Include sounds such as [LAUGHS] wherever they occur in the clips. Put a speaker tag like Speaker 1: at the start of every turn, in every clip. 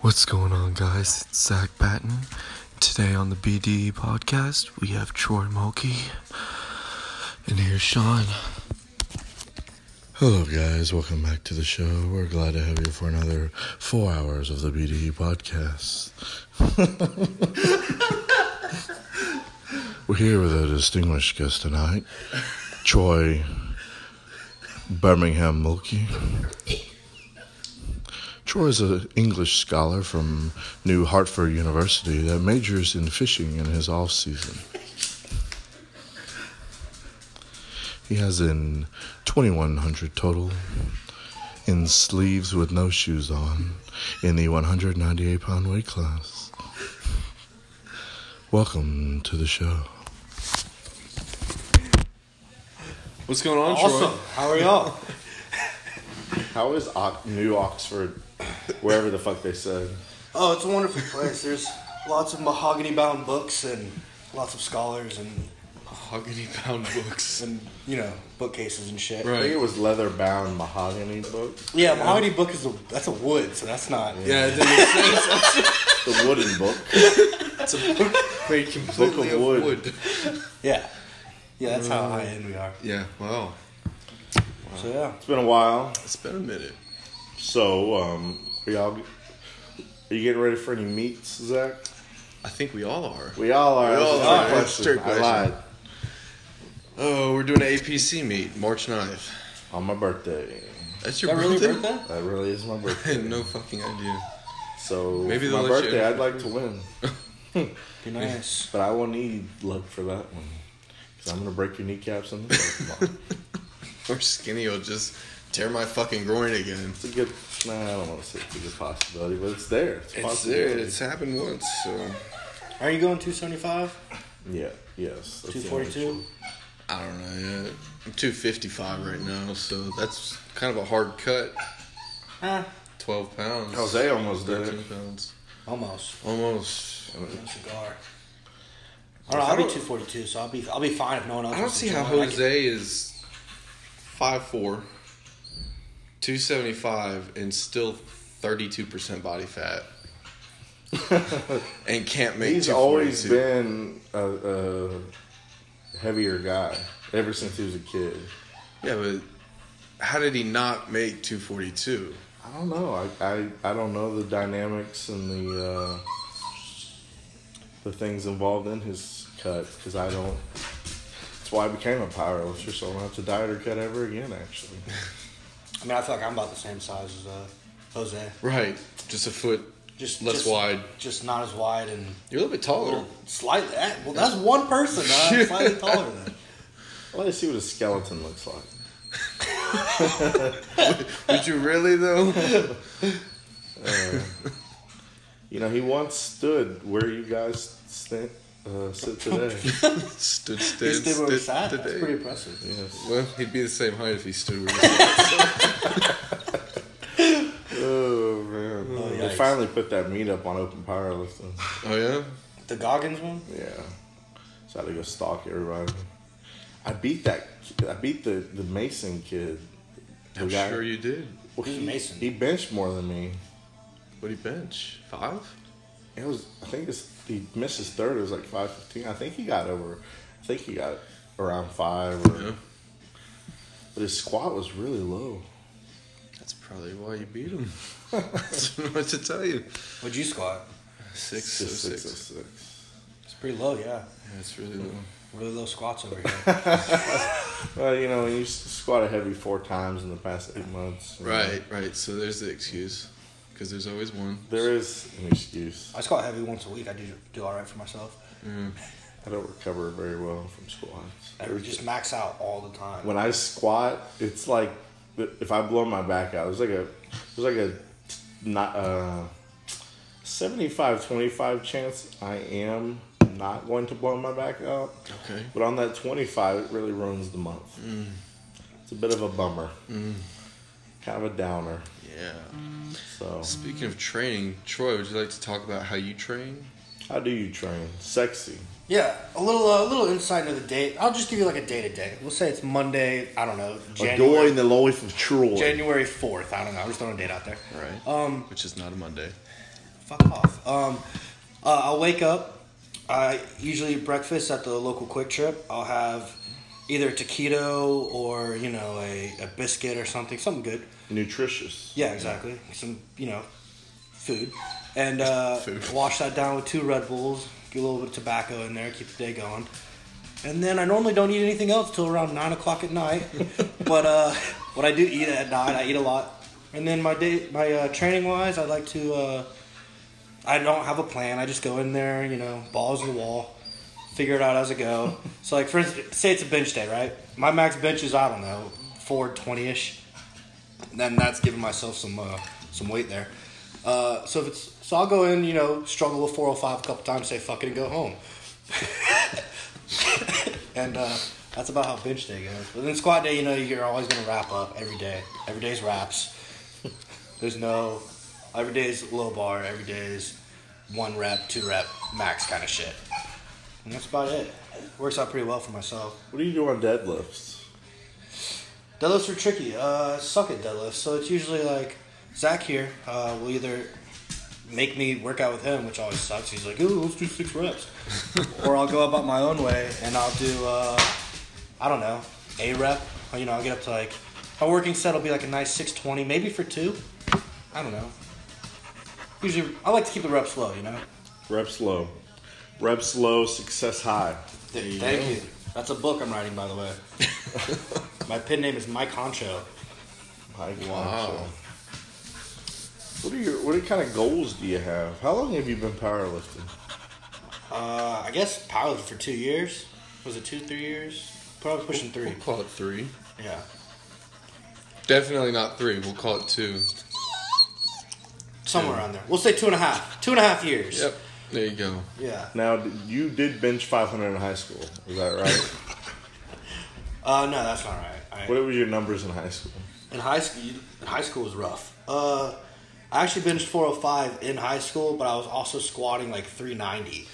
Speaker 1: What's going on, guys? It's Zach Batten. Today on the BDE podcast, we have Troy Mulkey. And here's Sean.
Speaker 2: Hello, guys. Welcome back to the show. We're glad to have you for another four hours of the BDE podcast. [LAUGHS] We're here with a distinguished guest tonight, Troy Birmingham Mulkey. Troy is an English scholar from New Hartford University that majors in fishing in his off season. He has in 2100 total in sleeves with no shoes on in the 198 pound weight class. Welcome to the show.
Speaker 1: What's going on,
Speaker 3: Awesome. How are y'all?
Speaker 4: How is Ox- New Oxford, wherever the fuck they said?
Speaker 3: [LAUGHS] Oh, it's a wonderful place. There's lots of mahogany-bound books and lots of scholars and,
Speaker 1: Mahogany bound books.
Speaker 3: and you know bookcases and shit.
Speaker 4: I
Speaker 1: Right.
Speaker 4: think it was leather bound mahogany book.
Speaker 3: Yeah, mahogany book is a that's a wood, so that's not.
Speaker 1: [LAUGHS] Yeah, it didn't make sense.
Speaker 4: The wooden book.
Speaker 1: It's a [LAUGHS] book made completely
Speaker 4: Book
Speaker 1: of
Speaker 4: of
Speaker 1: wood.
Speaker 4: wood.
Speaker 3: yeah, Yeah, That's how high end we are.
Speaker 1: Yeah, wow.
Speaker 3: So yeah,
Speaker 4: It's been a while.
Speaker 1: It's been a minute.
Speaker 4: So, um, are y'all. Are you getting ready for any meets, Zach?
Speaker 1: I think we all are.
Speaker 4: We all are.
Speaker 1: We all
Speaker 4: That's a
Speaker 1: are.
Speaker 4: trick
Speaker 1: That's a trick
Speaker 4: I
Speaker 1: question.
Speaker 4: lied.
Speaker 1: Oh, we're doing an APC meet March 9th.
Speaker 4: On my birthday.
Speaker 1: That's
Speaker 3: is that
Speaker 1: your
Speaker 3: really
Speaker 1: birthday?
Speaker 3: your birthday?
Speaker 4: That really is
Speaker 1: [LAUGHS]
Speaker 4: my
Speaker 1: I
Speaker 4: birthday.
Speaker 1: had [LAUGHS] no fucking idea.
Speaker 4: So,
Speaker 1: Maybe
Speaker 4: Maybe
Speaker 1: they'll
Speaker 4: my
Speaker 1: let you
Speaker 4: birthday,
Speaker 1: in.
Speaker 4: I'd like to win.
Speaker 3: Be nice.
Speaker 4: But I will need luck for that one. Because I'm going to break your kneecaps on the Pokemon.
Speaker 1: Or Skinny will just tear my fucking groin again.
Speaker 4: It's a good. Nah, I don't want to say it's a good possibility, but it's there. It's, a
Speaker 1: It's
Speaker 4: possibility.
Speaker 1: there. It's happened once, so
Speaker 3: Are you going 275,
Speaker 4: Yeah. Yes. that's the only
Speaker 3: 242?
Speaker 4: issue.
Speaker 1: I don't know. Yeah. I'm 255 right now, so that's kind of a hard cut.
Speaker 3: Huh?
Speaker 1: 12 pounds.
Speaker 4: Jose almost did it.
Speaker 1: 13 pounds.
Speaker 3: Almost.
Speaker 1: Almost.
Speaker 3: No cigar. I don't know.
Speaker 1: I
Speaker 3: I'll be
Speaker 1: don't-
Speaker 3: 242, so I'll be I'll be fine if no one else.
Speaker 1: I don't
Speaker 3: wants to
Speaker 1: see how
Speaker 3: join. I can-
Speaker 1: Jose is 5'4", 275, and still 32% body fat. and can't make
Speaker 4: He's
Speaker 1: 242.
Speaker 4: always been a, a heavier guy ever since he was a kid.
Speaker 1: Yeah, but how did he not make 242?
Speaker 4: I don't know. I I, I don't know the dynamics and the uh, the things involved in his cut because I don't. That's why I became a powerlifter, so I don't have to diet or cut ever again. Actually,
Speaker 3: I mean, I feel like I'm about the same size as uh, Jose.
Speaker 1: Right. Just a foot
Speaker 3: Just
Speaker 1: less
Speaker 3: just-
Speaker 1: wide.
Speaker 3: Just not as wide and
Speaker 1: You're a little bit taller.
Speaker 3: Well, slightly. that- Well, that's one [LAUGHS] person. Uh, slightly taller than.
Speaker 4: I'd like to see what his skeleton looks like.
Speaker 1: Would you really though?
Speaker 4: You know, he once stood where you guys stand, uh, sit
Speaker 3: [LAUGHS]
Speaker 4: today.
Speaker 1: stood
Speaker 3: He
Speaker 1: still.
Speaker 3: stood where we sat. That's
Speaker 1: today.
Speaker 3: pretty impressive.
Speaker 4: yes.
Speaker 1: Well, he'd be the same height if he stood where he
Speaker 3: [LAUGHS]
Speaker 1: sat.
Speaker 4: Oh man!
Speaker 3: Oh,
Speaker 4: they
Speaker 3: yikes.
Speaker 4: finally put that meet up on open powerlifting.
Speaker 1: Oh yeah.
Speaker 3: The Goggins one.
Speaker 4: Yeah, so I had to go stalk everybody. I beat that. I beat the the Mason kid. The
Speaker 1: I'm
Speaker 4: guy-
Speaker 1: sure you did.
Speaker 4: Well,
Speaker 3: Who's
Speaker 4: he,
Speaker 3: Mason?
Speaker 4: He benched more than me.
Speaker 1: What did he bench? Five?
Speaker 4: It was. I think it's, he missed his third. It was like five fifteen. I think he got over. I think he got around five. Or,
Speaker 1: Yeah.
Speaker 4: But his squat was really low.
Speaker 1: That's probably why you beat him. [LAUGHS] I don't know what to tell you.
Speaker 3: What'd you squat?
Speaker 1: Six oh
Speaker 4: Just
Speaker 1: six.
Speaker 4: six oh six.
Speaker 3: It's pretty low. Yeah,
Speaker 1: That's really low.
Speaker 3: really low squats over [LAUGHS] here.
Speaker 4: Well, you know, when you s- squat a heavy four times in the past eight months. you know,
Speaker 1: Right, right. So there's the excuse, because there's always one.
Speaker 4: There is an excuse.
Speaker 3: I squat heavy once a week. I do do all right for myself.
Speaker 4: I don't recover very well from squats.
Speaker 3: I just max out all the time.
Speaker 4: When I squat, it's like if I blow my back out, it's like a it's like a not uh 75 25 chance I am not going to blow my back out.
Speaker 1: Okay.
Speaker 4: But on that 25, it really ruins the month. It's a bit of a bummer. Kind of a downer.
Speaker 1: Yeah.
Speaker 4: So,
Speaker 1: Speaking of training, Troy, would you like to talk about how you train?
Speaker 4: how do you train? Sexy.
Speaker 3: Yeah, a little uh, a little insight into the day. I'll just give you like a day to day. We'll say it's Monday. I don't know. January.
Speaker 4: Adorn the life of Troy.
Speaker 3: January fourth. I don't know. I'm just throwing a date out there.
Speaker 1: All right.
Speaker 3: Um,
Speaker 1: Which is not a Monday.
Speaker 3: fuck off. Um, uh, I'll wake up. I usually eat breakfast at the local Quick Trip. I'll have either a taquito or you know a, a biscuit or something, something good.
Speaker 4: Nutritious.
Speaker 3: Yeah, exactly. Some you know food, and uh, wash that down with two Red Bulls. Get a little bit of tobacco in there, keep the day going. And then I normally don't eat anything else till around nine o'clock at night. but uh, what I do eat at night, I eat a lot. And then my day, my uh, training wise, I like to. Uh, I don't have a plan. I just go in there, you know, balls to the wall, figure it out as I go. so like for instance, say it's a bench day, right? My max bench is I don't know four twenty ish. Then that's giving myself some uh, some weight there. Uh, so if it's so I'll go in, you know, struggle with four hundred five a couple times, say fuck it, and go home. [LAUGHS] and uh, that's about how bench day goes. But then squat day, you know, you're always gonna wrap up every day. Every day's wraps. [LAUGHS] There's no every day's low bar. Every day's one rep, two rep, max kind of shit. And that's about it. Works out pretty well for myself.
Speaker 4: What do you do on deadlifts?
Speaker 3: Deadlifts are tricky. Uh, I suck at deadlifts. So it's usually like Zach here uh, will either make me work out with him, which always sucks. He's like, "Ooh, let's do six reps," or I'll go about my own way and I'll do uh, I don't know a rep. Or, You know, I'll get up to like my working set will be like a nice six twenty, maybe for two. I don't know. Usually, I like to keep the reps low. You know.
Speaker 4: Reps low. Reps low, success high.
Speaker 3: Th- Thank you. That's a book I'm writing, by the [LAUGHS] way. My pen name is Mike Honcho.
Speaker 4: Like, wow. What are your what kind of goals do you have? How long have you been powerlifting?
Speaker 3: Uh, I guess piloted for two years. Was it two, three years? Probably pushing three.
Speaker 1: We'll call it three.
Speaker 3: Yeah.
Speaker 1: Definitely not three. We'll call it two.
Speaker 3: Somewhere around there. We'll say two and a half. Two and a half years.
Speaker 1: Yep. There you go.
Speaker 3: Yeah.
Speaker 4: Now d- you did bench 500 in high school, is that right?
Speaker 1: [LAUGHS]
Speaker 3: Uh, no, that's not right. I-
Speaker 4: what were your numbers in high school?
Speaker 3: In high school, in high school was rough. Uh, I actually benched 405 in high school, but I was also squatting like 390.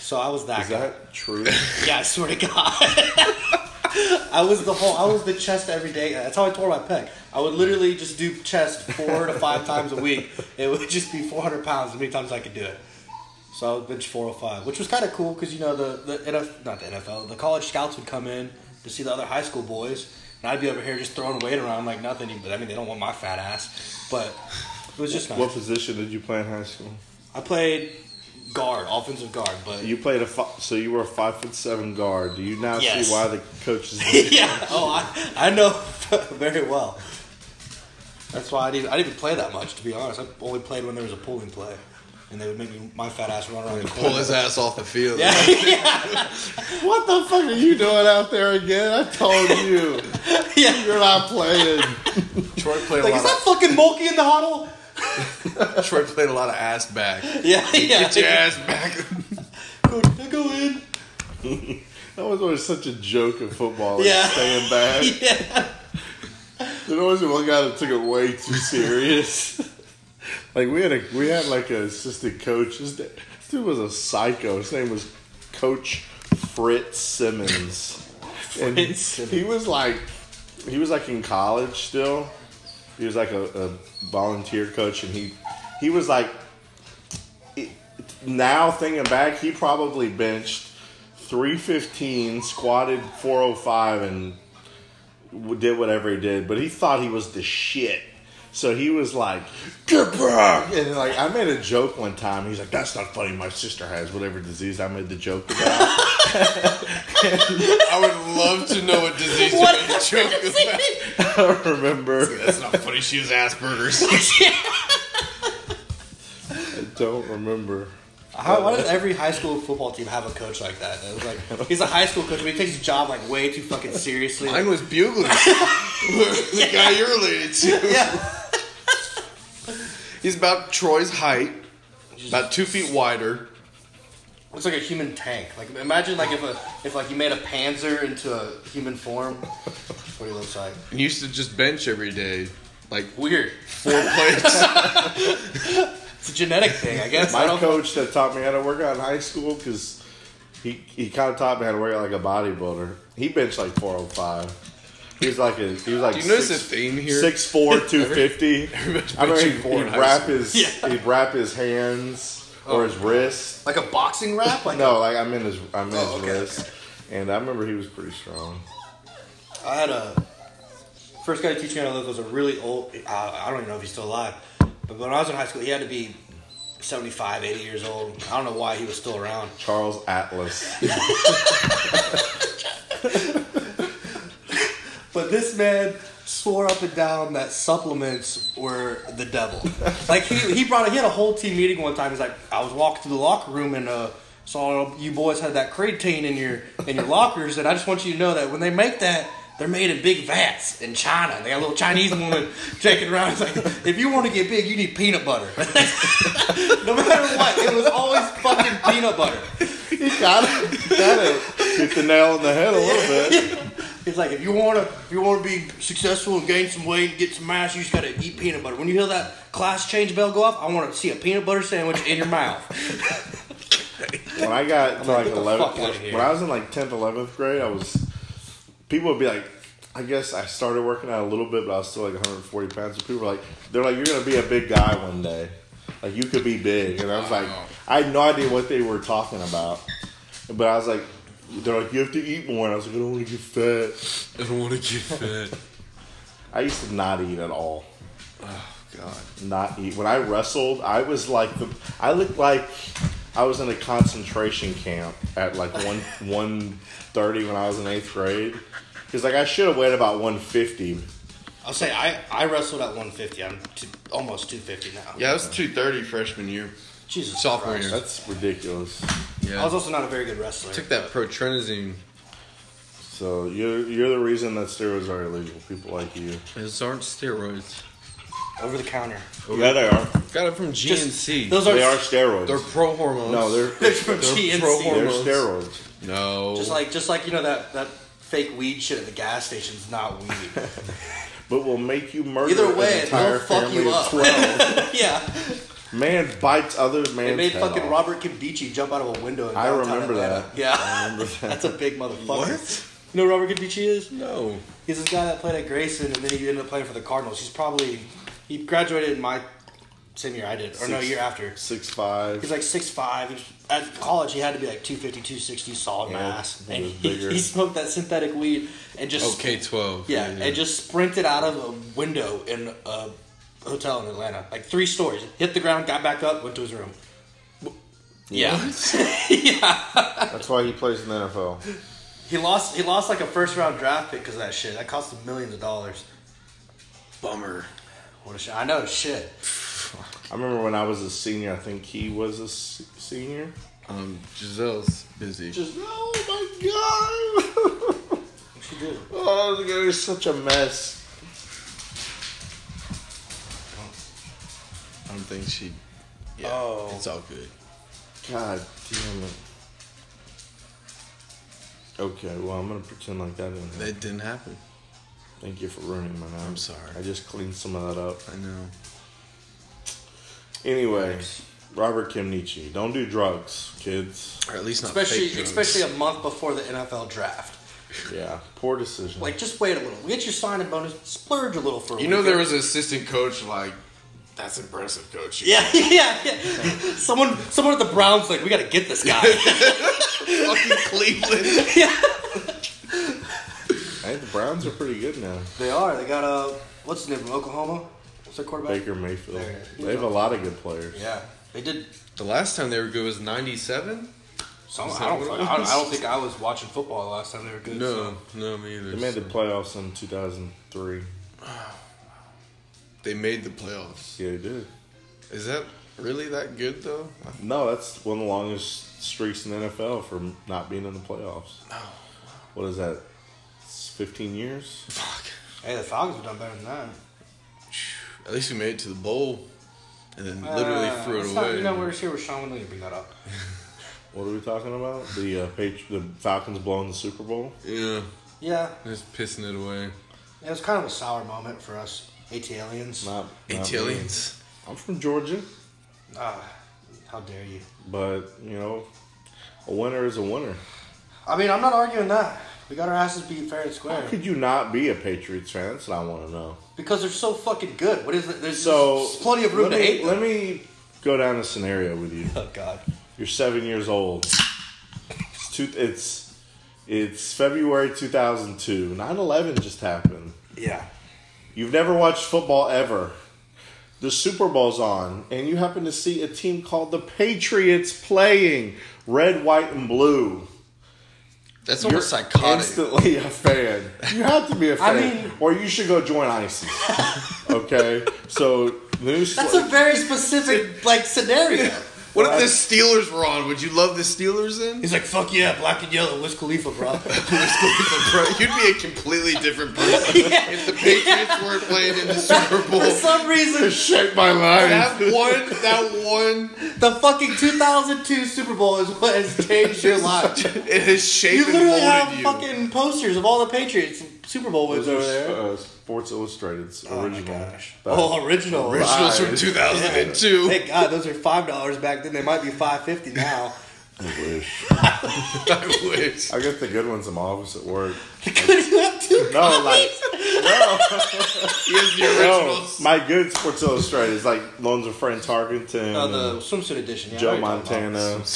Speaker 3: So I was that
Speaker 4: Is
Speaker 3: guy.
Speaker 4: that true?
Speaker 1: [LAUGHS]
Speaker 3: Yeah, I swear to God. [LAUGHS] I was the whole. I was the chest every day. That's how I tore my pec. I would literally just do chest four to five times a week. It would just be 400 pounds as many times I could do it. So I would bench 405, which was kind of cool because you know the the NF, not the NFL, the college scouts would come in to see the other high school boys, and I'd be over here just throwing weight around like nothing. But I mean, they don't want my fat ass. But it was just nice.
Speaker 4: what position did you play in high school?
Speaker 3: I played guard, offensive guard, but
Speaker 4: You played a fi- so you were a five foot seven guard. Do you now
Speaker 3: Yes.
Speaker 4: see why the
Speaker 1: [LAUGHS]
Speaker 4: coaches?
Speaker 3: [LAUGHS] yeah. Oh, I, I know [LAUGHS] very well. That's why I didn't, I didn't even play that much, to be honest. I only played when there was a pulling play, and they would make me my fat ass run around the
Speaker 1: Pull
Speaker 3: [LAUGHS] corner.
Speaker 1: his ass off the field.
Speaker 3: Yeah, yeah,
Speaker 4: what the fuck are you doing out there again? I told you,
Speaker 3: [LAUGHS] yeah.
Speaker 1: [LAUGHS]
Speaker 4: you're not playing.
Speaker 1: Troy played a
Speaker 3: Like, is
Speaker 1: lot.
Speaker 3: that fucking Mulkey in the huddle?
Speaker 1: Of, [LAUGHS] Troy played a lot of ass [LAUGHS] back.
Speaker 3: Yeah, [LAUGHS] yeah.
Speaker 1: Get your ass back.
Speaker 3: Go, go in.
Speaker 4: That was always such a joke in football. Like
Speaker 3: Yeah.
Speaker 4: staying
Speaker 1: [LAUGHS]
Speaker 4: back.
Speaker 3: Yeah.
Speaker 4: There always was one guy that took it way too
Speaker 3: [LAUGHS]
Speaker 4: serious. like we had a we had like an assistant coach. This, da- this dude was a psycho. His name was Coach Fritz
Speaker 3: [LAUGHS]
Speaker 4: Simmons. and
Speaker 3: Fritz Simmons.
Speaker 4: he was like he was like in college still. He was like a, a volunteer coach, and he he was like it- now thinking back, he probably benched 315, squatted 405, and w- did whatever he did. But he thought he was the shit. So he was like, get back! And like, I made a joke one time. He's like, that's not funny. My sister has whatever disease I made the joke
Speaker 1: [LAUGHS]
Speaker 4: about.
Speaker 1: I would love to know what disease you
Speaker 3: What
Speaker 1: made a joke about.
Speaker 4: I don't remember.
Speaker 1: That's not funny. She has Asperger's.
Speaker 4: I don't remember.
Speaker 3: How, why does every high school football team have a coach like that? It was like he's a high school coach, but he takes his job like way too fucking seriously.
Speaker 1: [LAUGHS] Mine was bugling. [LAUGHS] the guy you're related to.
Speaker 3: yeah,
Speaker 1: He's about Troy's height, about two feet wider.
Speaker 3: looks like a human tank. Like imagine like if a if like you made a Panzer into a human form. That's what he looks like.
Speaker 1: And used to just bench every day, like
Speaker 3: Weird.
Speaker 1: four [LAUGHS] plates.
Speaker 3: It's a genetic thing, I guess. I
Speaker 4: My
Speaker 3: don't-
Speaker 4: coach that taught me how to work out in high school, because he, he kind of taught me how to work out like a bodybuilder. He benched like 405. He was like a he was like
Speaker 1: Do you notice
Speaker 4: six-
Speaker 1: a theme here?
Speaker 4: Six
Speaker 1: [LAUGHS]
Speaker 4: four, two fifty.
Speaker 1: everybody's
Speaker 4: I remember
Speaker 1: pitching
Speaker 4: he'd,
Speaker 1: four in
Speaker 4: he'd
Speaker 1: high
Speaker 4: wrap
Speaker 1: school.
Speaker 4: his he'd wrap his hands or his
Speaker 1: Oh,
Speaker 4: wrist.
Speaker 5: Like a boxing rap? Like
Speaker 4: No, like I'm in his I'm in his
Speaker 5: Oh, okay,
Speaker 4: wrist. And I remember he was pretty strong.
Speaker 3: I had a first guy to teach me how to lift was a really old. I, I don't even know if he's still alive, but when I was in high school, he had to be 75, 80 years old. I don't know why he was still around.
Speaker 4: Charles Atlas.
Speaker 3: But this man swore up and down that supplements were the devil. like he, he brought he had a whole team meeting one time. He's like, I was walking through the locker room and uh, saw you boys had that creatine in your in your lockers, and I just want you to know that when they make that. They're made in big vats in China. They got a little Chinese woman drinking around. It's like, if you want to get big, you need peanut butter. [LAUGHS] no matter what, it was always fucking peanut butter.
Speaker 4: got it. Got it. [LAUGHS] Hit the nail on the head a little bit.
Speaker 3: It's like if you wanna if you wanna be successful and gain some weight and get some mass, you just gotta eat peanut butter. When you hear that class change bell go off, I wanna see a peanut butter sandwich in your mouth.
Speaker 4: When I got to like
Speaker 3: the fuck outta
Speaker 4: 11th,
Speaker 3: here.
Speaker 4: when I was in like 10th, 11th grade, I was, people would be like, I guess I started working out a little bit, but I was still like 140 pounds. And people were like, they're like, you're going to be a big guy one day. Like, you could be big. And I was like, I had no idea what they were talking about. But I was like, they're like, you have to eat more. And I was like, I don't want to get fat.
Speaker 1: I don't want to get fat.
Speaker 4: I used to not eat at all.
Speaker 1: Oh, God.
Speaker 4: not eat. When I wrestled, I was like the I looked like I was in a concentration camp at like one one thirty when I was in eighth grade. Because like I should have weighed about one fifty.
Speaker 3: I'll say I, I wrestled at 150. I'm two, almost 250 now.
Speaker 1: Yeah, I was 230 freshman year.
Speaker 3: Jesus.
Speaker 1: Sophomore
Speaker 3: Christ.
Speaker 1: year.
Speaker 4: That's ridiculous.
Speaker 1: Yeah.
Speaker 3: I was also not a very good wrestler.
Speaker 1: took that protrenazine.
Speaker 4: So you're you're the reason that steroids are illegal. People like you.
Speaker 1: Those aren't steroids.
Speaker 3: Over the counter.
Speaker 4: Yeah, they are.
Speaker 1: Got it from GNC.
Speaker 3: Those are,
Speaker 4: They are steroids.
Speaker 1: they're pro hormones.
Speaker 4: no, they're
Speaker 3: [LAUGHS] they're from
Speaker 1: they're
Speaker 3: GNC.
Speaker 4: they're
Speaker 1: pro-hormone. hormones.
Speaker 4: steroids.
Speaker 1: no.
Speaker 3: Just like just like you know that that fake weed shit at the gas station's not
Speaker 4: [LAUGHS]
Speaker 3: weed. [LAUGHS]
Speaker 4: But will make you murder
Speaker 3: Either way,
Speaker 4: an entire
Speaker 3: they'll fuck
Speaker 4: family
Speaker 3: you
Speaker 4: of
Speaker 3: up.
Speaker 4: twelve.
Speaker 3: [LAUGHS] yeah.
Speaker 4: man bites other man's
Speaker 3: They made
Speaker 4: head
Speaker 3: fucking
Speaker 4: off.
Speaker 3: Robert Kimbichi jump out of a window. In
Speaker 4: I
Speaker 3: downtown
Speaker 4: remember
Speaker 3: Atlanta.
Speaker 4: that.
Speaker 3: Yeah.
Speaker 4: I remember that.
Speaker 3: [LAUGHS] That's a big motherfucker.
Speaker 1: What?
Speaker 3: You know who Robert Kimbichi is?
Speaker 1: no.
Speaker 3: He's this guy that played at Grayson, and then he ended up playing for the Cardinals. He's probably he graduated in my same year I did, or no
Speaker 4: Six-
Speaker 3: year after.
Speaker 4: Six five.
Speaker 3: He's like six five. At college, he had to be like 250, 260 solid
Speaker 4: Yeah,
Speaker 3: mass,
Speaker 4: he
Speaker 3: and
Speaker 4: was
Speaker 3: he,
Speaker 4: bigger.
Speaker 3: he smoked that synthetic weed and just
Speaker 1: Okay, 12.
Speaker 3: yeah, and just sprinted out of a window in a hotel in Atlanta, like three stories. Hit the ground, got back up, went to his room. Yeah, [LAUGHS]
Speaker 4: That's why he plays in the NFL.
Speaker 3: he lost. He lost like a first round draft pick because of that shit. That cost him millions of dollars.
Speaker 1: Bummer.
Speaker 3: What a shit! I know shit.
Speaker 4: I remember when I was a senior. I think he was a s- senior.
Speaker 1: Um, Giselle's busy.
Speaker 4: Just oh my god! [LAUGHS]
Speaker 3: She did.
Speaker 4: oh, the guy is such a mess.
Speaker 1: I don't think she. Yeah,
Speaker 3: Oh.
Speaker 1: it's all good.
Speaker 4: God damn it. Okay, well I'm gonna pretend like that didn't. happen.
Speaker 1: That didn't happen.
Speaker 4: Thank you for ruining my night.
Speaker 1: I'm sorry.
Speaker 4: I just cleaned some of that up.
Speaker 1: I know.
Speaker 4: Anyway, Robert Kimnichi, don't do drugs, kids.
Speaker 1: Or at least not
Speaker 3: especially
Speaker 1: fake drugs.
Speaker 3: especially a month before the NFL draft.
Speaker 4: Yeah, poor decision.
Speaker 3: Like, just wait a little. Get your signing bonus. Splurge a little for a
Speaker 1: You
Speaker 3: week.
Speaker 1: know there was an assistant coach like, that's impressive, coach. You
Speaker 3: [LAUGHS] Yeah, yeah, yeah. Someone, someone at the Browns like, we got to get
Speaker 1: [LAUGHS]
Speaker 3: this guy.
Speaker 1: fucking [LAUGHS] Cleveland.
Speaker 4: I think the Browns are pretty good now.
Speaker 3: they are. They got a what's his name from Oklahoma? What's their quarterback?
Speaker 4: Baker Mayfield.
Speaker 3: There.
Speaker 4: They have a lot of good players.
Speaker 3: Yeah, they did.
Speaker 1: The last time they were good was '97.
Speaker 3: Some,
Speaker 1: Is
Speaker 3: I don't.
Speaker 1: that what
Speaker 3: I
Speaker 1: it
Speaker 3: don't,
Speaker 1: was?
Speaker 3: I don't think I was watching football the last time they were good. so.
Speaker 1: No, no, me either.
Speaker 4: They made the
Speaker 1: So-
Speaker 4: playoffs in 2003.
Speaker 1: they made the playoffs.
Speaker 4: Yeah, they did.
Speaker 1: Is that really that good though?
Speaker 4: No, that's one of the longest streaks in the NFL for not being in the playoffs.
Speaker 3: Oh,
Speaker 4: What is that? It's 15 years?
Speaker 1: Fuck.
Speaker 3: Hey, the Falcons have done better than that.
Speaker 1: At least we made it to the bowl, and then literally
Speaker 3: Uh,
Speaker 1: threw
Speaker 3: let's
Speaker 1: it
Speaker 3: not-
Speaker 1: away.
Speaker 3: you know, we were here with Sean. We don't need to bring that up.
Speaker 4: What are we talking about? The uh, Patri- the Falcons blowing the Super Bowl?
Speaker 1: yeah,
Speaker 3: Yeah,
Speaker 1: just pissing it away.
Speaker 3: it was kind of a sour moment for us ATLians.
Speaker 4: Not, not me.
Speaker 1: Italians.
Speaker 4: I'm from Georgia,
Speaker 3: Ah, how dare you?
Speaker 4: but, you know, a winner is a winner.
Speaker 3: I mean, I'm not arguing that, We got our asses beat fair and
Speaker 4: How
Speaker 3: square
Speaker 4: could you not be a Patriots fan? That's what I want to know.
Speaker 3: because they're so fucking good. What is it? There's
Speaker 4: So
Speaker 3: just plenty of room
Speaker 4: let
Speaker 3: to
Speaker 4: me-
Speaker 3: hate.
Speaker 4: Let
Speaker 3: them.
Speaker 4: me go down a scenario with you.
Speaker 3: Oh God.
Speaker 4: You're seven years old. It's two, it's it's February 2002. 9/11 just happened.
Speaker 3: Yeah.
Speaker 4: You've never watched football ever. The Super Bowl's on, and you happen to see a team called the Patriots playing red, white, and blue.
Speaker 1: That's
Speaker 4: You're
Speaker 1: almost psychotic.
Speaker 4: instantly a fan. You have to be a
Speaker 3: I
Speaker 4: fan,
Speaker 3: mean-
Speaker 4: or you should go join
Speaker 3: [LAUGHS]
Speaker 4: ISIS. okay, so news.
Speaker 3: That's a very [LAUGHS] specific like scenario.
Speaker 1: what if the Steelers were on? Would you love the Steelers then?
Speaker 3: [LAUGHS] He's like, fuck yeah, black and yellow, Wiz Khalifa, [LAUGHS] bro.
Speaker 1: Bro, you'd be a completely different person if the Patriots weren't playing in the Super
Speaker 3: [LAUGHS]
Speaker 1: Bowl.
Speaker 3: For some reason,
Speaker 4: shake my
Speaker 1: That
Speaker 4: life.
Speaker 1: one, that one,
Speaker 3: the fucking 2002 Super Bowl is what has [LAUGHS] changed your life.
Speaker 1: it has shaped
Speaker 3: You
Speaker 1: and
Speaker 3: literally
Speaker 1: molded
Speaker 3: have
Speaker 1: you.
Speaker 3: fucking posters of all the Patriots Super Bowl wins
Speaker 4: Those
Speaker 3: over
Speaker 4: are
Speaker 3: there.
Speaker 4: uh, Sports Illustrated's
Speaker 3: Oh my
Speaker 4: original.
Speaker 3: gosh.
Speaker 4: That-
Speaker 3: Oh, original.
Speaker 1: Originals from
Speaker 4: Lies.
Speaker 1: 2002.
Speaker 3: Thank God, those are five dollars back then. They might be five fifty now.
Speaker 4: I wish.
Speaker 1: [LAUGHS] I wish.
Speaker 4: I get the good ones in my office at work.
Speaker 3: Could you have two?
Speaker 4: No, like no.
Speaker 1: He has the
Speaker 4: No,
Speaker 1: originals.
Speaker 4: my good Sports Illustrated is like Loans of Friend Tarkenton,
Speaker 3: Uh, the swimsuit edition. Yeah, I
Speaker 4: Joe
Speaker 3: know what you're talking about.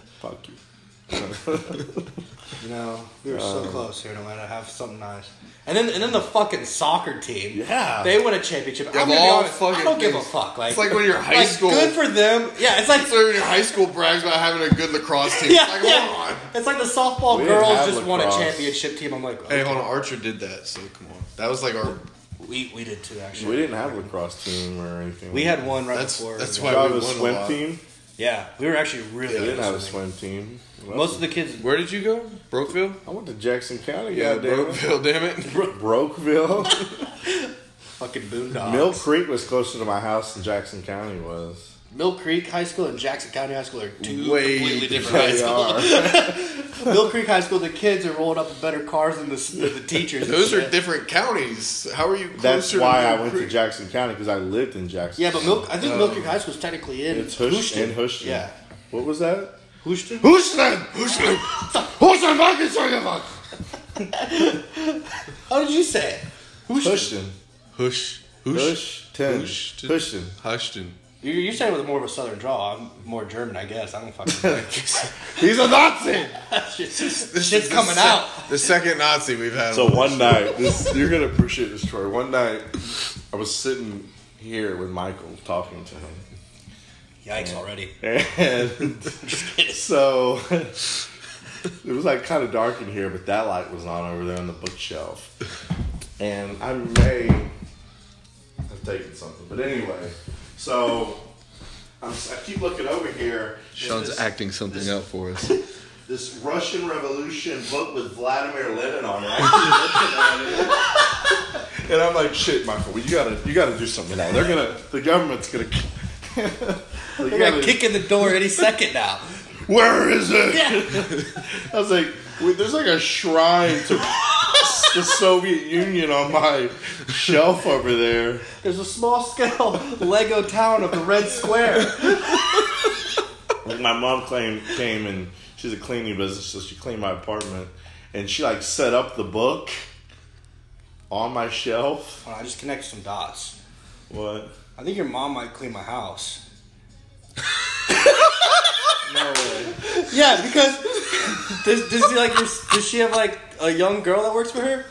Speaker 4: Montana. Fuck you.
Speaker 3: You know, we were
Speaker 1: Um,
Speaker 3: so close here in Atlanta. to Have something nice. And then, and then the fucking soccer team.
Speaker 4: Yeah.
Speaker 3: They win a championship.
Speaker 1: Yeah,
Speaker 3: I'm gonna be
Speaker 1: all
Speaker 3: honest, I
Speaker 1: fucking
Speaker 3: don't give a
Speaker 1: things.
Speaker 3: fuck. Like,
Speaker 1: It's like when you're in high
Speaker 3: like,
Speaker 1: school.
Speaker 3: Good for them. Yeah, it's like
Speaker 1: So when your high school brags about having a good lacrosse team.
Speaker 3: [LAUGHS] yeah,
Speaker 1: it's like,
Speaker 3: yeah.
Speaker 1: hold on.
Speaker 3: It's like the softball
Speaker 4: We didn't
Speaker 3: girls
Speaker 4: have
Speaker 3: just won a
Speaker 4: lacrosse.
Speaker 3: championship team. I'm like, oh,
Speaker 1: Hey, hold on. Archer did that, so come on. That was like our.
Speaker 3: we we did too actually.
Speaker 4: [LAUGHS] We didn't have a lacrosse team or anything.
Speaker 3: We had one right
Speaker 1: That's-
Speaker 3: before.
Speaker 1: that's
Speaker 4: We
Speaker 1: why- we
Speaker 4: have a
Speaker 1: won a
Speaker 4: swim
Speaker 1: lot.
Speaker 4: team.
Speaker 3: Yeah, we were actually really.
Speaker 1: Yeah,
Speaker 4: We didn't
Speaker 3: good
Speaker 4: have a
Speaker 3: at swimming.
Speaker 4: swim team. Well,
Speaker 3: Most of the kids.
Speaker 1: Where did you go? Brokeville?
Speaker 4: I went to Jackson County.
Speaker 1: Yeah,
Speaker 4: Yeah,
Speaker 1: Brokeville, damn it.
Speaker 4: Brokeville.
Speaker 3: Fucking boondogs.
Speaker 4: Mill Creek was closer to my house than Jackson County was.
Speaker 3: Mill Creek High School and Jackson County High School are two
Speaker 1: Way
Speaker 3: completely different high
Speaker 4: They
Speaker 3: schools.
Speaker 4: are.
Speaker 3: Mill Creek High School, the kids are rolling up in better cars than the, than the teachers.
Speaker 1: Those are different counties. How are you closer
Speaker 4: That's
Speaker 1: to
Speaker 4: why
Speaker 1: Mill
Speaker 4: I went to
Speaker 1: Creek?
Speaker 4: Jackson County because I lived in Jackson.
Speaker 3: Yeah, but Milk, I think Mill Creek High School is technically in
Speaker 4: it's Hush and Hush.
Speaker 3: Yeah,
Speaker 4: What was that?
Speaker 3: Houston.
Speaker 4: Hushland! Hushland! Hushland fucking Sorgenbach!
Speaker 3: How did you say it?
Speaker 4: Hushton.
Speaker 1: Hush. Hush.
Speaker 4: Hushton.
Speaker 1: Hushton.
Speaker 4: Hushton.
Speaker 1: Hushton.
Speaker 3: You're, you're saying with more of a southern draw. I'm more German, I guess. I don't [LAUGHS] fucking. know.
Speaker 4: He's a Nazi!
Speaker 3: Shit's-
Speaker 1: This
Speaker 3: Shit's
Speaker 1: is the
Speaker 3: coming
Speaker 1: sec-
Speaker 3: out.
Speaker 1: The second Nazi we've had.
Speaker 4: So one night, [LAUGHS] this, you're gonna appreciate this story. One night, I was sitting here with Michael talking to him.
Speaker 3: Yikes! Already.
Speaker 4: [LAUGHS] And so it was like kind of dark in here, but that light was on over there on the bookshelf. And I may have taken something, but anyway, so I'm, si keep looking over here. and
Speaker 1: Sean's
Speaker 4: this-
Speaker 1: acting something
Speaker 4: this-
Speaker 1: out for us.
Speaker 4: This Russian Revolution book with Vladimir Lenin on it. I'm actually looking at it. [LAUGHS] And I'm like, shit, Michael, well, you gotta, you gotta do something now. They're gonna, the government's gonna. [LAUGHS] they
Speaker 3: They're gonna kick in the door [LAUGHS] any second now.
Speaker 4: Where is it?
Speaker 3: Yeah.
Speaker 4: I was like, wait, there's like a shrine
Speaker 3: [LAUGHS]
Speaker 4: to the Soviet Union on my shelf over there.
Speaker 3: There's a small scale Lego town of the Red Square.
Speaker 4: And my mom claimed, came and she's a cleaning business, so she cleaned my apartment. And she like set up the book on my shelf.
Speaker 3: Hold on, I just connected some dots.
Speaker 4: What?
Speaker 3: I think your mom might clean my house.
Speaker 4: No way.
Speaker 3: Yeah, because does does she like your, does she have like a young girl that works for her,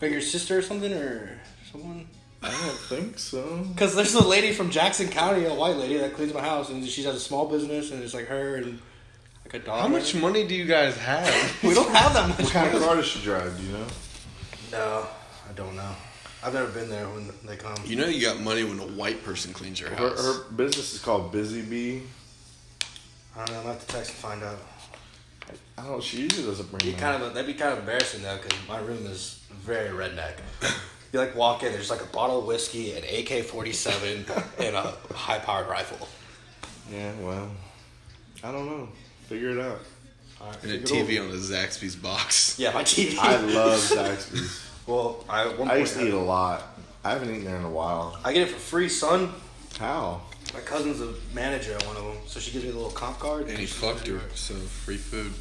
Speaker 3: like your sister or something or someone?
Speaker 4: I don't think so.
Speaker 3: Because there's a lady from Jackson County, a white lady that cleans my house, and she has a small business, and it's like her and like a dog.
Speaker 1: How much money do you guys have?
Speaker 3: We don't have that much.
Speaker 4: What
Speaker 3: [LAUGHS]
Speaker 4: kind of
Speaker 3: money.
Speaker 4: car does she drive, do you know?
Speaker 3: No, I don't know. I've never been there when they come.
Speaker 1: You know you got money when a white person cleans your
Speaker 4: Her,
Speaker 1: house.
Speaker 4: her business is called Busy Bee.
Speaker 3: I don't know. I'm gonna have to text and find out.
Speaker 4: I don't she usually doesn't bring
Speaker 3: Be
Speaker 4: me
Speaker 3: kind of that'd be kind of embarrassing though, because my room is very redneck. You like walk in, there's like a bottle of whiskey, an AK-47,
Speaker 4: [LAUGHS]
Speaker 3: and a high-powered rifle.
Speaker 4: Yeah, well. I don't know. Figure it out.
Speaker 1: and a TV on a Zaxby's box.
Speaker 3: Yeah, my TV.
Speaker 4: [LAUGHS] I love Zaxby's.
Speaker 3: [LAUGHS] well, I at one point
Speaker 4: I used to eat a
Speaker 3: I,
Speaker 4: lot. I haven't eaten there in a while.
Speaker 3: I get it for free, son.
Speaker 4: How?
Speaker 3: My cousin's a manager at one of them, [LAUGHS] so she gives me a little comp card.
Speaker 1: And he fucked her, so free food.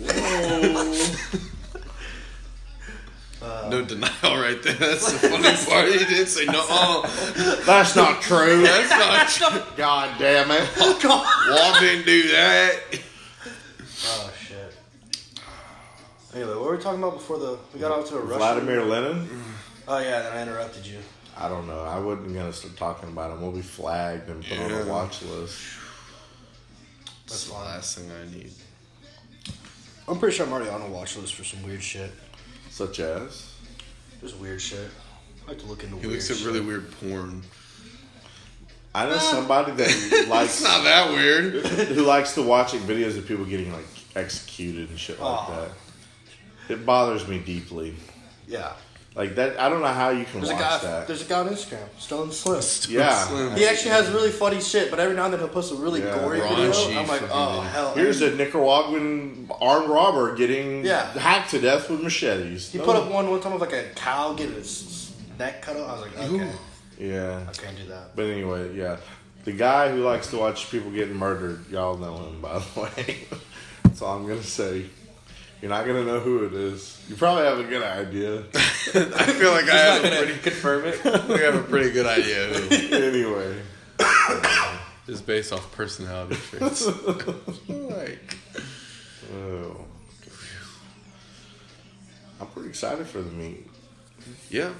Speaker 1: [LAUGHS] No denial right there. That's the funny part. He didn't say no. Oh,
Speaker 4: That's not true.
Speaker 1: [LAUGHS] that's not true.
Speaker 4: God damn it. [LAUGHS]
Speaker 1: Wall didn't do that.
Speaker 3: Oh shit. Anyway, what were we talking about before the we got off to a rush?
Speaker 4: Vladimir Lenin?
Speaker 3: Oh yeah, then I interrupted you.
Speaker 4: I don't know. I wasn't gonna start talking about him. We'll be flagged and put on
Speaker 1: Yeah.
Speaker 4: a watch list.
Speaker 1: That's the last thing I need.
Speaker 3: I'm pretty sure I'm already on a watch list for some weird shit.
Speaker 4: Such as
Speaker 3: There's weird shit. I like to look into
Speaker 1: He
Speaker 3: weird
Speaker 1: looks at
Speaker 3: shit.
Speaker 1: really weird porn.
Speaker 4: I know somebody [LAUGHS] that likes
Speaker 1: It's not that weird.
Speaker 4: [LAUGHS] who likes to watching videos of people getting like executed and shit like
Speaker 3: Aw.
Speaker 4: that. It bothers me deeply.
Speaker 3: Yeah.
Speaker 4: Like that, I don't know how you can
Speaker 3: There's a
Speaker 4: watch
Speaker 3: guy
Speaker 4: that.
Speaker 3: there's a guy on Instagram, Stone Slim.
Speaker 4: Yeah.
Speaker 1: Slim.
Speaker 3: He actually has really funny shit, but every now and then he'll post a really
Speaker 4: Yeah,
Speaker 3: gory
Speaker 1: raunchy
Speaker 3: video. I'm like,
Speaker 1: fucking
Speaker 3: oh
Speaker 1: video.
Speaker 3: hell.
Speaker 4: Here's a Nicaraguan armed robber getting
Speaker 3: Yeah.
Speaker 4: hacked to death with machetes.
Speaker 3: he put up one one time of like a cow getting his neck cut off. I was like, okay,
Speaker 4: Yeah.
Speaker 3: I can't do that.
Speaker 4: But anyway, yeah. The guy who likes to watch people getting murdered, y'all know him, by the way. [LAUGHS] That's all I'm going to say. You're not going to know who it is. You probably have a good
Speaker 3: [LAUGHS]
Speaker 4: idea.
Speaker 1: [LAUGHS] I feel like I have a pretty,
Speaker 3: confirm it.
Speaker 1: I think I have a pretty good idea. who-
Speaker 4: [LAUGHS] anyway.
Speaker 1: Just based off personality traits. [LAUGHS] like,
Speaker 4: Oh. I'm pretty excited for the meet.
Speaker 1: yeah.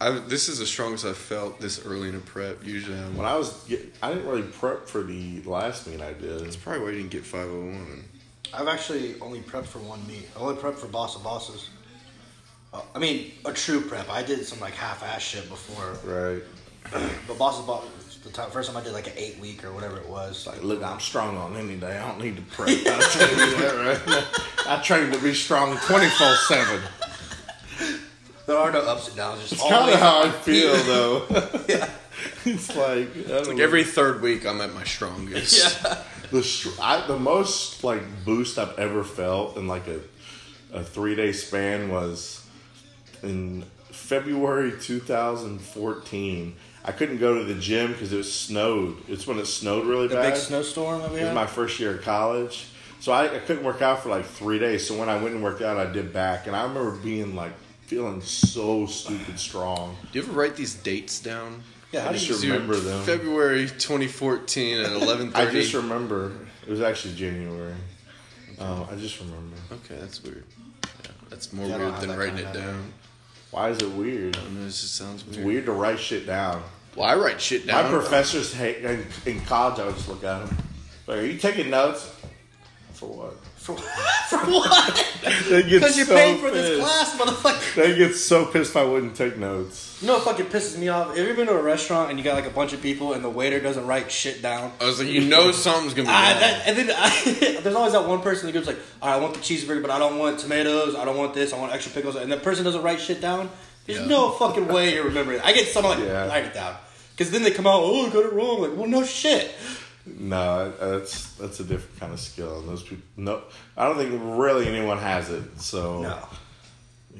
Speaker 1: I, this is the strongest I've felt this early in a prep. Usually I'm
Speaker 4: When I was, get, I didn't really prep for the last meet I did.
Speaker 1: That's probably why you didn't get 501.
Speaker 3: I've actually only prepped for one meet. I only prepped for Boss of Bosses. Uh, I mean, a true prep. I did some like half-ass shit before,
Speaker 4: Right.
Speaker 3: but Boss of Bosses, the time, first time I did like an eight week or whatever it was. Like,
Speaker 4: Like, look, I'm strong on any day. I don't need to prep. I train, that right now. I train to be strong 24 7.
Speaker 3: there are no ups and downs. Just
Speaker 4: It's kind
Speaker 3: always-
Speaker 4: of how I [LAUGHS] feel, though. It's like, I don't
Speaker 1: Like
Speaker 4: know.
Speaker 1: every third week, I'm at my strongest.
Speaker 3: Yeah.
Speaker 4: the str- I, the most like boost I've ever felt in like a a three day span was in February 2014. I couldn't go to the gym because it snowed. It's when it snowed really
Speaker 3: The
Speaker 4: bad.
Speaker 3: big snowstorm that we
Speaker 4: It was
Speaker 3: had.
Speaker 4: my first year of college. So I, I couldn't work out for like three days. So when I went and worked out, I did back. And I remember being like feeling so stupid strong.
Speaker 1: Do you ever write these dates down?
Speaker 3: yeah,
Speaker 4: I
Speaker 3: how do
Speaker 4: just
Speaker 3: you,
Speaker 1: Dude,
Speaker 4: remember them.
Speaker 1: February 2014
Speaker 3: [LAUGHS]
Speaker 1: at 11:30.
Speaker 4: I just remember. It was actually January. Um, I just remember.
Speaker 1: okay, that's weird. Yeah, that's more
Speaker 3: Yeah, I don't
Speaker 1: weird
Speaker 3: have
Speaker 1: than
Speaker 3: that
Speaker 1: writing it
Speaker 3: kind of-
Speaker 1: down.
Speaker 4: Why is it weird?
Speaker 1: I mean, it just sounds weird.
Speaker 4: It's weird to write shit down.
Speaker 1: Well, I write shit
Speaker 4: My
Speaker 1: down.
Speaker 4: professors hate in, in college. I would just look at them. Like, are you taking notes? For what?
Speaker 3: for, [LAUGHS] for [LAUGHS] what?
Speaker 4: They get
Speaker 3: Because you're
Speaker 4: so
Speaker 3: paying for this
Speaker 4: pissed.
Speaker 3: class, motherfucker.
Speaker 4: They get so pissed. I wouldn't take notes.
Speaker 3: You know what fucking pisses me off? Have you ever been to a restaurant and you got like a bunch of people and the waiter doesn't write shit down?
Speaker 1: I was like, you know, something's gonna be.
Speaker 3: Uh, [LAUGHS] I,
Speaker 1: wrong.
Speaker 3: that, and then I, there's always that one person in the group's like, "All right, I want the cheeseburger, but I don't want tomatoes. I don't want this. I want extra pickles." And that person doesn't write shit down. There's
Speaker 1: Yeah.
Speaker 3: no fucking way you're remembering. it. I get someone like
Speaker 4: Yeah.
Speaker 3: write it down because then they come out, "Oh, I got it wrong." Like, well, no shit.
Speaker 4: No, that's that's a different kind of skill. And those people, no, I don't think really anyone has it. So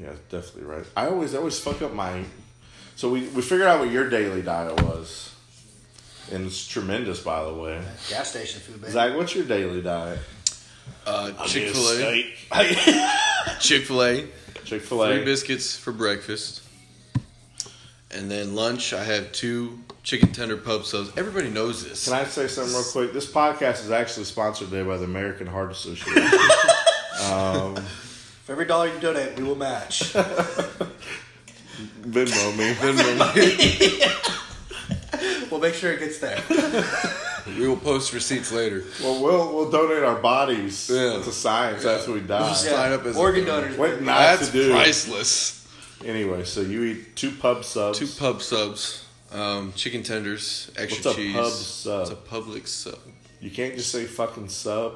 Speaker 4: Yeah, it's definitely right. I always I always fuck up my. So we we figured out what your daily diet was, and it's tremendous, by the way.
Speaker 3: gas station food, baby.
Speaker 4: Zach, what's your daily diet?
Speaker 1: uh, Chick Fil A, Chick Fil A,
Speaker 4: Chick Fil
Speaker 1: three
Speaker 4: A.
Speaker 1: biscuits for breakfast, and then lunch. I have two chicken tender pub subs. Everybody knows this.
Speaker 4: Can I say something real quick? This podcast is actually sponsored today by the American Heart Association.
Speaker 3: [LAUGHS] For every dollar you donate, we will [LAUGHS] match.
Speaker 4: [LAUGHS] Venmo me.
Speaker 3: we'll make sure it gets there.
Speaker 1: we will post receipts later.
Speaker 4: Well, we'll we'll donate our bodies
Speaker 1: Yeah.
Speaker 4: to science. That's what we die.
Speaker 1: Yeah. Sign up as a
Speaker 3: Organ
Speaker 1: donor.
Speaker 3: donors.
Speaker 4: What
Speaker 3: baby.
Speaker 4: not
Speaker 1: That's
Speaker 4: to do?
Speaker 1: priceless.
Speaker 4: Anyway, so you eat two pub subs.
Speaker 1: Two pub subs, um, chicken tenders, extra
Speaker 4: What's a
Speaker 1: cheese.
Speaker 4: pub sub?
Speaker 1: It's a public sub.
Speaker 4: You can't just say fucking sub.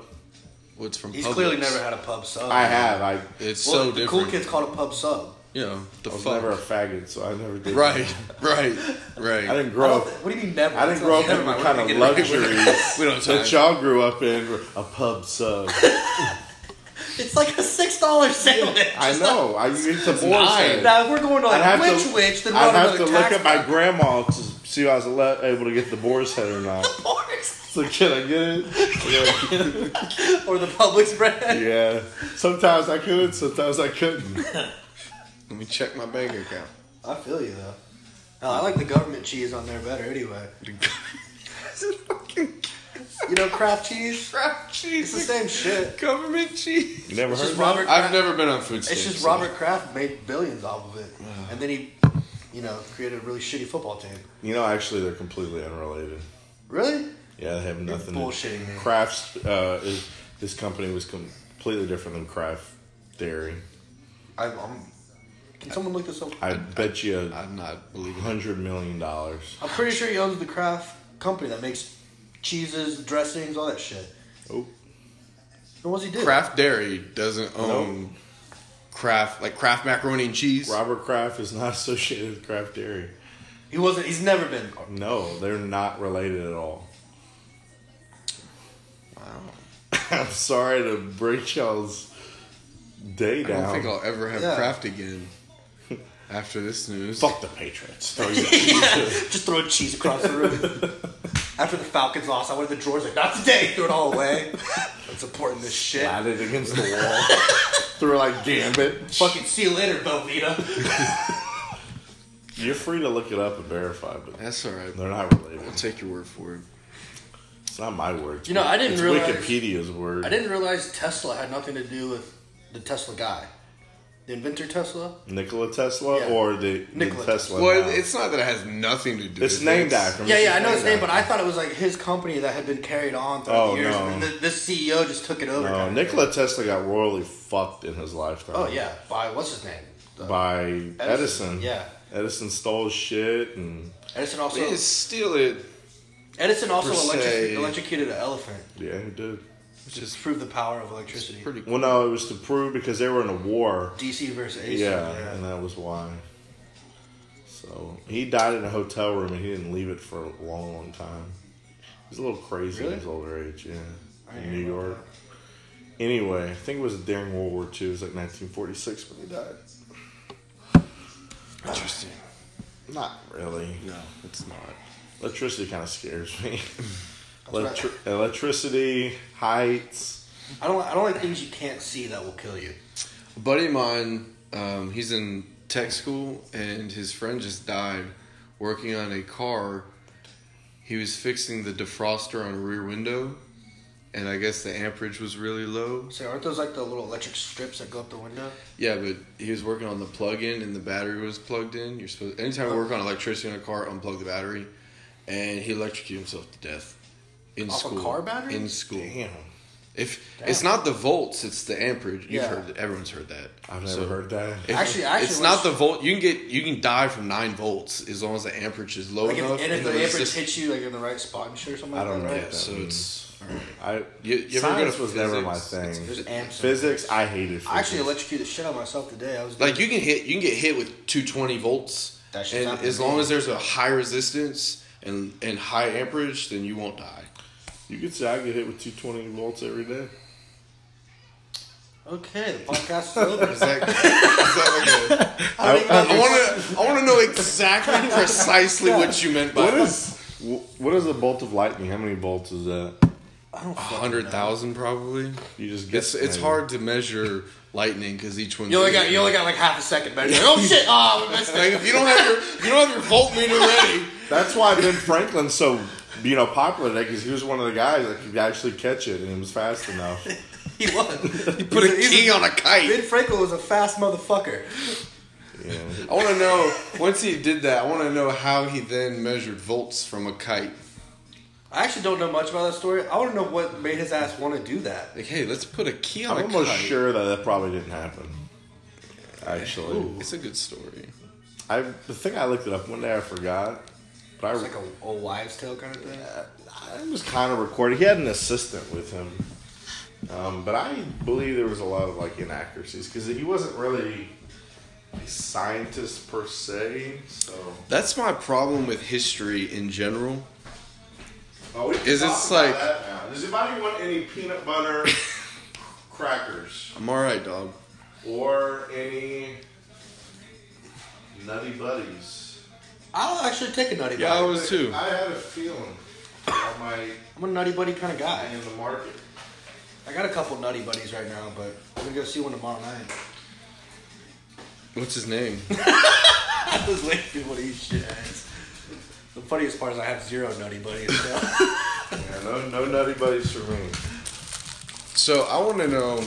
Speaker 1: What's from?
Speaker 3: He's
Speaker 1: Publix.
Speaker 3: clearly never had a pub sub.
Speaker 4: I have. I,
Speaker 1: It's
Speaker 3: Well,
Speaker 1: so
Speaker 3: the
Speaker 1: different.
Speaker 3: cool kids called a pub sub.
Speaker 1: you know the
Speaker 4: I was
Speaker 1: fuck.
Speaker 4: never
Speaker 1: [LAUGHS]
Speaker 4: a faggot, so I never did.
Speaker 1: right, right,
Speaker 4: I
Speaker 3: [LAUGHS]
Speaker 1: right.
Speaker 4: didn't
Speaker 3: I
Speaker 4: grow
Speaker 3: don't
Speaker 4: up.
Speaker 3: thi- What do you mean never?
Speaker 4: I didn't grow up in the kind of
Speaker 3: [LAUGHS]
Speaker 4: luxury
Speaker 1: We
Speaker 3: Oh,
Speaker 1: don't
Speaker 4: that
Speaker 1: talk.
Speaker 4: y'all grew up in. A pub
Speaker 3: [LAUGHS]
Speaker 4: sub.
Speaker 3: It's like a six dollar sandwich.
Speaker 4: I know. I you eat the
Speaker 1: nine.
Speaker 4: board.
Speaker 3: Now, if we're going to
Speaker 4: I'd
Speaker 3: like
Speaker 4: have
Speaker 3: witch
Speaker 4: to,
Speaker 3: witch, then we're
Speaker 4: I'd
Speaker 3: on
Speaker 4: have
Speaker 3: another
Speaker 4: to look
Speaker 3: tax
Speaker 4: at
Speaker 3: [LAUGHS]
Speaker 4: my grandma to see if I was ale- able to get the boar's head or
Speaker 3: [LAUGHS]
Speaker 4: not.
Speaker 3: box.
Speaker 4: So can I get it? Yeah.
Speaker 3: or the Publix brand.
Speaker 4: Yeah. Sometimes I could. Sometimes I couldn't.
Speaker 1: Let me check my bank [LAUGHS] account.
Speaker 3: I feel you though. Hell, I like the government cheese on there better anyway.
Speaker 1: It's a fucking
Speaker 3: You know, Kraft cheese.
Speaker 1: crap
Speaker 3: It's the
Speaker 1: cheese.
Speaker 3: same shit.
Speaker 1: Government cheese.
Speaker 4: You never
Speaker 3: It's
Speaker 4: heard
Speaker 3: just
Speaker 4: of
Speaker 3: Robert.
Speaker 1: I've
Speaker 3: Kraft-
Speaker 1: never been on food stamps.
Speaker 3: It's just
Speaker 1: so-
Speaker 3: Robert Kraft made billions off of it, and then he, you know, created a really shitty football team.
Speaker 4: You know, actually, they're completely unrelated.
Speaker 3: Really?
Speaker 4: Yeah, they have nothing.
Speaker 3: bullshitting me.
Speaker 4: to, Kraft's uh, is, this company was completely different than Kraft Dairy.
Speaker 1: I, I'm,
Speaker 3: Can someone look this up?
Speaker 4: I bet you a
Speaker 1: I'm not believing it.
Speaker 4: hundred million dollars.
Speaker 3: I'm pretty sure he owns the Kraft company that makes cheeses, dressings, all that shit.
Speaker 4: Oh,
Speaker 3: And what's he do?
Speaker 1: Kraft Dairy doesn't own Kraft like Kraft macaroni and cheese.
Speaker 4: Robert Kraft is not [LAUGHS] associated with Kraft Dairy.
Speaker 3: He wasn't. He's never been. [LAUGHS]
Speaker 4: No, they're not related at all.
Speaker 1: Wow.
Speaker 4: [LAUGHS] I'm sorry to break y'all's day
Speaker 1: I don't think
Speaker 4: down.
Speaker 1: I'll ever have
Speaker 3: Yeah.
Speaker 1: Kraft again after this news.
Speaker 4: Fuck the
Speaker 1: [LAUGHS]
Speaker 4: Patriots.
Speaker 3: Just throw cheese across the room. After the Falcons lost, I went to the drawers like, not today. Threw it all away. I'm supporting this shit.
Speaker 4: Slide it against the
Speaker 1: [LAUGHS]
Speaker 4: wall. Through like gambit.
Speaker 3: Fucking see you later, Velveeta.
Speaker 4: You're free to look it up and verify, but
Speaker 1: That's all right.
Speaker 4: they're not
Speaker 1: I'll
Speaker 4: related.
Speaker 1: take your word for it.
Speaker 4: It's not my word.
Speaker 3: You know, I didn't
Speaker 4: it's
Speaker 3: realize-
Speaker 4: Wikipedia's word.
Speaker 3: I didn't realize Tesla had nothing to do with the Tesla guy, the inventor Tesla.
Speaker 4: Nikola Tesla
Speaker 3: Yeah.
Speaker 4: or the
Speaker 3: Nikola
Speaker 4: Nikola Tesla.
Speaker 1: Well,
Speaker 4: now.
Speaker 1: it's not that it has nothing to do.
Speaker 4: It's
Speaker 1: with
Speaker 4: named
Speaker 1: it.
Speaker 4: after. him.
Speaker 3: Yeah,
Speaker 4: It's
Speaker 3: yeah, I know his name,
Speaker 4: after
Speaker 3: but I thought it was like his company that had been carried on throughout
Speaker 4: Oh,
Speaker 3: the years,
Speaker 4: no.
Speaker 3: and then the, this CEO just took it over.
Speaker 4: No,
Speaker 3: kinda thing.
Speaker 4: Uh, Nikola Tesla got royally fucked in his lifetime.
Speaker 3: Oh yeah, by what's his name? The-
Speaker 4: By Edison.
Speaker 3: Yeah.
Speaker 4: Edison stole shit and
Speaker 3: Edison also.
Speaker 1: They didn't steal it.
Speaker 3: Edison also
Speaker 1: Per se.
Speaker 3: electric, electrocuted an elephant,
Speaker 4: yeah, he did.
Speaker 3: which is prove the power of electricity.
Speaker 1: Pretty. cool.
Speaker 4: Well, no, it was to prove because they were in a war.
Speaker 3: DC versus AC.
Speaker 4: Yeah, and that was why. So he died in a hotel room and he didn't leave it for a long, long time. He's a little crazy
Speaker 3: Really?
Speaker 4: in his older age, yeah.
Speaker 3: I
Speaker 4: In
Speaker 3: didn't
Speaker 4: New
Speaker 3: know
Speaker 4: York. Anyway, I think it was during World War II. It was like 1946 when he died.
Speaker 1: Interesting.
Speaker 4: Not really.
Speaker 1: No, it's not.
Speaker 4: Electricity kind of scares me. [LAUGHS]
Speaker 3: what I-
Speaker 4: Electri- electricity, heights.
Speaker 3: I don't. I don't like things you can't see that will kill you.
Speaker 1: A buddy of mine, um, he's in tech school, and his friend just died working on a car. He was fixing the defroster on a rear window, and I guess the amperage was really low.
Speaker 3: So aren't those like the little electric strips that go up the window?
Speaker 1: Yeah, but he was working on the plug-in, and the battery was plugged in. You're supposed anytime you work on electricity in a car, unplug the battery, and he electrocuted himself to death in
Speaker 3: Off a
Speaker 1: school.
Speaker 3: car battery?
Speaker 1: in school.
Speaker 4: Damn,
Speaker 1: If
Speaker 3: Damn.
Speaker 1: it's not the volts, it's the amperage. You've
Speaker 3: Yeah.
Speaker 1: heard everyone's heard that.
Speaker 4: I've never
Speaker 1: So-
Speaker 4: heard that.
Speaker 1: If-
Speaker 3: Actually- actually,
Speaker 1: it's
Speaker 3: when
Speaker 1: not
Speaker 3: it's-
Speaker 1: the volt. You can get you can die from nine volts as long as the amperage is low
Speaker 3: Like if,
Speaker 1: enough.
Speaker 3: and if
Speaker 1: the
Speaker 3: the amperage
Speaker 1: resist-
Speaker 3: hits you like in the right spot and shit or something.
Speaker 4: I
Speaker 3: like
Speaker 4: don't
Speaker 3: that,
Speaker 4: know.
Speaker 3: right?
Speaker 4: what that
Speaker 1: so
Speaker 4: means.
Speaker 1: it's-
Speaker 4: I
Speaker 1: You- you ever go to
Speaker 4: science was never my
Speaker 1: physics?
Speaker 4: thing.
Speaker 3: There's amps. in it.
Speaker 4: Physics, I hated. Physics.
Speaker 3: I actually electrocuted the shit out of myself today. I was
Speaker 1: Like you can hit, you can get hit with 220 volts,
Speaker 3: That shit's
Speaker 1: and
Speaker 3: happening.
Speaker 1: as long as there's a high resistance and and high amperage, then you won't die.
Speaker 4: you could say I get hit with 220 volts every day.
Speaker 3: okay, the podcast is over.
Speaker 1: Is
Speaker 3: [LAUGHS]
Speaker 1: that, is that like a,
Speaker 3: I don't even know-
Speaker 1: I want to I want to know
Speaker 3: [LAUGHS]
Speaker 1: exactly precisely what you meant by
Speaker 4: What is wh- what is a bolt of lightning? How many volts is that?
Speaker 3: I don't fucking
Speaker 1: hundred
Speaker 3: know.
Speaker 1: thousand probably.
Speaker 4: You just get
Speaker 1: It's it's hard to measure lightning because each one.
Speaker 3: You only got you only got like half a second, man. You're Like, oh shit! Oh, we missed it.
Speaker 1: Like if you don't have your if you don't have your voltmeter ready.
Speaker 4: That's why Ben Franklin's so you know popular today because he was one of the guys that could actually catch it and it was fast enough.
Speaker 3: [LAUGHS] He was. He
Speaker 1: Put a key on a
Speaker 3: Ben
Speaker 1: kite.
Speaker 3: Franklin was a fast motherfucker.
Speaker 4: [LAUGHS] Yeah.
Speaker 1: I want to know once he did that. I want to know how he then measured volts from a kite.
Speaker 3: I actually don't know much about that story. I want to know what made his ass want to do that.
Speaker 1: Like, hey, let's put a key on
Speaker 4: I'm
Speaker 1: a
Speaker 4: almost
Speaker 1: kite.
Speaker 4: sure that that probably didn't happen. Actually,
Speaker 1: It's a good story.
Speaker 4: I the thing I looked it up one day I forgot, but I
Speaker 3: It's like a old wives' tale kind of thing.
Speaker 4: I was kind of recorded. He had an assistant with him, um, but I believe there was a lot of like inaccuracies because he wasn't really a scientist per se. So
Speaker 1: That's my problem with history in general.
Speaker 4: oh, we can
Speaker 1: Is
Speaker 4: talk
Speaker 1: it's
Speaker 4: about
Speaker 1: like-
Speaker 4: that now. does anybody want any
Speaker 1: [LAUGHS]
Speaker 4: peanut butter crackers
Speaker 1: I'm all right, dog.
Speaker 4: or any nutty buddies?
Speaker 3: I'll actually take a nutty
Speaker 1: Yeah, I
Speaker 3: buddy.
Speaker 1: was too.
Speaker 4: I had a feeling on my
Speaker 3: I'm a nutty buddy kind of guy.
Speaker 4: in the market.
Speaker 3: I got a couple nutty buddies right now, but I'm gonna go see one tomorrow night.
Speaker 1: What's his name?
Speaker 3: [LAUGHS]
Speaker 4: [LAUGHS]
Speaker 3: I was like, dude, what are you shit ass? The funniest part is I have zero nutty buddies. So. [LAUGHS]
Speaker 4: Yeah, no, no nutty buddies for me.
Speaker 1: so I want to know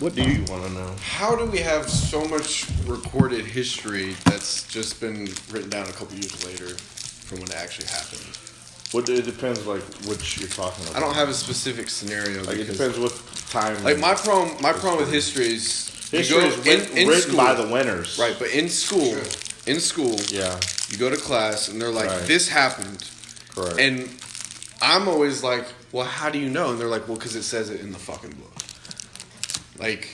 Speaker 4: What do you want to know?
Speaker 1: how do we have so much recorded history that's just been written down a couple years later from when it actually happened?
Speaker 4: What it depends, like which you're talking about.
Speaker 1: I don't have a specific scenario.
Speaker 4: Like it
Speaker 1: because-
Speaker 4: depends what time.
Speaker 1: Like my problem, my problem with history is you
Speaker 4: history
Speaker 1: go-
Speaker 4: is writ-
Speaker 1: in- in
Speaker 4: written
Speaker 1: school-
Speaker 4: by the winners.
Speaker 1: right, but in school, in school,
Speaker 4: Yeah.
Speaker 1: you go to class and they're like,
Speaker 4: Right.
Speaker 1: "This happened,"
Speaker 4: Correct.
Speaker 1: and I'm always like, "Well, how do you know?" And they're like, "Well, because it says it in the fucking book." Like,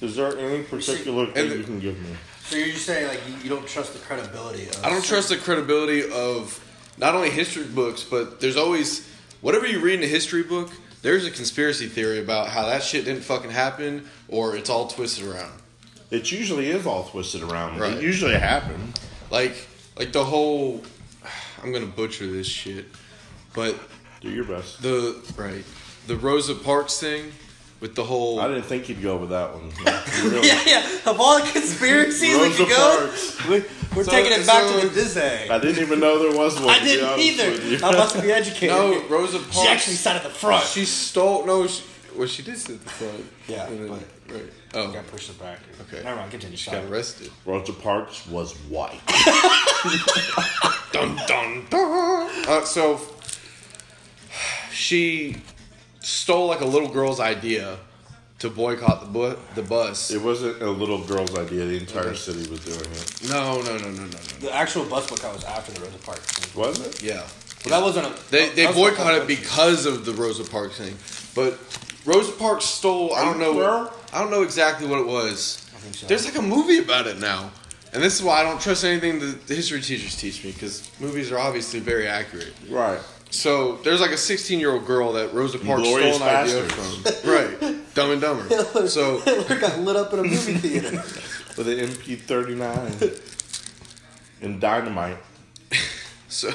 Speaker 4: is there any particular thing
Speaker 1: the-
Speaker 4: you can give me?
Speaker 3: so you're just saying like you, you don't trust the credibility. Of
Speaker 1: I don't trust the credibility of not only history books, but there's always whatever you read in a history book. There's a conspiracy theory about how that shit didn't fucking happen, or it's all twisted around.
Speaker 4: It usually is all twisted around.
Speaker 1: Right.
Speaker 4: It usually happens.
Speaker 1: Like, like the whole. [SIGHS] I'm gonna butcher this shit, but
Speaker 4: Do your best.
Speaker 1: the right the Rosa Parks thing with the whole.
Speaker 4: I didn't think you'd go with
Speaker 1: [LAUGHS]
Speaker 4: that one. Really.
Speaker 3: [LAUGHS] yeah, yeah. Of all the conspiracies we
Speaker 4: Rosa
Speaker 3: could go,
Speaker 4: Parks.
Speaker 3: we, we're
Speaker 1: So-
Speaker 3: taking it back
Speaker 1: so-
Speaker 3: to the Disney.
Speaker 4: I didn't even know there was "Oh, one.
Speaker 3: I
Speaker 4: to be
Speaker 3: didn't
Speaker 4: honest with
Speaker 3: either.
Speaker 4: you.
Speaker 3: I must be educated.
Speaker 1: no, Rosa Parks.
Speaker 3: she actually sat at the front.
Speaker 1: She stole. No, she, well, she did sit at the front.
Speaker 3: Yeah,
Speaker 1: And then- right.
Speaker 3: I
Speaker 1: Oh,
Speaker 3: got pushed it back.
Speaker 1: Okay.
Speaker 3: Never mind. Continue.
Speaker 1: she got
Speaker 3: Sorry.
Speaker 1: arrested.
Speaker 4: Rosa Parks was white.
Speaker 1: Dun dun dun. Uh, so she stole like a little girl's idea to boycott the bu- the bus.
Speaker 4: It wasn't a little girl's idea. The entire city was doing it.
Speaker 1: No, no, no, no, no, no.
Speaker 3: The actual bus book I was after the Rosa Parks. thing.
Speaker 4: Was it?
Speaker 1: Yeah.
Speaker 3: But that wasn't a.
Speaker 1: They they
Speaker 3: that was a-
Speaker 1: boycotted
Speaker 3: [LAUGHS]
Speaker 1: because of the Rosa Parks thing, but Rosa Parks stole. I don't know.
Speaker 4: Well-
Speaker 1: I don't know exactly what it was.
Speaker 3: think so.
Speaker 1: There's like a movie about it now, and this is why I don't trust anything the, the history teachers teach me because movies are obviously very accurate.
Speaker 4: Right.
Speaker 1: So there's like a 16 year old girl that Rosa Parks
Speaker 4: Glorious
Speaker 1: stole an idea
Speaker 4: Bastards.
Speaker 1: from. right. Dumb and Dumber. So
Speaker 3: Hitler got lit up in a movie theater.
Speaker 4: With an MP39 and dynamite.
Speaker 1: so.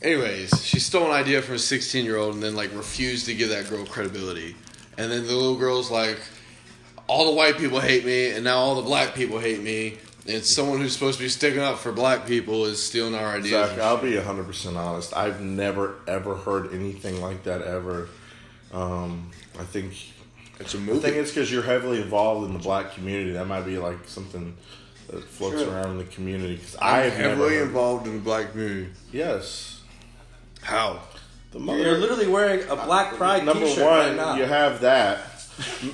Speaker 1: Anyways, she stole an idea from a 16 year old and then like refused to give that girl credibility. And then the little girl's like, all the white people hate me, and now all the black people hate me. And someone who's supposed to be sticking up for black people is stealing our ideas.
Speaker 4: Zach, I'll be 100% honest. I've never, ever heard anything like that ever. Um, I think.
Speaker 1: It's a
Speaker 4: I think
Speaker 1: movie.
Speaker 4: it's because you're heavily involved in the black community. That might be like something that floats
Speaker 3: Sure.
Speaker 4: around in the community. Because I
Speaker 1: I'm
Speaker 4: have never.
Speaker 1: heavily
Speaker 4: Heard,
Speaker 1: involved in the black community.
Speaker 4: yes.
Speaker 1: How?
Speaker 4: The
Speaker 3: You're literally wearing a black pride
Speaker 4: Number
Speaker 3: T-shirt right
Speaker 4: one,
Speaker 3: now.
Speaker 4: you have that.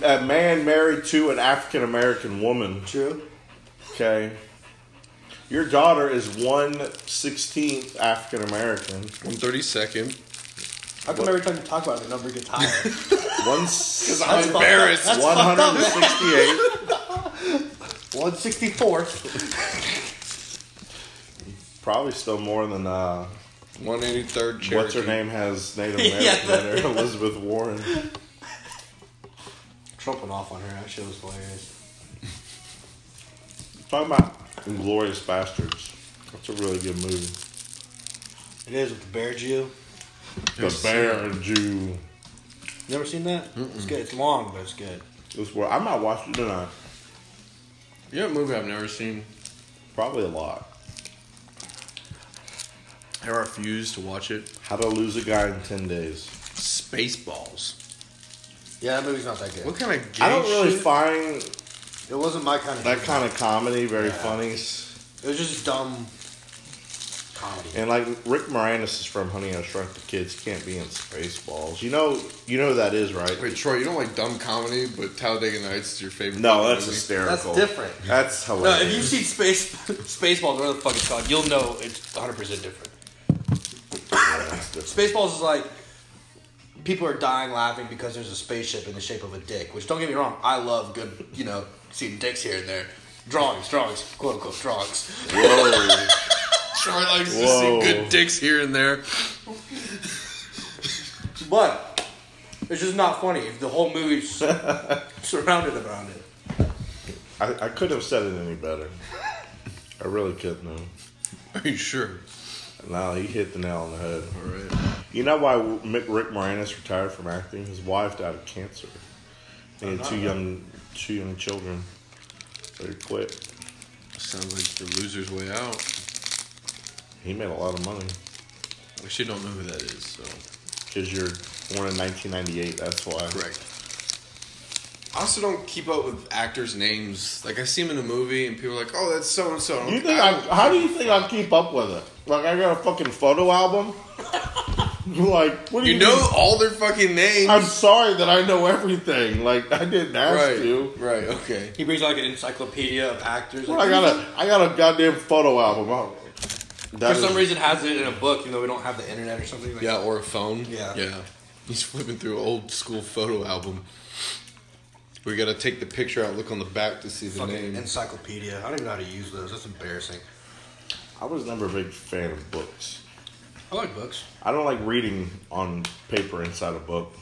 Speaker 4: A man married to an African American woman.
Speaker 3: True.
Speaker 4: Okay. Your daughter is one sixteenth African American.
Speaker 3: [LAUGHS]
Speaker 1: One thirty second.
Speaker 3: How come every time you talk about it, the number gets higher?
Speaker 4: One
Speaker 3: That's fucked up.
Speaker 1: embarrassed.
Speaker 3: That's
Speaker 4: one
Speaker 3: fucked
Speaker 4: hundred
Speaker 3: up.
Speaker 4: sixty
Speaker 3: [LAUGHS]
Speaker 4: eight.
Speaker 3: 164th.
Speaker 4: Probably still more than uh,
Speaker 1: One eighty third.
Speaker 4: what's her name has Native
Speaker 3: [LAUGHS] Yeah,
Speaker 4: American in
Speaker 3: that-
Speaker 4: her, Elizabeth Warren.
Speaker 3: Trump went off on her. That shit was hilarious.
Speaker 4: Talking about Inglorious Bastards. That's a really good movie.
Speaker 3: It is with the bear Jew.
Speaker 4: The Bear Jew.
Speaker 3: You ever seen that? It's good. It's long, but it's good.
Speaker 4: This where I might watch it tonight.
Speaker 1: You know a movie I've never seen.
Speaker 4: Probably a lot.
Speaker 1: I refuse to watch it.
Speaker 4: How to lose a guy in ten days.
Speaker 1: Spaceballs.
Speaker 3: Yeah, that movie's not that good.
Speaker 1: What kind of gay
Speaker 4: I don't really
Speaker 1: shit?
Speaker 4: find
Speaker 3: It wasn't my kind of.
Speaker 4: that kind of comedy very
Speaker 3: Yeah.
Speaker 4: funny.
Speaker 3: It was just dumb comedy.
Speaker 4: And like Rick Moranis is from Honey I Shrunk the Kids can't be in Spaceballs. You know, you know who that is right.
Speaker 1: Wait, Troy, you don't like dumb comedy, but Talladega Nights is your favorite.
Speaker 4: No,
Speaker 1: fucking
Speaker 4: that's
Speaker 1: movie?
Speaker 4: hysterical.
Speaker 3: That's different.
Speaker 4: That's
Speaker 3: No, if you've
Speaker 4: hilarious.
Speaker 3: seen Space Spaceballs, whatever the fuck it's called, you'll know it's 100 percent different.
Speaker 4: That's different.
Speaker 3: Spaceballs is like people are dying laughing because there's a spaceship in the shape of a dick. Which don't get me wrong, I love good, you know, seeing dicks here and there. Drawings, drawings, quote unquote drawings. [LAUGHS]
Speaker 4: Whoa.
Speaker 1: Troy likes
Speaker 4: Whoa.
Speaker 1: to see good dicks here and there.
Speaker 3: But it's just not funny if the whole movie's
Speaker 4: [LAUGHS]
Speaker 3: surrounded around it.
Speaker 4: I, I couldn't have said it any better. I really couldn't have.
Speaker 1: Are you sure?
Speaker 4: No, he hit the nail on the head.
Speaker 1: All right.
Speaker 4: You know why Mick- Rick Moranis
Speaker 3: Oh,
Speaker 4: retired from acting? His wife died of cancer. He had two young, two young children. Or quit.
Speaker 1: Sounds like the loser's way out.
Speaker 4: He made a lot of money.
Speaker 1: Actually, don't know who that is. So
Speaker 4: Because you're born in 1998, that's why.
Speaker 1: correct. I also don't keep up with actors' names. Like I see them in a movie, and people are like, "Oh, that's so and so."
Speaker 4: You think I? How do you think I keep up with it? Like I got a fucking photo album. like what do
Speaker 1: You
Speaker 4: you,
Speaker 1: know
Speaker 4: mean?
Speaker 1: all their fucking names.
Speaker 4: I'm sorry that I know everything. Like I didn't ask
Speaker 1: right.
Speaker 4: you.
Speaker 1: Right. Okay.
Speaker 3: He brings like an encyclopedia of actors.
Speaker 4: I got a I got a goddamn photo album. Oh. out.
Speaker 3: for some reason has it in a book, even though we don't have the internet or something. Like,
Speaker 1: Yeah, or a phone.
Speaker 3: Yeah.
Speaker 1: Yeah. He's flipping through an old school photo album. We gotta take the picture out, look on the back to see the
Speaker 3: fucking
Speaker 1: name.
Speaker 3: encyclopedia. I don't even know how to use those. That's embarrassing.
Speaker 4: I was never a big fan of books.
Speaker 3: I like books,
Speaker 4: I don't like reading on paper inside a book.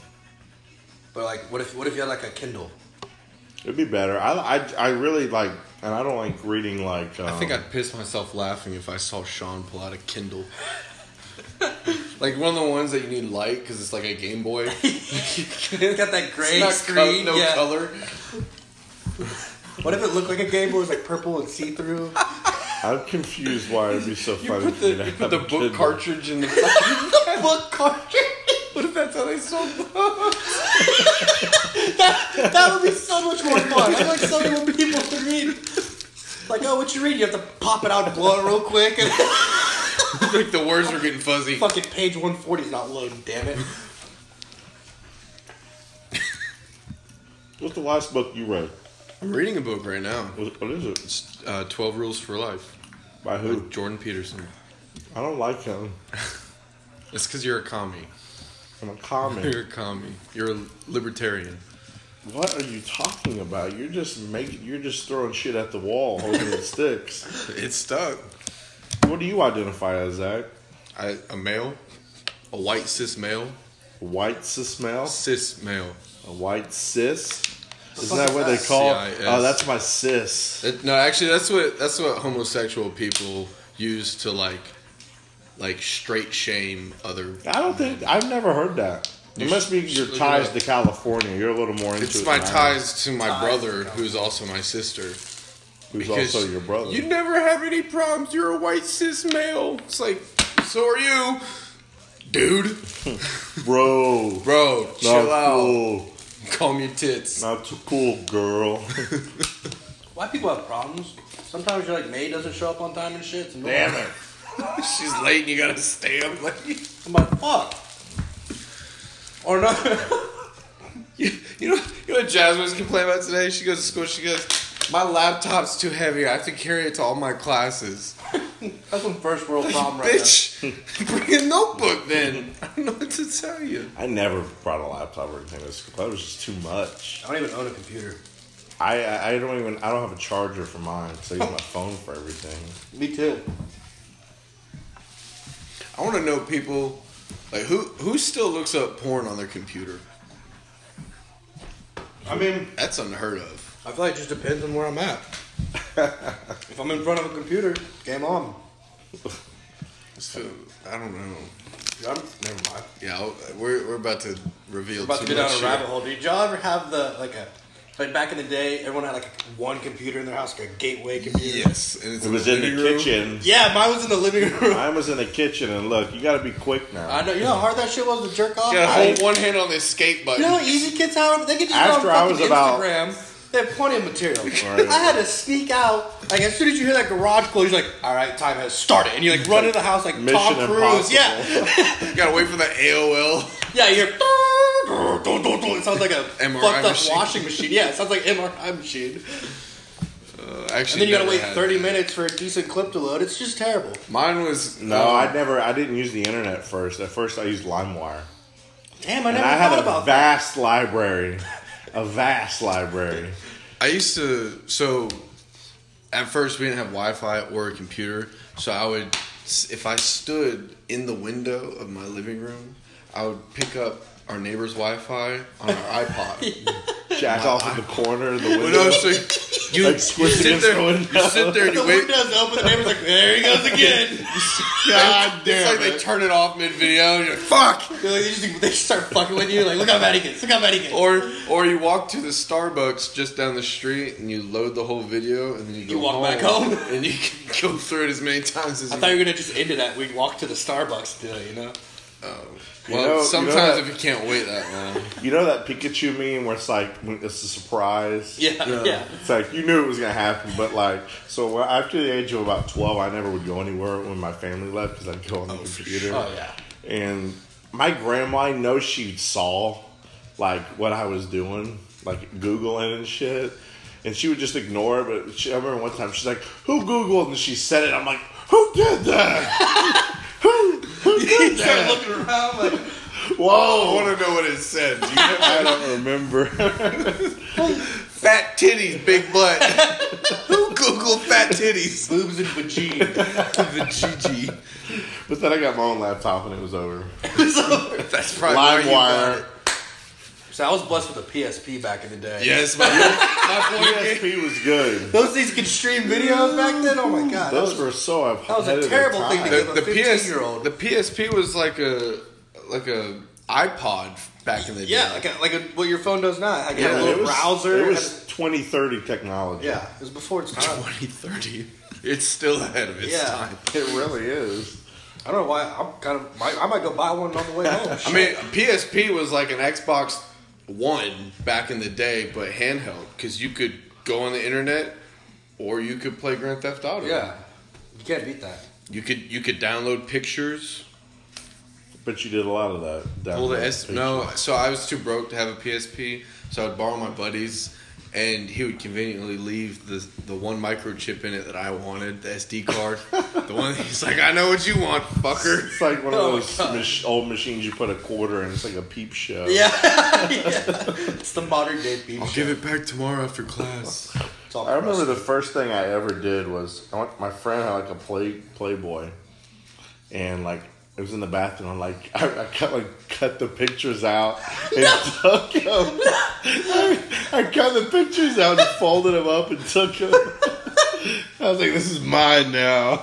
Speaker 3: but like, what if what if you had like a Kindle? [LAUGHS]
Speaker 4: It'd be better. I, I, I really like, and I don't like reading like. Um,
Speaker 1: I think I'd piss myself laughing if I saw Sean pull out a [LAUGHS] Kindle. like one of the ones that you need light because it's like a Game [LAUGHS] Boy.
Speaker 3: It's got that gray
Speaker 1: It's not
Speaker 3: screen.
Speaker 1: co- no
Speaker 3: yeah.
Speaker 1: color.
Speaker 3: What if it looked like a Game Boy? It was like purple and see [LAUGHS] through.
Speaker 4: I'm confused why it'd be
Speaker 1: [LAUGHS]
Speaker 4: so
Speaker 1: You
Speaker 4: funny.
Speaker 1: put
Speaker 4: for me to
Speaker 1: the, you put
Speaker 4: have
Speaker 1: the
Speaker 4: a
Speaker 1: book
Speaker 4: Kindle.
Speaker 1: cartridge in the fucking [LAUGHS] book cartridge. What if that's how they sold books?
Speaker 3: [LAUGHS] that would be so much more fun. I feel like so many more people would read. Like, oh, what you read? You have to pop it out, blow it real quick, [LAUGHS] and
Speaker 1: like the words were getting fuzzy.
Speaker 3: fucking page 140 is not loading. Damn it.
Speaker 4: What's the last book you read?
Speaker 1: I'm reading a book right now.
Speaker 4: What, what is it?
Speaker 1: It's uh, Twelve Rules for Life.
Speaker 4: By
Speaker 1: With
Speaker 4: who?
Speaker 1: Jordan Peterson.
Speaker 4: I don't like him.
Speaker 1: It's because you're a commie.
Speaker 4: I'm a comic.
Speaker 1: [LAUGHS] You're a commie. You're a libertarian.
Speaker 4: what are you talking about? You're just making. You're just throwing shit at the wall, hoping it sticks.
Speaker 1: It's stuck.
Speaker 4: What do you identify as, Zach?
Speaker 1: I, a male, a white cis male,
Speaker 4: White cis male?
Speaker 1: cis male.
Speaker 4: A white cis? Isn't
Speaker 3: fuck
Speaker 4: that
Speaker 3: is
Speaker 4: what they
Speaker 3: that?
Speaker 4: call?
Speaker 1: CIS.
Speaker 4: Oh, that's my cis.
Speaker 1: That- no, actually, that's what that's what homosexual people use to like, like straight shame other.
Speaker 4: I don't think I've never heard that. It
Speaker 1: You
Speaker 4: must be
Speaker 1: should
Speaker 4: your
Speaker 1: look it
Speaker 4: ties
Speaker 1: up.
Speaker 4: to California. You're a little more into
Speaker 1: It's
Speaker 4: it
Speaker 1: my
Speaker 4: than I am,
Speaker 1: ties to my
Speaker 3: Ties.
Speaker 1: brother, who's also my sister.
Speaker 4: Who's
Speaker 1: Because
Speaker 4: also your brother?
Speaker 1: You never have any problems. You're a white cis male. It's like, so are you, dude,
Speaker 4: bro.
Speaker 1: bro.
Speaker 4: Not
Speaker 1: chill out.
Speaker 4: cool.
Speaker 1: Comb your tits.
Speaker 4: Not too cool, girl. [LAUGHS]
Speaker 3: Why people have problems? Sometimes you're like, May doesn't show up on time and shit. It's annoying.
Speaker 4: Damn it.
Speaker 1: She's late and you gotta stay up late.
Speaker 3: I'm like, fuck. Or no. [LAUGHS]
Speaker 1: You, you know, you know what Jasmine was complaining about today? She goes to school, she goes, My laptop's too heavy, I have to carry it to all my classes.
Speaker 3: That's some first world
Speaker 1: [LAUGHS]
Speaker 3: problem right
Speaker 1: Bitch, [LAUGHS] bring a notebook then. [LAUGHS] I don't know what to tell you.
Speaker 4: I never brought a laptop or anything to school. That was just too much.
Speaker 3: there. I don't even own a computer.
Speaker 4: I, I I don't even I don't have a charger for mine, so I use my phone for everything.
Speaker 3: Me too.
Speaker 1: I wanna know people like who who still looks up porn on their computer?
Speaker 4: I mean,
Speaker 1: That's unheard of.
Speaker 3: I feel like it just depends on where I'm [LAUGHS] at. if I'm in front of a computer, game on.
Speaker 1: So, I don't know.
Speaker 3: I'm, never mind.
Speaker 1: Yeah, I'll- we're, we're about to reveal
Speaker 3: about
Speaker 1: too
Speaker 3: to go
Speaker 1: much
Speaker 3: down a
Speaker 1: here.
Speaker 3: rabbit hole. Did y'all ever have the like a like back in the day? Everyone had like one computer in their house, like a gateway computer.
Speaker 1: Yes, and it's
Speaker 4: it was in the
Speaker 1: living room.
Speaker 4: kitchen.
Speaker 3: Yeah, mine was in the living room.
Speaker 4: Mine was in the kitchen, and look, you got to be quick now.
Speaker 3: I know. You know how hard that shit was to jerk off.
Speaker 1: Gotta
Speaker 3: I-
Speaker 1: hold one hand on the escape button.
Speaker 3: you know how easy kids have. They could just
Speaker 4: After
Speaker 3: go
Speaker 4: I
Speaker 3: on
Speaker 4: was
Speaker 3: fucking
Speaker 4: about-
Speaker 3: Instagram. They have plenty of material.
Speaker 4: Right.
Speaker 3: I had to sneak out. Like as soon as you hear that garage close, you're like, "All right, time has started," and you like run into the house like Tom
Speaker 4: Mission
Speaker 3: Cruise.
Speaker 4: Impossible.
Speaker 3: Yeah,
Speaker 1: Gotta wait for the AOL.
Speaker 3: yeah. You hear. It
Speaker 4: [LAUGHS]
Speaker 3: sounds like a
Speaker 1: MRI
Speaker 3: fucked up
Speaker 1: machine.
Speaker 3: washing machine. Yeah, it sounds like MRI machine.
Speaker 1: Uh,
Speaker 3: [LAUGHS] And
Speaker 1: actually,
Speaker 3: then you gotta
Speaker 1: never
Speaker 3: wait
Speaker 1: had
Speaker 3: 30
Speaker 1: that.
Speaker 3: minutes for a decent clip to load. It's just terrible.
Speaker 1: Mine was
Speaker 4: No,
Speaker 1: um,
Speaker 4: I never. I didn't use the internet first. At first, I used LimeWire,
Speaker 3: Damn, I
Speaker 4: and
Speaker 3: never
Speaker 4: I
Speaker 3: thought
Speaker 4: had a
Speaker 3: about that.
Speaker 4: vast library, a vast
Speaker 3: [LAUGHS]
Speaker 4: library.
Speaker 1: I used to. So, at first, we didn't have Wi Fi or a computer. So, I would. If I stood in the window of my living room, I would pick up our neighbor's Wi Fi on our iPod.
Speaker 4: Jack off in the corner of the
Speaker 3: [LAUGHS]
Speaker 1: Well, no,
Speaker 4: [LAUGHS] window.
Speaker 1: so You,
Speaker 4: Like
Speaker 1: you
Speaker 4: squished
Speaker 1: sit
Speaker 4: against
Speaker 1: there,
Speaker 4: the window.
Speaker 1: you sit there and
Speaker 3: The
Speaker 1: you
Speaker 3: [LAUGHS]
Speaker 1: wait.
Speaker 3: window's open. The neighbor's like, "There
Speaker 4: [LAUGHS]
Speaker 3: he goes again." [LAUGHS]
Speaker 4: God
Speaker 1: It's
Speaker 4: damn
Speaker 1: like they
Speaker 4: it.
Speaker 1: turn it off mid video. and You're like, fuck.
Speaker 3: They're like, they, just, they just start fucking with you. Like, look how bad he gets. Look how bad he gets.
Speaker 1: Or or you walk to the Starbucks just down the street and you load the whole video and then you go
Speaker 3: You walk
Speaker 1: home,
Speaker 3: back home.
Speaker 1: and you [LAUGHS] can go through it as many times as
Speaker 3: I
Speaker 1: you.
Speaker 3: thought you were gonna just end it at we walk to the Starbucks today. You know,
Speaker 1: well,
Speaker 4: You know- you know
Speaker 1: sometimes
Speaker 4: that-
Speaker 1: if you can't wait that [LAUGHS] long,
Speaker 4: You know that Pikachu meme where it's like it's a surprise.
Speaker 3: Yeah, Yeah. yeah.
Speaker 4: It's like you knew it was gonna happen, but like so when- after the age of about twelve, I never would go anywhere when my family left because I'd go on the computer.
Speaker 3: Oh, yeah.
Speaker 4: And my grandma, I know she saw like what I was doing, like googling and shit, and she would just ignore it. But she, I remember one time she's like, "Who googled?" and she said it. I'm like, "Who did that?" [LAUGHS] Who,
Speaker 3: [LAUGHS]
Speaker 4: who did
Speaker 3: Start
Speaker 4: that?
Speaker 3: looking around like,
Speaker 4: Whoa!
Speaker 1: I want to know what it said. You
Speaker 4: I don't remember. [LAUGHS]
Speaker 1: Fat titties, big [LAUGHS] butt. Who Googled fat titties?
Speaker 3: boobs and [LAUGHS] vagine.
Speaker 1: the GG.
Speaker 4: But then I got my own laptop and it was over.
Speaker 1: That's probably why you bought it.
Speaker 4: LimeWire.
Speaker 3: So I was blessed with a PSP back in the day.
Speaker 1: [LAUGHS] Yes, my my boy gave-
Speaker 4: PSP was good.
Speaker 3: Those things could stream videos back then. Oh my god,
Speaker 4: Those were so ahead
Speaker 3: was a
Speaker 4: of their
Speaker 3: terrible
Speaker 4: time.
Speaker 3: thing to
Speaker 1: the,
Speaker 3: give
Speaker 1: the
Speaker 3: a
Speaker 1: PS
Speaker 3: 15-year-old.
Speaker 1: the PSP was like a like a iPod back in the day.
Speaker 3: yeah, like a, like a, what your phone does not. Like
Speaker 1: Yeah,
Speaker 3: had a
Speaker 4: It
Speaker 3: little
Speaker 4: was,
Speaker 3: browser.
Speaker 4: It
Speaker 3: had
Speaker 4: was 2030 technology.
Speaker 3: a- yeah, it was before
Speaker 1: [LAUGHS]
Speaker 3: its time.
Speaker 1: 2030. It's still ahead of its
Speaker 3: Yeah.
Speaker 1: time.
Speaker 4: It really is.
Speaker 3: I don't know why. I'm kind of. Might, I might go buy one on the way home.
Speaker 1: I mean, PSP was like an Xbox One back in the day, but handheld because you could go on the internet or you could play Grand Theft Auto.
Speaker 3: yeah, you can't beat that.
Speaker 1: you could you could download pictures.
Speaker 4: But you did a lot of that. down
Speaker 1: Well, the
Speaker 4: there.
Speaker 1: S- no, so I was too broke to have a PSP, so I'd borrow my buddies, and he would conveniently leave the the one microchip in it that I wanted, the SD card, [LAUGHS] the one he's like, I know what you want, fucker.
Speaker 4: It's like one of
Speaker 3: Oh my
Speaker 4: those mach- old machines you put a quarter in. It's like a peep show.
Speaker 3: [LAUGHS] Yeah, it's the modern day beach.
Speaker 1: I'll give it back tomorrow after class.
Speaker 4: I remember the first thing I ever did was I went, my friend had like a play Playboy, and like it was in the bathroom. I'm like [LAUGHS] I, I cut like cut the pictures out and took them. I, [LAUGHS] I cut the pictures out and folded them up and took them. [LAUGHS] I was like, this is mine now.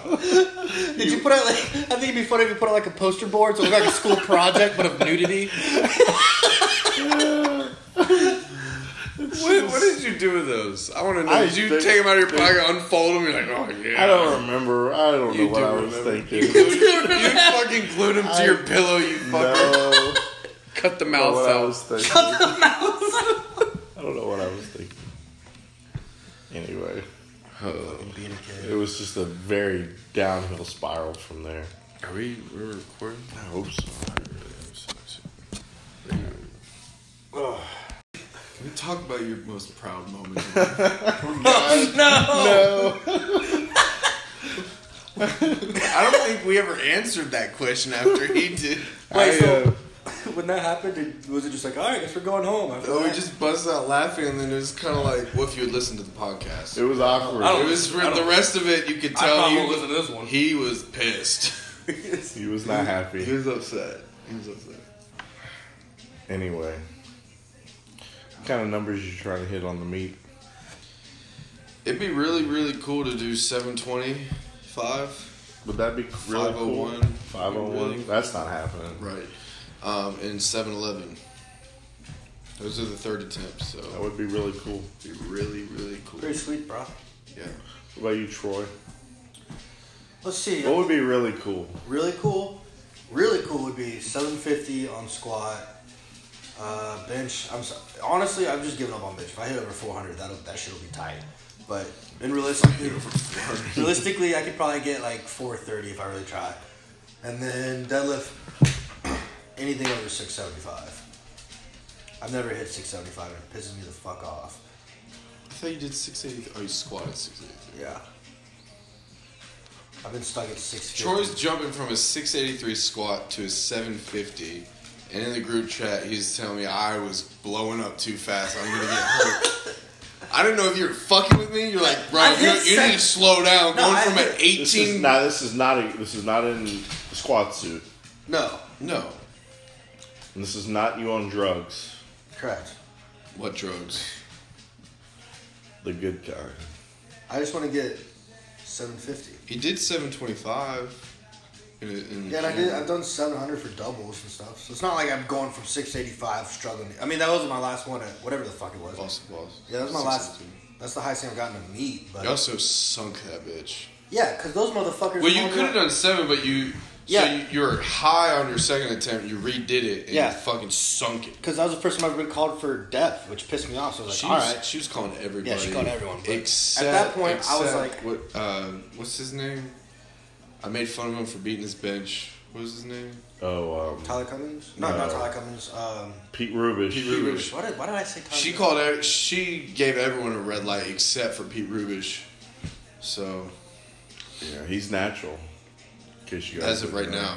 Speaker 3: Did you put out like? I think it'd be funny if you put out like a poster board, so it looked like a school project, but of nudity.
Speaker 1: What, what did you do with those? I want to know.
Speaker 4: I
Speaker 1: did you
Speaker 4: think-
Speaker 1: take them out of your pocket, unfold them, you're like, oh yeah.
Speaker 4: I don't remember. I don't
Speaker 1: You
Speaker 4: know what
Speaker 1: do
Speaker 4: I was
Speaker 1: remember.
Speaker 4: thinking.
Speaker 1: You fucking glued them to your pillow, you fucker.
Speaker 4: No,
Speaker 1: Cut the
Speaker 4: I don't know
Speaker 1: mouth
Speaker 4: what I
Speaker 1: out.
Speaker 4: was thinking. [LAUGHS] I don't know what I was thinking. Anyway. It was just a very downhill spiral from there.
Speaker 1: Are we we're recording?
Speaker 4: I hope so.
Speaker 1: Can we talk about your most proud
Speaker 4: [LAUGHS]
Speaker 1: moment?
Speaker 4: No.
Speaker 1: I don't think we ever answered that question after he did.
Speaker 4: I, uh,
Speaker 3: [LAUGHS] when that happened, did, was it just like, all right, I guess we're going home? After
Speaker 1: So Oh, we
Speaker 3: that?
Speaker 1: just busted out laughing, and then it was kind of like, what if you had listened to the podcast?
Speaker 4: it was awkward.
Speaker 3: I
Speaker 1: It
Speaker 3: don't-
Speaker 1: was for the rest of it. You could
Speaker 3: I
Speaker 1: tell
Speaker 3: probably
Speaker 1: he
Speaker 3: won't
Speaker 1: was,
Speaker 3: listen to this one.
Speaker 1: he was pissed.
Speaker 3: [LAUGHS]
Speaker 4: he was not
Speaker 1: He
Speaker 4: happy.
Speaker 1: was upset. He was upset.
Speaker 4: Anyway. What kind of numbers you trying to hit on the meat?
Speaker 1: It'd be really, really cool to do 725,
Speaker 4: Would that be really cool?
Speaker 1: 501.
Speaker 4: 501?
Speaker 1: Really?
Speaker 4: That's not happening.
Speaker 1: oh right? Um, and 711. Those are the third attempts, so
Speaker 4: That
Speaker 1: it'd
Speaker 4: would be really cool.
Speaker 1: be really, really cool.
Speaker 3: pretty sweet, bro.
Speaker 1: Yeah.
Speaker 4: What about you, Troy?
Speaker 3: Let's see.
Speaker 4: What would be really cool?
Speaker 3: Really cool. Really cool would be 750 on squat, uh, bench. I'm so, honestly, I've just given up on bench. If I hit over 400, that'll that shit'll be tight. But in realistically, realistically, I could probably get like 430 if I really try. And then deadlift, [CLEARS THROAT] anything over 675. I've never hit 675. and It pisses me the fuck off.
Speaker 1: I thought you did 683. Oh, you squatted 683.
Speaker 3: Yeah. I've been stuck at 650.
Speaker 1: Troy's jumping from a 683 squat to a 750, and in the group chat, he's telling me I was blowing up too fast. I'm gonna get hurt.
Speaker 4: [LAUGHS]
Speaker 1: I don't know if you were fucking with me. You're like, bro,
Speaker 3: I've
Speaker 1: you,
Speaker 3: hit
Speaker 1: you
Speaker 3: seven-
Speaker 1: need to slow down.
Speaker 3: No,
Speaker 1: Going
Speaker 3: I've
Speaker 1: from an 18.
Speaker 3: hit-
Speaker 4: This is not this is not a this is not in squad suit.
Speaker 3: No.
Speaker 1: no.
Speaker 4: And this is not you on drugs.
Speaker 3: Correct.
Speaker 1: What drugs?
Speaker 4: The good kind.
Speaker 3: I just want to get 750.
Speaker 1: He did 725. In, in
Speaker 3: Yeah, and I did. I've done 700 for doubles and stuff. So it's not like I'm going from 685 struggling. I mean, that wasn't my last one at whatever the fuck it was.
Speaker 1: Lost, lost.
Speaker 3: Yeah, that was my last. That's the highest thing I've gotten to meet. But
Speaker 1: You also sunk that bitch.
Speaker 3: yeah, because those motherfuckers.
Speaker 1: Well, you
Speaker 3: all
Speaker 1: could have done seven, but you. So
Speaker 3: Yeah.
Speaker 1: you, you were high on your second attempt. You redid it and
Speaker 3: Yeah.
Speaker 1: you fucking sunk it.
Speaker 3: Because that was the first time I've ever been called for death, which pissed me off. So I was
Speaker 1: She
Speaker 3: like, all
Speaker 1: was,
Speaker 3: right.
Speaker 1: she was calling everybody.
Speaker 3: Yeah, she called everyone, but
Speaker 1: Except
Speaker 3: at that point, I was
Speaker 1: except
Speaker 3: like-
Speaker 1: what, uh, what's his name? I made fun of him for beating his bench. What was his name?
Speaker 4: Oh, um,
Speaker 3: Tyler Cummings? No,
Speaker 4: No.
Speaker 3: not Tyler Cummings. Um,
Speaker 4: Pete Rubish.
Speaker 1: Pete Rubish.
Speaker 3: why, did, why did I say Tyler?
Speaker 1: She
Speaker 3: Cummings?
Speaker 1: called. ev- She gave everyone a red light except for Pete Rubish. So
Speaker 4: Yeah, he's natural. In case you guys
Speaker 1: as of right
Speaker 4: didn't know.
Speaker 1: now,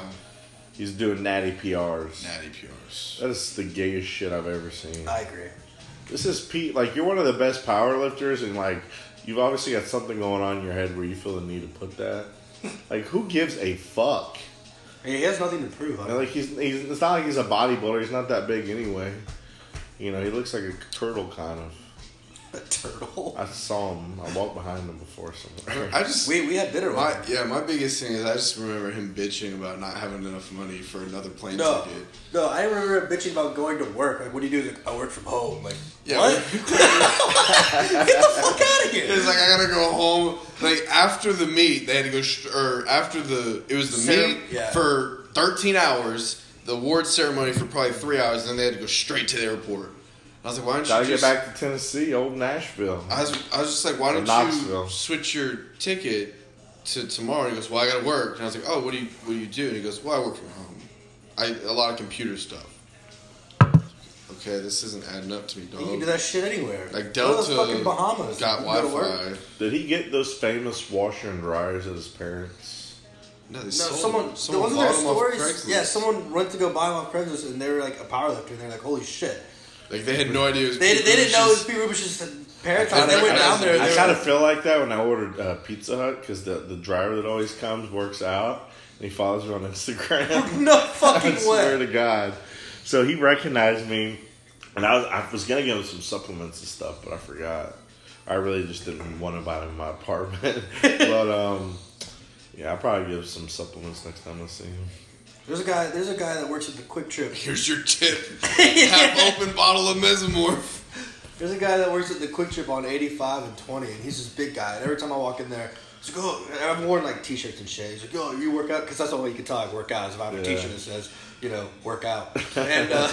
Speaker 4: he's doing natty PRs.
Speaker 1: Natty Pures.
Speaker 4: That is the gayest shit I've ever seen.
Speaker 3: I agree.
Speaker 4: This is Pete. Like you're one of the best power lifters, and like you've obviously got something going on in your head where you feel the need to
Speaker 1: [LAUGHS]
Speaker 4: put that. Like who gives a fuck?
Speaker 3: Yeah, he has nothing to prove. I
Speaker 4: And, like he's, he's it's not like he's a bodybuilder. He's not that big anyway. You know, he looks like a turtle kind of.
Speaker 3: [LAUGHS] a turtle.
Speaker 4: I saw him. I walked behind him before somewhere.
Speaker 1: I just
Speaker 3: We, we had dinner.
Speaker 1: my
Speaker 3: with him.
Speaker 1: yeah. My biggest thing is I just remember him bitching about not having enough money for another plane
Speaker 3: No,
Speaker 1: ticket.
Speaker 3: no, I remember bitching about going to work. Like, what do you do? He's Like, I work from home. Like,
Speaker 1: Yeah,
Speaker 3: what?
Speaker 1: we-
Speaker 3: [LAUGHS] Get the fuck out of here!
Speaker 1: It's like I gotta go home. Like after the meet, they had to go. Sh- or after the it was the
Speaker 3: Cere-
Speaker 1: meet
Speaker 3: yeah.
Speaker 1: for thirteen hours. The award ceremony for probably three hours, and then they had to go straight to the airport. And I was like, why don't you
Speaker 4: Gotta get
Speaker 1: just-
Speaker 4: back to Tennessee, old Nashville.
Speaker 1: I was, I was just like, why
Speaker 4: Or
Speaker 1: don't you
Speaker 4: Knoxville.
Speaker 1: switch your ticket to tomorrow? And he goes, well, I got to work. And I was like, oh, what do you what do you do? And he goes, well, I work from home. I a lot of computer stuff. Okay, this isn't adding up to me, dog.
Speaker 3: You can do that shit anywhere.
Speaker 1: Like
Speaker 3: Go
Speaker 1: Delta
Speaker 3: to the fucking Bahamas.
Speaker 1: got
Speaker 3: You can go to
Speaker 1: Wi-Fi.
Speaker 3: work.
Speaker 4: Did he get those famous washer and dryers at his parents?
Speaker 1: No, they
Speaker 3: No,
Speaker 1: sold
Speaker 3: someone,
Speaker 1: them. someone
Speaker 3: wasn't there
Speaker 1: bought them off
Speaker 3: stories?
Speaker 1: Craigslist.
Speaker 3: Yeah, someone went to go buy them off Craigslist, and they were like a powerlifter, and they're like, "Holy shit!"
Speaker 1: Like they had no idea. It was
Speaker 3: They,
Speaker 1: Pete
Speaker 3: they didn't know it was
Speaker 1: Bush's-
Speaker 3: Pete Rubish's parents.
Speaker 1: I-
Speaker 3: They
Speaker 1: I-
Speaker 3: went down there. And
Speaker 4: I
Speaker 3: they
Speaker 4: kind
Speaker 3: were,
Speaker 4: of feel like that when I ordered uh, Pizza Hut because the, the driver that always comes works out and he follows me on [LAUGHS]
Speaker 1: [LAUGHS]
Speaker 4: Instagram.
Speaker 3: [LAUGHS] no
Speaker 4: [LAUGHS] I
Speaker 3: fucking
Speaker 4: swear
Speaker 3: way.
Speaker 4: to God. So he recognized me and I was, I was going to give him some supplements and stuff, but I forgot. I really just didn't want to buy him in my apartment. [LAUGHS] but um, yeah, I'll probably give him some supplements next time I see him.
Speaker 3: There's a guy. There's a guy that works at the Quick Trip.
Speaker 1: Here's your tip:
Speaker 3: [LAUGHS]
Speaker 1: half open bottle of mesomorph.
Speaker 3: There's a guy that works at the Quick Trip on 85 and 20, and he's this big guy. And every time I walk in there, he's like, oh, and I've worn like t shirts and shit. He's like, yo, you work out? Because that's the only way you can tell I work out is if I have a
Speaker 4: Yeah.
Speaker 3: shirt that says, you know,
Speaker 4: [LAUGHS]
Speaker 3: work out. And uh,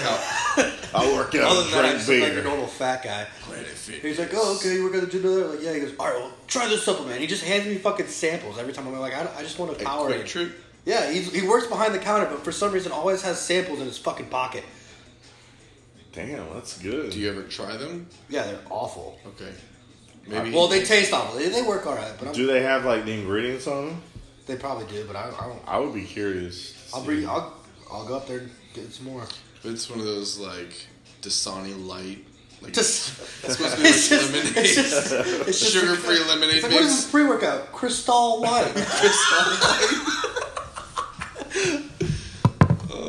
Speaker 4: I'll work out
Speaker 3: other
Speaker 4: and
Speaker 3: than that, I'm
Speaker 4: drink
Speaker 3: just like a
Speaker 4: beer.
Speaker 3: normal fat guy.
Speaker 1: Planet Fitness.
Speaker 3: He's like, oh, okay, you work at the gym there? Like, yeah. He goes, all right, well, try this supplement. He just hands me fucking samples every time. I'm like, I, don't- I just want a
Speaker 1: A
Speaker 3: power.
Speaker 1: quick trip.
Speaker 3: Yeah, he's, he works behind the counter, but for some reason always has samples in his fucking pocket.
Speaker 4: Damn, that's good.
Speaker 1: Do you ever try them?
Speaker 3: Yeah, they're awful.
Speaker 1: Okay. Maybe.
Speaker 3: Well, they taste awful. They, they work all right, but I'm,
Speaker 4: Do they have like the ingredients on them?
Speaker 3: they probably do, but I, I don't.
Speaker 4: I would be curious. to
Speaker 3: I'll
Speaker 4: see.
Speaker 3: bring. I'll. I'll go up there and get some more.
Speaker 1: It's one of those like Dasani light, like
Speaker 3: Just,
Speaker 1: it's supposed to be
Speaker 3: [LAUGHS] it's
Speaker 1: like
Speaker 3: just,
Speaker 1: lemonade,
Speaker 3: it's just, it's just
Speaker 1: sugar-free lemonade
Speaker 3: It's like, what is
Speaker 1: mix.
Speaker 3: this pre-workout? Cristal Light.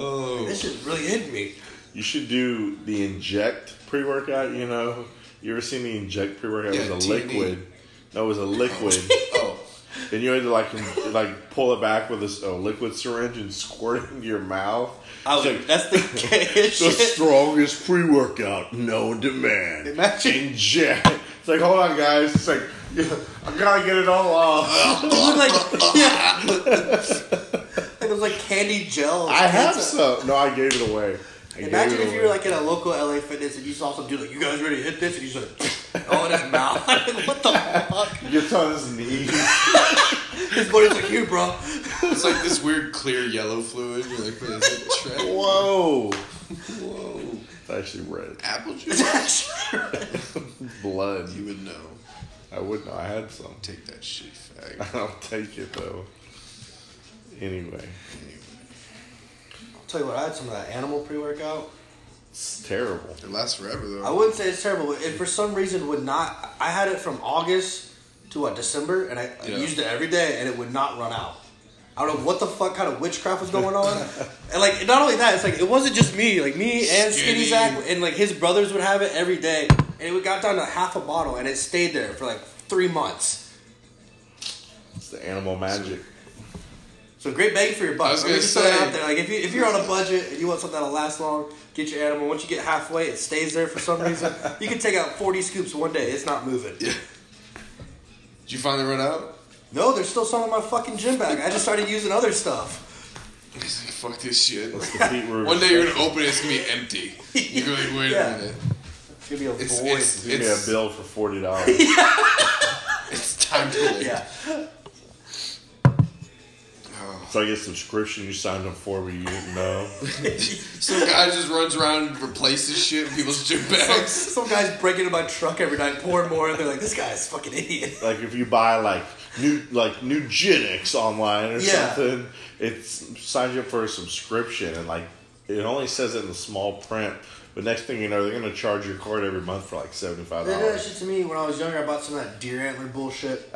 Speaker 1: Oh,
Speaker 3: [LAUGHS] this shit really hit me.
Speaker 4: You should do the inject pre workout. You know, you ever seen the inject pre workout?
Speaker 1: Yeah,
Speaker 4: it was a
Speaker 1: T&E.
Speaker 4: liquid. No, it was a liquid.
Speaker 3: [LAUGHS]
Speaker 1: oh,
Speaker 4: and you had to like in- like pull it back with this uh, liquid syringe and squirt it into your mouth.
Speaker 3: I was
Speaker 4: It's
Speaker 3: like, that's the [LAUGHS] gayest
Speaker 4: the
Speaker 3: shit.
Speaker 4: strongest pre workout known to man.
Speaker 3: Imagine-
Speaker 4: inject. It's like, hold on, guys. It's like, [LAUGHS] yeah, I gotta get it all off.
Speaker 3: It looked like yeah. [LAUGHS] like it was like candy gel.
Speaker 4: I have
Speaker 3: It's a-
Speaker 4: some. No, I gave it away. I gave
Speaker 3: Imagine
Speaker 4: it
Speaker 3: if you
Speaker 4: away.
Speaker 3: were like in a local LA fitness and you saw some dude like, you guys ready to hit this? And he's like, oh, in his mouth. [LAUGHS] Like, what the fuck?
Speaker 4: He gets on his knees.
Speaker 3: His buddy's like, here, bro. [LAUGHS]
Speaker 1: it's like this weird clear yellow fluid. You're like, what is
Speaker 3: [LAUGHS]
Speaker 1: it? Tre-
Speaker 4: Whoa. Whoa. It's actually red.
Speaker 1: apple juice?
Speaker 4: Blood.
Speaker 1: You would know.
Speaker 4: I wouldn't. I had some. [LAUGHS]
Speaker 1: Take that shit, fag.
Speaker 4: I'll take it though. Anyway,
Speaker 1: Anyway,
Speaker 3: I'll tell you what, I had some of that animal pre-workout.
Speaker 4: it's terrible.
Speaker 1: it lasts forever though.
Speaker 3: I wouldn't say it's terrible, but it for some reason would not. I had it from August to what December, and I I
Speaker 1: Yeah.
Speaker 3: used it every day, and it would not run out. I don't know what the fuck kind of witchcraft was going on,
Speaker 1: [LAUGHS]
Speaker 3: and like not only that, it's like it wasn't just me, like me and
Speaker 1: Skinny.
Speaker 3: Skinny Zach, and like his brothers would have it every day, and it got down to half a bottle, and it stayed there for like three months.
Speaker 4: It's the animal magic.
Speaker 3: So great bang for your buck.
Speaker 1: I was
Speaker 3: Let me
Speaker 1: gonna
Speaker 3: just throw that
Speaker 1: say-
Speaker 3: out there. Like if you if you're on a budget and you want something that'll last long, get your animal. Once you get halfway, it stays there for some reason. you can take out 40 scoops one day. It's not moving.
Speaker 1: Did you finally run out?
Speaker 3: No, there's still some in my fucking gym bag. I just started using other stuff.
Speaker 1: He's like, fuck this shit.
Speaker 4: It's the Pete Rubin.
Speaker 1: One day you're gonna open it, it's gonna be empty. You're gonna be like, wait
Speaker 3: Yeah.
Speaker 1: a minute.
Speaker 3: It's gonna be a
Speaker 1: It's
Speaker 3: void.
Speaker 1: it's
Speaker 4: Give me a
Speaker 1: it's,
Speaker 4: bill for forty dollars.
Speaker 1: it's time to leave.
Speaker 3: Yeah.
Speaker 4: it's like a subscription you signed up for, but you didn't know.
Speaker 1: Some guy just runs around and replaces shit in people's
Speaker 3: [LAUGHS]
Speaker 1: gym bags.
Speaker 3: Some guys break into my truck every night, pouring more, and they're like, "This guy's a fucking idiot."
Speaker 4: like if you buy like new like Nugenics online or
Speaker 3: Yeah.
Speaker 4: something, it signs you up for a subscription and like it only says it in the small print. But next thing you know, they're gonna charge your card every month for like seventy five
Speaker 3: They did that
Speaker 4: dollars.
Speaker 3: shit to me when I was younger. I bought some of that deer antler bullshit.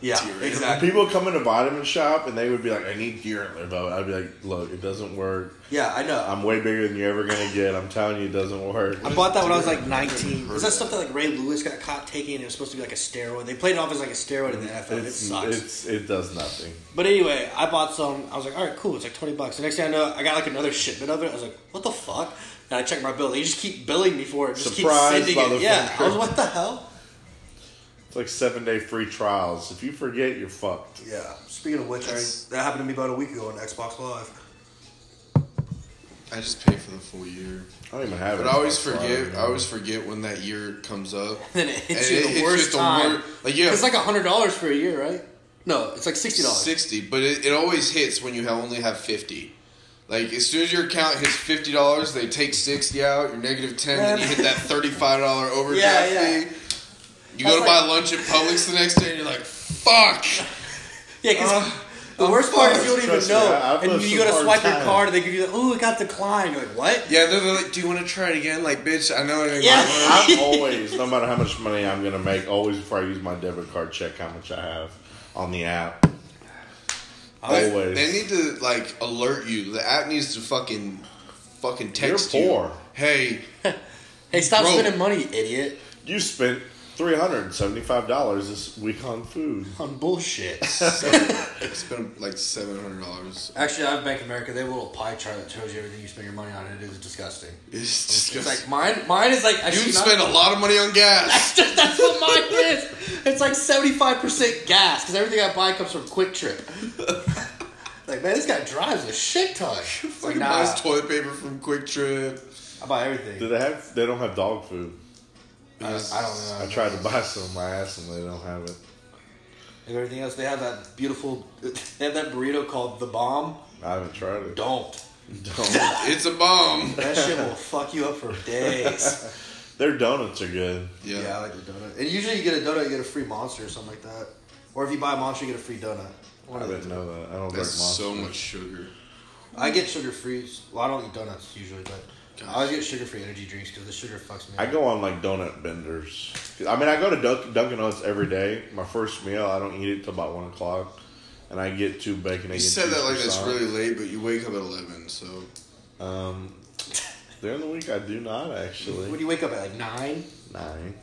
Speaker 3: yeah, exactly.
Speaker 4: People come into Vitamin Shop and they would be like, "I need deer antler bow." I'd be like, "Look, it doesn't work.
Speaker 3: Yeah, I know.
Speaker 4: I'm way bigger than you're ever gonna get. I'm telling you, it doesn't work."
Speaker 3: I bought that when I was like 19. Was that stuff that like Ray Lewis got caught taking? and It was supposed to be like a steroid. They played it off as like a steroid in the NFL. It
Speaker 4: It's,
Speaker 3: sucks.
Speaker 4: it's it does nothing.
Speaker 3: But anyway, I bought some. I was like, all right, cool. It's like twenty bucks. The next thing I know, I got like another shipment of it. I was like, what the fuck? And I checked my bill. They just keep billing me for it. Just
Speaker 4: Surprise,
Speaker 3: keep sending it. Yeah.
Speaker 4: motherfucker.
Speaker 3: I was what the hell?
Speaker 4: It's like seven day free trials. If you forget, you're fucked.
Speaker 3: Yeah. Speaking of which, I, that happened to me about a week ago on Xbox Live.
Speaker 1: I just pay for the full year.
Speaker 4: I don't even have it.
Speaker 1: But I always
Speaker 4: That's why don't
Speaker 1: forget.
Speaker 4: know.
Speaker 1: I always forget when that year comes up.
Speaker 3: [LAUGHS] Then it
Speaker 1: And
Speaker 3: hits you
Speaker 1: it
Speaker 3: the
Speaker 1: hits you
Speaker 3: worst
Speaker 1: at the
Speaker 3: time.
Speaker 1: wor- like, yeah.
Speaker 3: It's like hundred dollars for a year, right? No, it's like sixty dollars.
Speaker 1: Sixty, but it, it always hits when you have, only have fifty. Like as soon as your account hits fifty dollars, they take sixty out. You're negative ten, then you hit
Speaker 3: [LAUGHS]
Speaker 1: that thirty-five dollar overdraft
Speaker 3: Yeah, yeah.
Speaker 1: fee. You
Speaker 3: That's
Speaker 1: go to
Speaker 3: like-
Speaker 1: buy lunch at Publix the next day, and you're like, "Fuck!"
Speaker 3: Yeah, 'cause
Speaker 1: Uh,
Speaker 3: the worst part is
Speaker 1: fucked.
Speaker 3: you don't even
Speaker 4: Trust me,
Speaker 3: know,
Speaker 4: I- I've
Speaker 3: and
Speaker 4: lived
Speaker 3: you
Speaker 4: some
Speaker 3: go to
Speaker 4: hard
Speaker 3: swipe your
Speaker 4: times.
Speaker 3: card, and they give you, the, "Ooh, it got declined." You're like, "What?"
Speaker 1: Yeah, they're, they're like, "Do you want to try it again?" Like, bitch, I know. It ain't
Speaker 3: Yeah.
Speaker 1: gonna work. [LAUGHS]
Speaker 4: I'm always, no matter how much money I'm gonna make, always before I use my debit card, check how much I have on the app.
Speaker 1: But
Speaker 4: Always.
Speaker 1: They need to like alert you. The app needs to fucking fucking text
Speaker 4: poor.
Speaker 1: you.
Speaker 4: [LAUGHS]
Speaker 1: Hey,
Speaker 3: Hey, stop
Speaker 1: Bro.
Speaker 3: spending money, you idiot,
Speaker 4: You spent three hundred and seventy-five dollars this week on food.
Speaker 3: on bullshit.
Speaker 1: it's been like seven hundred dollars.
Speaker 3: Actually, I have Bank of America. They have a little pie chart that shows you everything you spend your money on, and it is disgusting.
Speaker 1: It's disgusting.
Speaker 3: It's like mine. Mine is like I
Speaker 1: you
Speaker 3: should not- [LAUGHS]
Speaker 1: spend a lot of money on gas.
Speaker 3: That's what mine is. It's like seventy five percent gas because everything I buy comes from Quick Trip. [LAUGHS] like man, this guy drives a shit ton. It's
Speaker 1: [LAUGHS]
Speaker 3: like
Speaker 1: Fucking
Speaker 3: nah,
Speaker 1: buys toilet paper from Quick Trip.
Speaker 3: I buy
Speaker 4: Do
Speaker 3: everything.
Speaker 4: they have? They don't have dog food.
Speaker 3: I, I don't know.
Speaker 4: I tried to buy some, I asked them, they don't have it.
Speaker 3: If everything else, they have that beautiful. They have that burrito called the Bomb.
Speaker 4: I haven't tried it.
Speaker 3: Don't.
Speaker 1: [LAUGHS]
Speaker 4: Don't.
Speaker 1: It's a bomb.
Speaker 3: That shit
Speaker 1: [LAUGHS]
Speaker 3: will fuck you up for days.
Speaker 4: Their donuts are good.
Speaker 1: Yeah.
Speaker 3: Yeah. I like the donut. And usually you get a donut, you get a free monster or something like that. Or if you buy a monster, you get a free donut.
Speaker 4: I
Speaker 3: One of
Speaker 4: didn't
Speaker 3: the
Speaker 4: know that. I don't
Speaker 1: That's
Speaker 4: like monster.
Speaker 1: so much sugar.
Speaker 3: I get sugar free. Well, I don't eat donuts usually, but I always get sugar free energy drinks because the sugar fucks me.
Speaker 4: I
Speaker 3: up.
Speaker 4: go on like donut benders. I mean, I go to Dunk- Dunkin' Donuts every day. My first meal, I don't eat it till about one o'clock, and I get two bacon.
Speaker 1: You said that like that's really late, but you wake up at eleven, so
Speaker 4: Um, during the week, I do not
Speaker 3: What do
Speaker 4: actually.
Speaker 3: you wake up at like nine?
Speaker 4: Nine.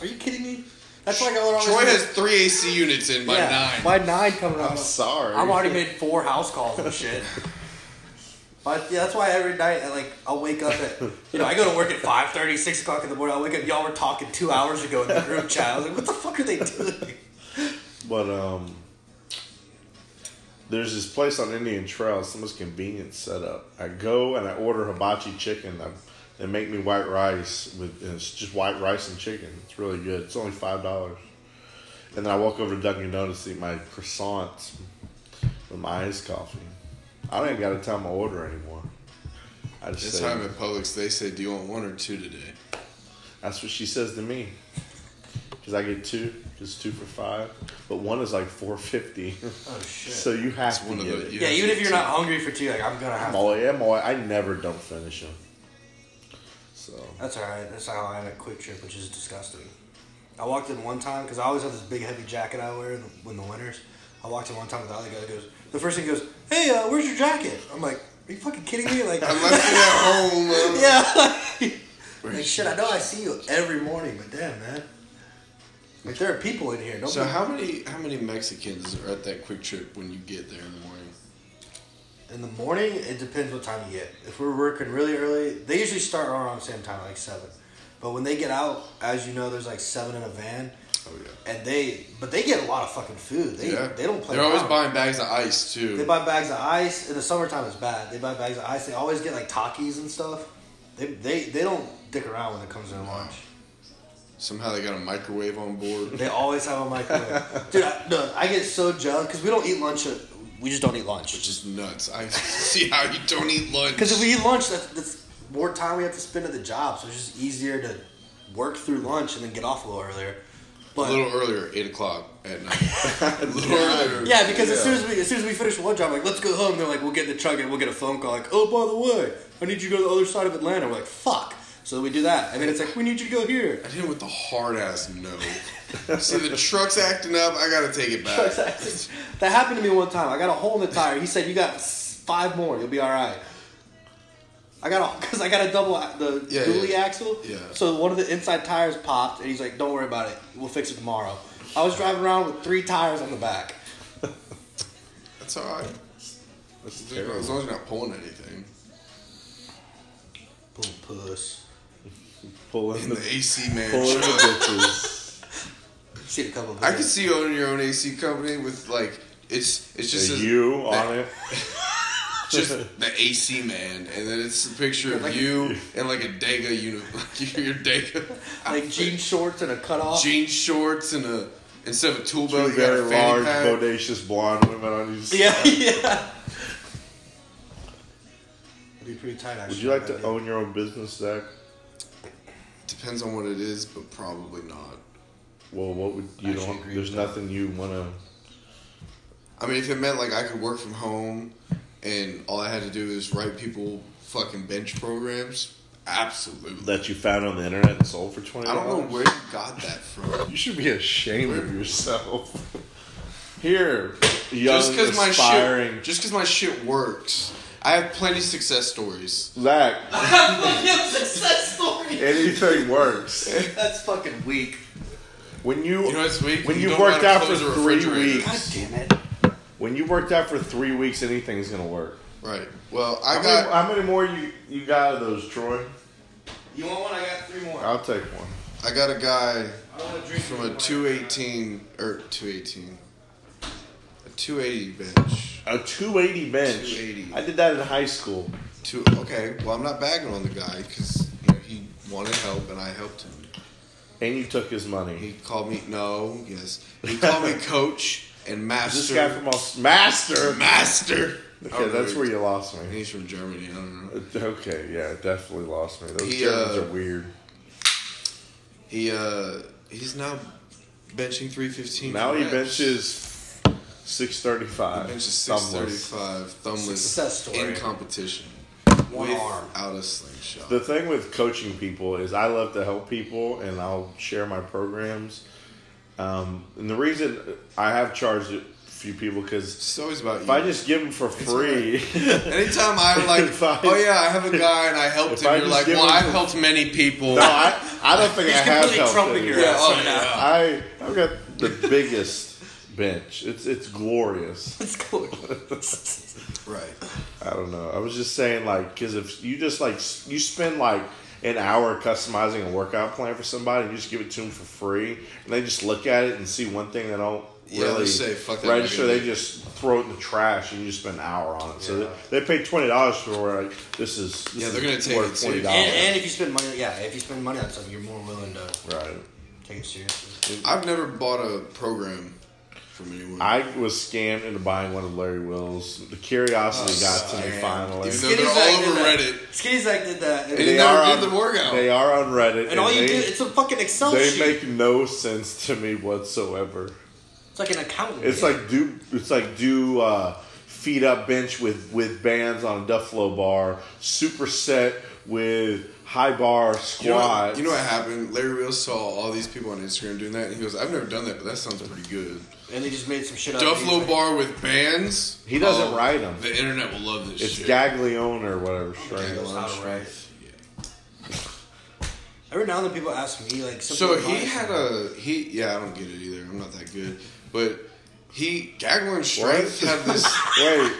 Speaker 3: Are you kidding me? That's like I would always.
Speaker 1: Troy has three AC units in by
Speaker 3: yeah,
Speaker 1: nine.
Speaker 3: By nine coming up.
Speaker 4: I'm sorry.
Speaker 3: I've already made four house calls and shit. But yeah, that's why every night I like I'll wake up at you know I go to work at 5.30, 6 o'clock in the morning. I wake up, y'all were talking two hours ago in the group chat. I was like, what the fuck are they doing?
Speaker 4: But um, there's this place on Indian Trail. It's the most convenient setup. I go and I order hibachi chicken. I, they make me white rice with and it's just white rice and chicken. It's really good. It's only five dollars. And then I walk over to Dunkin' Donuts to eat my croissants with my iced coffee. I don't even got to tell my order anymore. I just
Speaker 1: This
Speaker 4: say,
Speaker 1: time at Publix, they said, "Do you want one or two today?"
Speaker 4: That's what she says to me. Cause I get two, just two for five, but one is like four fifty. [LAUGHS]
Speaker 3: Oh shit.
Speaker 4: so you have
Speaker 1: It's
Speaker 4: to
Speaker 1: one of
Speaker 4: get
Speaker 1: the
Speaker 4: it.
Speaker 3: yeah, even if you're not hungry for tea, like I'm gonna have.
Speaker 4: I'm
Speaker 3: To.
Speaker 4: always, I'm always, I never don't finish them. So
Speaker 3: That's all right. That's how I am at Quick Trip, which is disgusting. I walked in one time because I always have this big heavy jacket I wear in the, in the winters. I walked in one time with the other guy. Goes the first thing goes, "Hey, uh, where's [LAUGHS] your jacket?" I'm like, "Are you fucking kidding me?" Like,
Speaker 1: I left it at home. uh,
Speaker 3: yeah. Like shit, I know I see you every morning, but damn, man. Like there are people in here. Don't
Speaker 1: So
Speaker 3: be-
Speaker 1: how many how many Mexicans are at that quick trip when you get there in the morning?
Speaker 3: in the morning, it depends what time you get. If we're working really early, they usually start around the same time, like seven. But when they get out, as you know, there's like seven in a van,
Speaker 1: Oh yeah.
Speaker 3: and they but they get a lot of fucking food. They
Speaker 1: yeah.
Speaker 3: they don't play.
Speaker 1: They're always
Speaker 3: around.
Speaker 1: buying bags of ice too.
Speaker 3: They buy bags of ice. In the summertime, it's bad. They buy bags of ice. They always get like Takis and stuff. They they, they don't dick around when it comes to their lunch.
Speaker 1: Somehow they got a microwave on board.
Speaker 3: They always have a
Speaker 1: [LAUGHS]
Speaker 3: microwave. Dude, I, no, I get so jealous because we don't eat lunch. At, we just don't eat lunch.
Speaker 1: Which is nuts. I [LAUGHS] see how you don't eat lunch.
Speaker 3: Because if we eat lunch, that's, that's more time we have to spend at the job. So it's just easier to work through lunch and then get off a little earlier. But
Speaker 1: a little earlier, eight o'clock at
Speaker 3: [LAUGHS]
Speaker 1: night. a little earlier.
Speaker 3: Yeah, because as soon as we as soon as we finish one job, like let's go home. They're like, we'll get in the truck and we'll get a phone call. Like, oh by the way, I need you to go to the other side of Atlanta. We're like, fuck. So we do that, and then it's like, we need you to go here.
Speaker 1: I did it with the hard ass no. See the truck's acting up. I gotta take it back.
Speaker 3: that happened to me one time. I got a hole in the tire. He said, you got s- five more. You'll be all right. I got a [LAUGHS] because I got a double a- the
Speaker 1: Yeah,
Speaker 3: dually
Speaker 1: yeah.
Speaker 3: axle.
Speaker 1: Yeah.
Speaker 3: So one of the inside tires popped, and he's like, don't worry about it. We'll fix it tomorrow. I was driving around with three tires on the back.
Speaker 1: That's all right.
Speaker 4: That's terrible.
Speaker 1: As long as you're not pulling anything.
Speaker 3: Boom, puss.
Speaker 4: Pulling
Speaker 1: In the
Speaker 4: the,
Speaker 1: AC man.
Speaker 4: pulling
Speaker 1: truck.
Speaker 4: the
Speaker 1: [LAUGHS]
Speaker 4: ditches.
Speaker 3: See a couple. Of
Speaker 1: I could see you own your own AC company with like it's it's just
Speaker 4: The
Speaker 1: a-
Speaker 4: U
Speaker 1: that-
Speaker 4: on it.
Speaker 1: just the AC man, and then it's a picture of you and like a Dega uni, [LAUGHS] like your Dega
Speaker 3: like jean shorts and a cutoff.
Speaker 1: jean shorts and a instead of a tool
Speaker 4: Two
Speaker 1: belt, you got
Speaker 4: very
Speaker 1: a fanny
Speaker 4: large,
Speaker 1: pack.
Speaker 4: bodacious blonde women on you.
Speaker 3: [LAUGHS] Yeah, yeah. It'd be pretty tight, actually.
Speaker 4: Would you like to own your own business, Zach?
Speaker 1: Depends on what it is, but probably not.
Speaker 4: Well, what would you
Speaker 3: actually
Speaker 4: don't?
Speaker 3: agree
Speaker 4: There's
Speaker 3: with that.
Speaker 4: nothing you want to.
Speaker 1: I mean, if it meant like I could work from home, and all I had to do is write people fucking bench programs, absolutely.
Speaker 4: that you found on the internet and sold for twenty.
Speaker 1: I don't know where you got that from.
Speaker 4: You should be ashamed of yourself. [LAUGHS] Here, young,
Speaker 1: Just because my
Speaker 4: aspiring
Speaker 1: shit, just because my shit works, I have plenty success stories.
Speaker 4: Zach.
Speaker 3: [LAUGHS] success story?
Speaker 4: Anything works
Speaker 3: That's fucking weak.
Speaker 4: when you,
Speaker 1: You know it's weak
Speaker 4: when
Speaker 1: you
Speaker 4: you
Speaker 1: don't know
Speaker 4: worked
Speaker 1: how to
Speaker 4: out for
Speaker 1: close a
Speaker 4: three
Speaker 1: refrigerator.
Speaker 3: God
Speaker 4: weeks.
Speaker 3: damn it.
Speaker 4: When you worked out for three weeks, anything's gonna work.
Speaker 1: Right. Well, I
Speaker 4: How,
Speaker 1: got.
Speaker 4: many, how many more you you got of those, Troy?
Speaker 3: You want one? I got three more.
Speaker 4: I'll take one.
Speaker 1: I got a guy
Speaker 3: I don't want to drink
Speaker 1: from a
Speaker 3: anymore.
Speaker 1: 218 or 218, a 280 bench.
Speaker 4: A two eighty bench.
Speaker 1: 280.
Speaker 4: I did that in high school.
Speaker 1: Two. Okay. Well, I'm not bagging on the guy because you know, he wanted help and I helped him.
Speaker 4: And you took his money.
Speaker 1: He called me. No. Yes. He called
Speaker 4: [LAUGHS]
Speaker 1: me coach and master.
Speaker 4: This guy from Aus- Master.
Speaker 1: master. I
Speaker 4: [LAUGHS] Okay,
Speaker 1: don't know
Speaker 4: that's
Speaker 1: who
Speaker 4: where
Speaker 1: he-
Speaker 4: you lost me. Uh,
Speaker 1: He's from Germany. I don't know.
Speaker 4: Okay, yeah, it definitely lost me. Those
Speaker 1: He,
Speaker 4: Germans
Speaker 1: uh,
Speaker 4: are weird.
Speaker 1: He uh he's now benching 315.
Speaker 4: Now he
Speaker 1: reps.
Speaker 4: benches six thirty five.
Speaker 1: Benches 635 thumbless
Speaker 3: Success story.
Speaker 1: in competition.
Speaker 3: One arm.
Speaker 1: Out of slingshot.
Speaker 4: The thing with coaching people is I love to help people and I'll share my programs. Um, and the reason I have charged a few people because
Speaker 1: it's always about
Speaker 4: if
Speaker 1: you.
Speaker 4: I just give them for free,
Speaker 1: Anytime I'm like,
Speaker 4: If I-
Speaker 1: oh yeah, I have a guy and I helped
Speaker 4: If
Speaker 1: him.
Speaker 4: I
Speaker 1: You're
Speaker 4: just
Speaker 1: like,
Speaker 4: give
Speaker 1: well,
Speaker 4: him
Speaker 1: I've
Speaker 4: some-
Speaker 1: helped many people. [LAUGHS]
Speaker 4: [LAUGHS] [LAUGHS] no, I, I don't think I
Speaker 3: He's
Speaker 4: have
Speaker 3: completely
Speaker 4: helped
Speaker 3: trumping your
Speaker 4: anyone.
Speaker 3: ass
Speaker 1: oh,
Speaker 3: right now.
Speaker 1: yeah.
Speaker 4: I I've got the biggest bench. It's it's glorious.
Speaker 1: [LAUGHS]
Speaker 3: It's cool.
Speaker 1: right.
Speaker 4: I don't know. I was just saying, like, because if you just like s- you spend like an hour customizing a workout plan for somebody, and you just give it to them for free, and they just look at it and see one thing they don't
Speaker 1: Yeah, they
Speaker 4: really
Speaker 1: say, "Fuck that, I'm
Speaker 4: register.
Speaker 1: not gonna
Speaker 4: They
Speaker 1: do it."
Speaker 4: just throw it in the trash, and you just spend an hour on it. So they, they pay twenty dollars for it. Like, this is this
Speaker 1: Yeah,
Speaker 4: is
Speaker 1: they're gonna take
Speaker 4: worth
Speaker 1: it too.
Speaker 4: twenty
Speaker 3: And,
Speaker 4: dollars,
Speaker 3: and if you spend money, yeah, if you spend money on something, you're more willing to
Speaker 4: right?
Speaker 3: take it seriously.
Speaker 1: I've never bought a program from anyone.
Speaker 4: I was scammed into buying one of Larry Will's. The curiosity got to me finally.
Speaker 1: Oh, Even though they're all over Reddit.
Speaker 3: Skinny Zach did that. And,
Speaker 1: They
Speaker 3: and
Speaker 1: never did the workout.
Speaker 4: They are on Reddit,
Speaker 3: all you
Speaker 4: they,
Speaker 3: do, it's a fucking Excel
Speaker 4: they
Speaker 3: sheet.
Speaker 4: make no sense to me whatsoever.
Speaker 3: it's like an accountant.
Speaker 4: It's like do it's like do uh, feet up bench with with bands on a Duffalo bar, superset with high bar
Speaker 1: You know, what,
Speaker 4: squat.
Speaker 1: you know what happened? Larry Real saw all these people on Instagram doing that, and he goes, "I've never done that, but that sounds pretty good."
Speaker 3: and they just made
Speaker 1: Uh,
Speaker 3: some shit up.
Speaker 1: Duffalo bar with bands.
Speaker 4: He doesn't write 'em.
Speaker 1: The internet will love this
Speaker 4: it's
Speaker 1: oh, shit.
Speaker 4: Gaglione or whatever. Sure.
Speaker 1: Gaglione.
Speaker 3: How to write. Every now and then people ask me like.
Speaker 1: So
Speaker 3: simple
Speaker 1: he
Speaker 3: advice.
Speaker 1: had a he. Yeah, I don't get it either. I'm not that good, but he Gagler and
Speaker 4: What?
Speaker 1: Strength had this.
Speaker 4: [LAUGHS] Wait,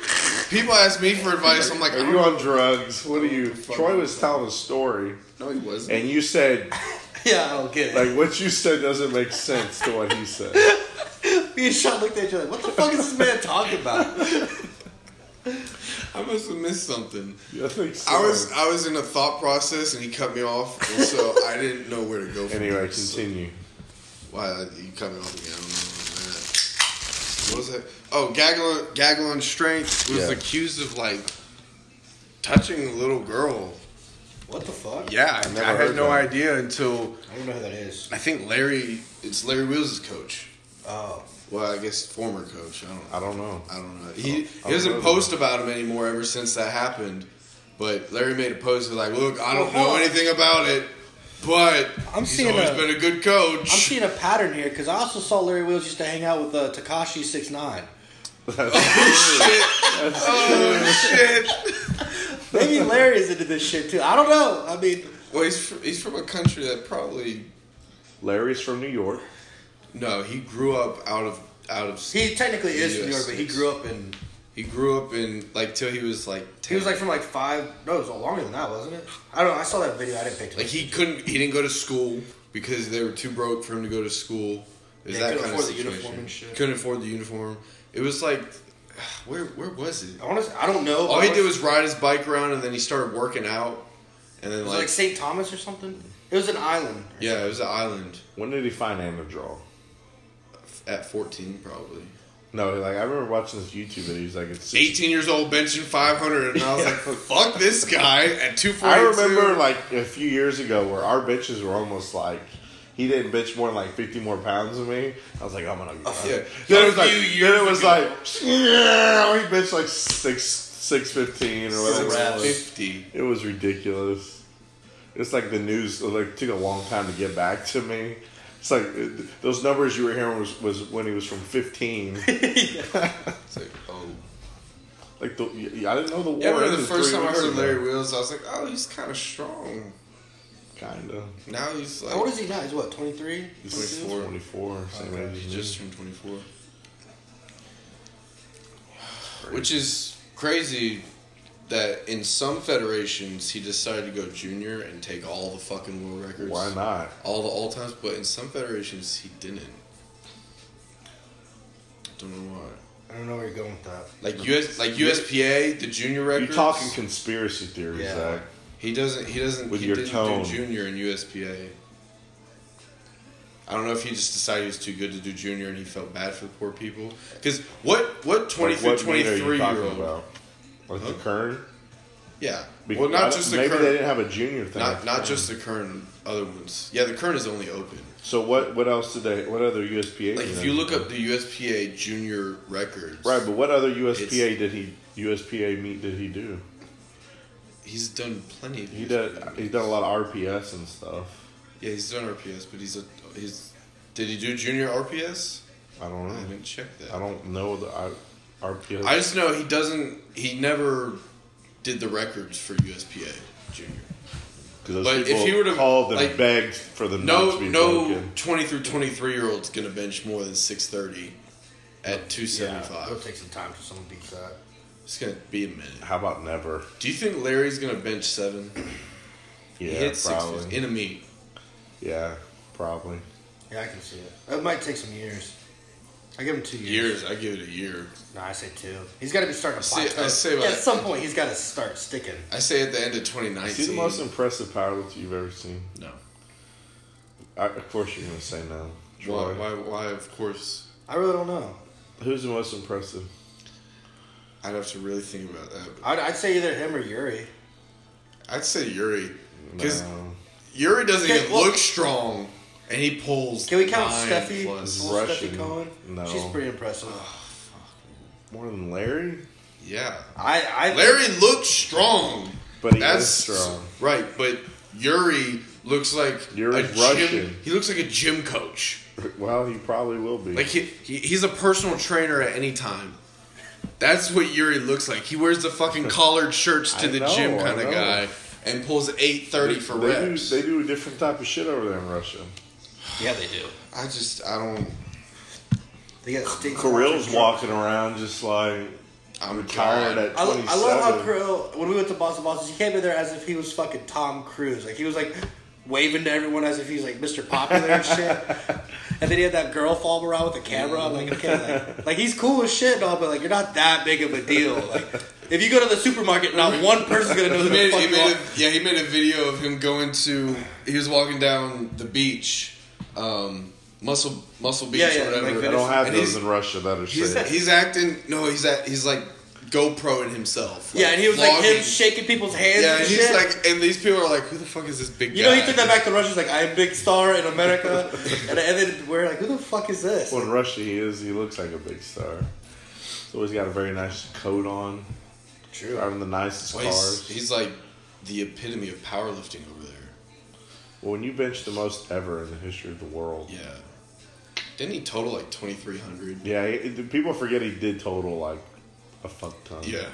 Speaker 1: People ask me for advice. I'm like, I
Speaker 4: are
Speaker 1: don't
Speaker 4: you
Speaker 1: know.
Speaker 4: on
Speaker 1: [LAUGHS]
Speaker 4: drugs? What are you? Troy was telling a story,
Speaker 1: No, he wasn't.
Speaker 4: and you said
Speaker 3: [LAUGHS] Yeah, I don't get it.
Speaker 4: like what you said doesn't make sense to what he
Speaker 1: [LAUGHS]
Speaker 4: said.
Speaker 3: Me and Sean looked at each other. What the fuck is this man talking about? [LAUGHS]
Speaker 1: I must have missed something.
Speaker 4: I think so.
Speaker 1: I was I was in a thought process, and he cut me off, and
Speaker 4: [LAUGHS]
Speaker 1: so I didn't know where to go. From
Speaker 4: Anyway,
Speaker 1: there, so-
Speaker 4: continue.
Speaker 1: Why you cut me off again? I don't know. Man. What was that? Oh, Gaglon, Gaglon Strength was
Speaker 4: Yeah.
Speaker 1: accused of like touching a little girl.
Speaker 3: What the fuck?
Speaker 1: Yeah, I,
Speaker 4: never
Speaker 1: had
Speaker 4: heard
Speaker 1: no
Speaker 4: that.
Speaker 1: idea until
Speaker 3: I don't even know who that is.
Speaker 1: I think Larry. It's Larry Wills' coach.
Speaker 3: Oh,
Speaker 1: Well, I guess former coach. I don't.
Speaker 4: I don't know.
Speaker 1: I don't know. He,
Speaker 4: I don't
Speaker 1: he doesn't
Speaker 4: know.
Speaker 1: post about him anymore ever since that happened. But Larry made a post like, "Look, I don't
Speaker 3: Well, hold
Speaker 1: know
Speaker 3: on.
Speaker 1: anything about it, but
Speaker 6: I'm
Speaker 1: he's
Speaker 6: seeing
Speaker 1: always
Speaker 6: a-
Speaker 1: been a good coach."
Speaker 6: I'm
Speaker 1: [LAUGHS]
Speaker 6: seeing a pattern here because I also saw Larry Wills used to hang out with uh, Takashi Six Nine.
Speaker 1: oh shit!
Speaker 6: Maybe Larry is into this shit too. I don't know. I mean,
Speaker 1: Well, he's from, he's from a country that probably
Speaker 4: Larry's from New York.
Speaker 1: no. He grew up out of out of
Speaker 3: he technically is from New
Speaker 1: Yes.
Speaker 3: York, but he grew up in.
Speaker 1: he grew up in like till he was like ten.
Speaker 3: He was like from like five. No, it was longer than that, wasn't it? I don't know. I saw that video. I didn't pay attention.
Speaker 1: Like he couldn't. He didn't go to school because they were too broke for him to go to school. Is
Speaker 3: Yeah,
Speaker 1: that
Speaker 3: couldn't
Speaker 1: kind
Speaker 3: afford
Speaker 1: of
Speaker 3: the
Speaker 1: situation?
Speaker 3: uniform and shit.
Speaker 1: Couldn't afford the uniform. It was like, [SIGHS] where where was it?
Speaker 3: Honestly, I don't know.
Speaker 1: All he did
Speaker 3: Honestly-
Speaker 1: was ride his bike around and then he started working out, and then
Speaker 3: It was
Speaker 1: like,
Speaker 3: like St. Thomas or something. It was an island.
Speaker 1: yeah, it was an island
Speaker 4: When did he find Anadrol?
Speaker 1: at fourteen probably.
Speaker 4: No, like I remember watching this YouTube video. He's like, it's six-
Speaker 1: 18 years old benching 500 and I was like fuck this guy at 242
Speaker 4: I remember like a few years ago where our bitches were almost like. He didn't bitch more than like fifty more pounds than me. I was like, I'm gonna.
Speaker 1: Oh, yeah.
Speaker 4: Then it
Speaker 1: A
Speaker 4: was like,
Speaker 1: few
Speaker 4: then it
Speaker 1: years
Speaker 4: was
Speaker 1: ago.
Speaker 4: like, yeah, he bitched like six, six fifteen or whatever. it was.
Speaker 1: 650
Speaker 4: It was ridiculous. It's like the news like took a long time to get back to me. It's like it, those numbers you were hearing was, was when he was from 15.
Speaker 1: it's like oh
Speaker 4: like the, yeah, I didn't know the war.
Speaker 1: yeah I remember the
Speaker 4: ended
Speaker 1: first
Speaker 4: three
Speaker 1: time I
Speaker 4: weeks
Speaker 1: heard
Speaker 4: ago.
Speaker 1: Larry Wills I was like oh he's kind of strong
Speaker 4: Kinda.
Speaker 1: now he's like
Speaker 3: How old is he now? He's what, 23?
Speaker 4: He's like
Speaker 1: 24.
Speaker 4: 24, same age as
Speaker 1: He
Speaker 4: me.
Speaker 1: just turned 24. Which is crazy that in some federations he decided to go junior and take all the fucking world records.
Speaker 4: Why not?
Speaker 1: All the all times, but in some federations he didn't. Don't know why.
Speaker 3: I don't know where you're going with that.
Speaker 1: Like US, like USPA, the junior records.
Speaker 4: You talking conspiracy theories,
Speaker 3: Yeah.
Speaker 4: Zach?
Speaker 1: He doesn't. He doesn't.
Speaker 4: With
Speaker 1: he
Speaker 4: your
Speaker 1: didn't
Speaker 4: tone.
Speaker 1: do junior in USPA. I don't know if he just decided he was too good to do junior and he felt bad for the poor people. Because what what 20
Speaker 4: Like,
Speaker 1: through
Speaker 4: what meat
Speaker 1: 23
Speaker 4: are you
Speaker 1: year
Speaker 4: talking
Speaker 1: old?
Speaker 4: about? Like the
Speaker 1: Huh?
Speaker 4: Kern?
Speaker 1: Yeah.
Speaker 4: Be-
Speaker 1: well,
Speaker 4: I
Speaker 1: not
Speaker 4: don't-
Speaker 1: just the
Speaker 4: maybe they
Speaker 1: current.
Speaker 4: didn't have a junior thing.
Speaker 1: Not not just the current other ones. Yeah, the current is only open.
Speaker 4: So what? What else did they? What other USPA?
Speaker 1: Like if you look up the USPA junior records,
Speaker 4: right, but what other USPA
Speaker 1: It's-
Speaker 4: did he USPA meet did he do?
Speaker 1: he's done plenty. Of
Speaker 4: He
Speaker 1: USPA
Speaker 4: did. He's done a lot of RPS and stuff.
Speaker 1: Yeah, he's done RPS, but he's a he's. Did he do junior RPS?
Speaker 4: I don't
Speaker 1: I
Speaker 4: know.
Speaker 1: haven't checked that.
Speaker 4: I don't know the I, RPS.
Speaker 1: I just know he doesn't. He never did the records for USPA Junior.
Speaker 4: 'cause those
Speaker 1: but if
Speaker 4: people
Speaker 1: he would've,
Speaker 4: called and
Speaker 1: like,
Speaker 4: begged for them not
Speaker 1: No,
Speaker 4: to be
Speaker 1: no,
Speaker 4: broken.
Speaker 1: twenty through twenty-three year old's gonna bench more than six thirty at two seventy-five.
Speaker 3: It'll take some time till someone beats that.
Speaker 1: It's gonna be a minute.
Speaker 4: How about never?
Speaker 1: Do you think Larry's gonna bench seven?
Speaker 4: Yeah,
Speaker 1: he hit six
Speaker 4: probably.
Speaker 1: in a meet.
Speaker 4: yeah, probably.
Speaker 3: Yeah, I can see it. It might take some years. I give him two years.
Speaker 1: Years, I give it a year.
Speaker 3: No, I say two. He's got to be starting to
Speaker 1: I say-
Speaker 3: plateau.
Speaker 1: I say
Speaker 3: yeah,
Speaker 1: about-
Speaker 3: at some point, he's got to start sticking.
Speaker 1: I say at the end of twenty
Speaker 4: Is he the
Speaker 1: nineteen.
Speaker 4: most impressive powerlifter you've ever seen?
Speaker 1: No,
Speaker 4: I, of course, you're gonna say no.
Speaker 1: why,
Speaker 4: Troy.
Speaker 1: why? Why? Of course,
Speaker 3: I really don't know.
Speaker 4: Who's the most impressive?
Speaker 1: I'd have to really think about that. but
Speaker 3: I'd, I'd say either him or Yuri.
Speaker 1: I'd say Yuri, because
Speaker 4: No.
Speaker 1: Yuri doesn't
Speaker 3: Okay,
Speaker 1: even
Speaker 3: well-
Speaker 1: look strong, and he pulls.
Speaker 3: Can we count
Speaker 1: nine
Speaker 3: Steffi?
Speaker 1: plus.
Speaker 3: Little
Speaker 4: Russian.
Speaker 3: Steffi Cohen?
Speaker 4: No.
Speaker 3: She's pretty impressive.
Speaker 4: more than Larry, [LAUGHS]
Speaker 1: Yeah.
Speaker 3: I, I
Speaker 1: Larry looks strong.
Speaker 4: but he is strong.
Speaker 1: Right, but Yuri looks like
Speaker 4: Yuri's
Speaker 1: a
Speaker 4: Russian.
Speaker 1: gym, He looks like a gym coach.
Speaker 4: Well, he probably will be.
Speaker 1: Like he, he he's a personal trainer at any time.
Speaker 4: [LAUGHS]
Speaker 1: That's what Yuri looks like. He wears the fucking collared shirts to
Speaker 4: I
Speaker 1: the
Speaker 4: know,
Speaker 1: gym
Speaker 4: I
Speaker 1: kind of
Speaker 4: know.
Speaker 1: guy. and pulls 830 for
Speaker 4: they do,
Speaker 1: reps.
Speaker 4: they do a different type of shit over there in Russia.
Speaker 6: Yeah, they do.
Speaker 1: I just I don't.
Speaker 3: They got stinks.
Speaker 4: Kirill's walking around just like
Speaker 1: I'm
Speaker 4: retired
Speaker 1: God.
Speaker 4: at
Speaker 3: I, lo-
Speaker 4: 27.
Speaker 3: I love how Krill, when we went to Boston Boston, he came in there as if he was fucking Tom Cruise. Like, he was like waving to everyone as if he's like Mr. Popular and shit. And then he had that girl follow around with a camera. I'm like, okay, like, like, he's cool as shit and all, but like, you're not that big of a deal. Like, if you go to the supermarket, not one person's gonna know who
Speaker 1: He
Speaker 3: the
Speaker 1: made,
Speaker 3: fuck
Speaker 1: he
Speaker 3: you
Speaker 1: made
Speaker 3: are.
Speaker 1: a, yeah, he made a video of him going to. He was walking down the beach, um, Muscle Muscle Beach
Speaker 3: Yeah, yeah,
Speaker 1: or whatever.
Speaker 3: like
Speaker 4: I don't have
Speaker 1: And
Speaker 4: those
Speaker 1: he's,
Speaker 4: in Russia that are
Speaker 1: he's,
Speaker 4: safe.
Speaker 1: he's acting. No, he's at. He's like GoPro in himself.
Speaker 3: Yeah, and he was like him
Speaker 1: vlogging.
Speaker 3: shaking people's hands
Speaker 1: Yeah,
Speaker 3: and
Speaker 1: and
Speaker 3: shit.
Speaker 1: he's like, and these people are like, who the fuck is this big
Speaker 3: you
Speaker 1: guy?
Speaker 3: know, he took that back to Russia. He's like, I'm a big star in
Speaker 4: [LAUGHS]
Speaker 3: America. and, and then we're like, who the fuck is this?
Speaker 4: Well, in Russia, he is. He looks like a big star. He's always got a very nice coat on.
Speaker 3: True.
Speaker 4: Driving the nicest
Speaker 1: Well,
Speaker 4: cars.
Speaker 1: he's, he's like the epitome of powerlifting over there.
Speaker 4: well, when you bench the most ever in the history of the world.
Speaker 1: Yeah. Didn't he total like 2,300?
Speaker 4: Yeah, it- it- people forget he did total like a fuck ton.
Speaker 1: Yeah.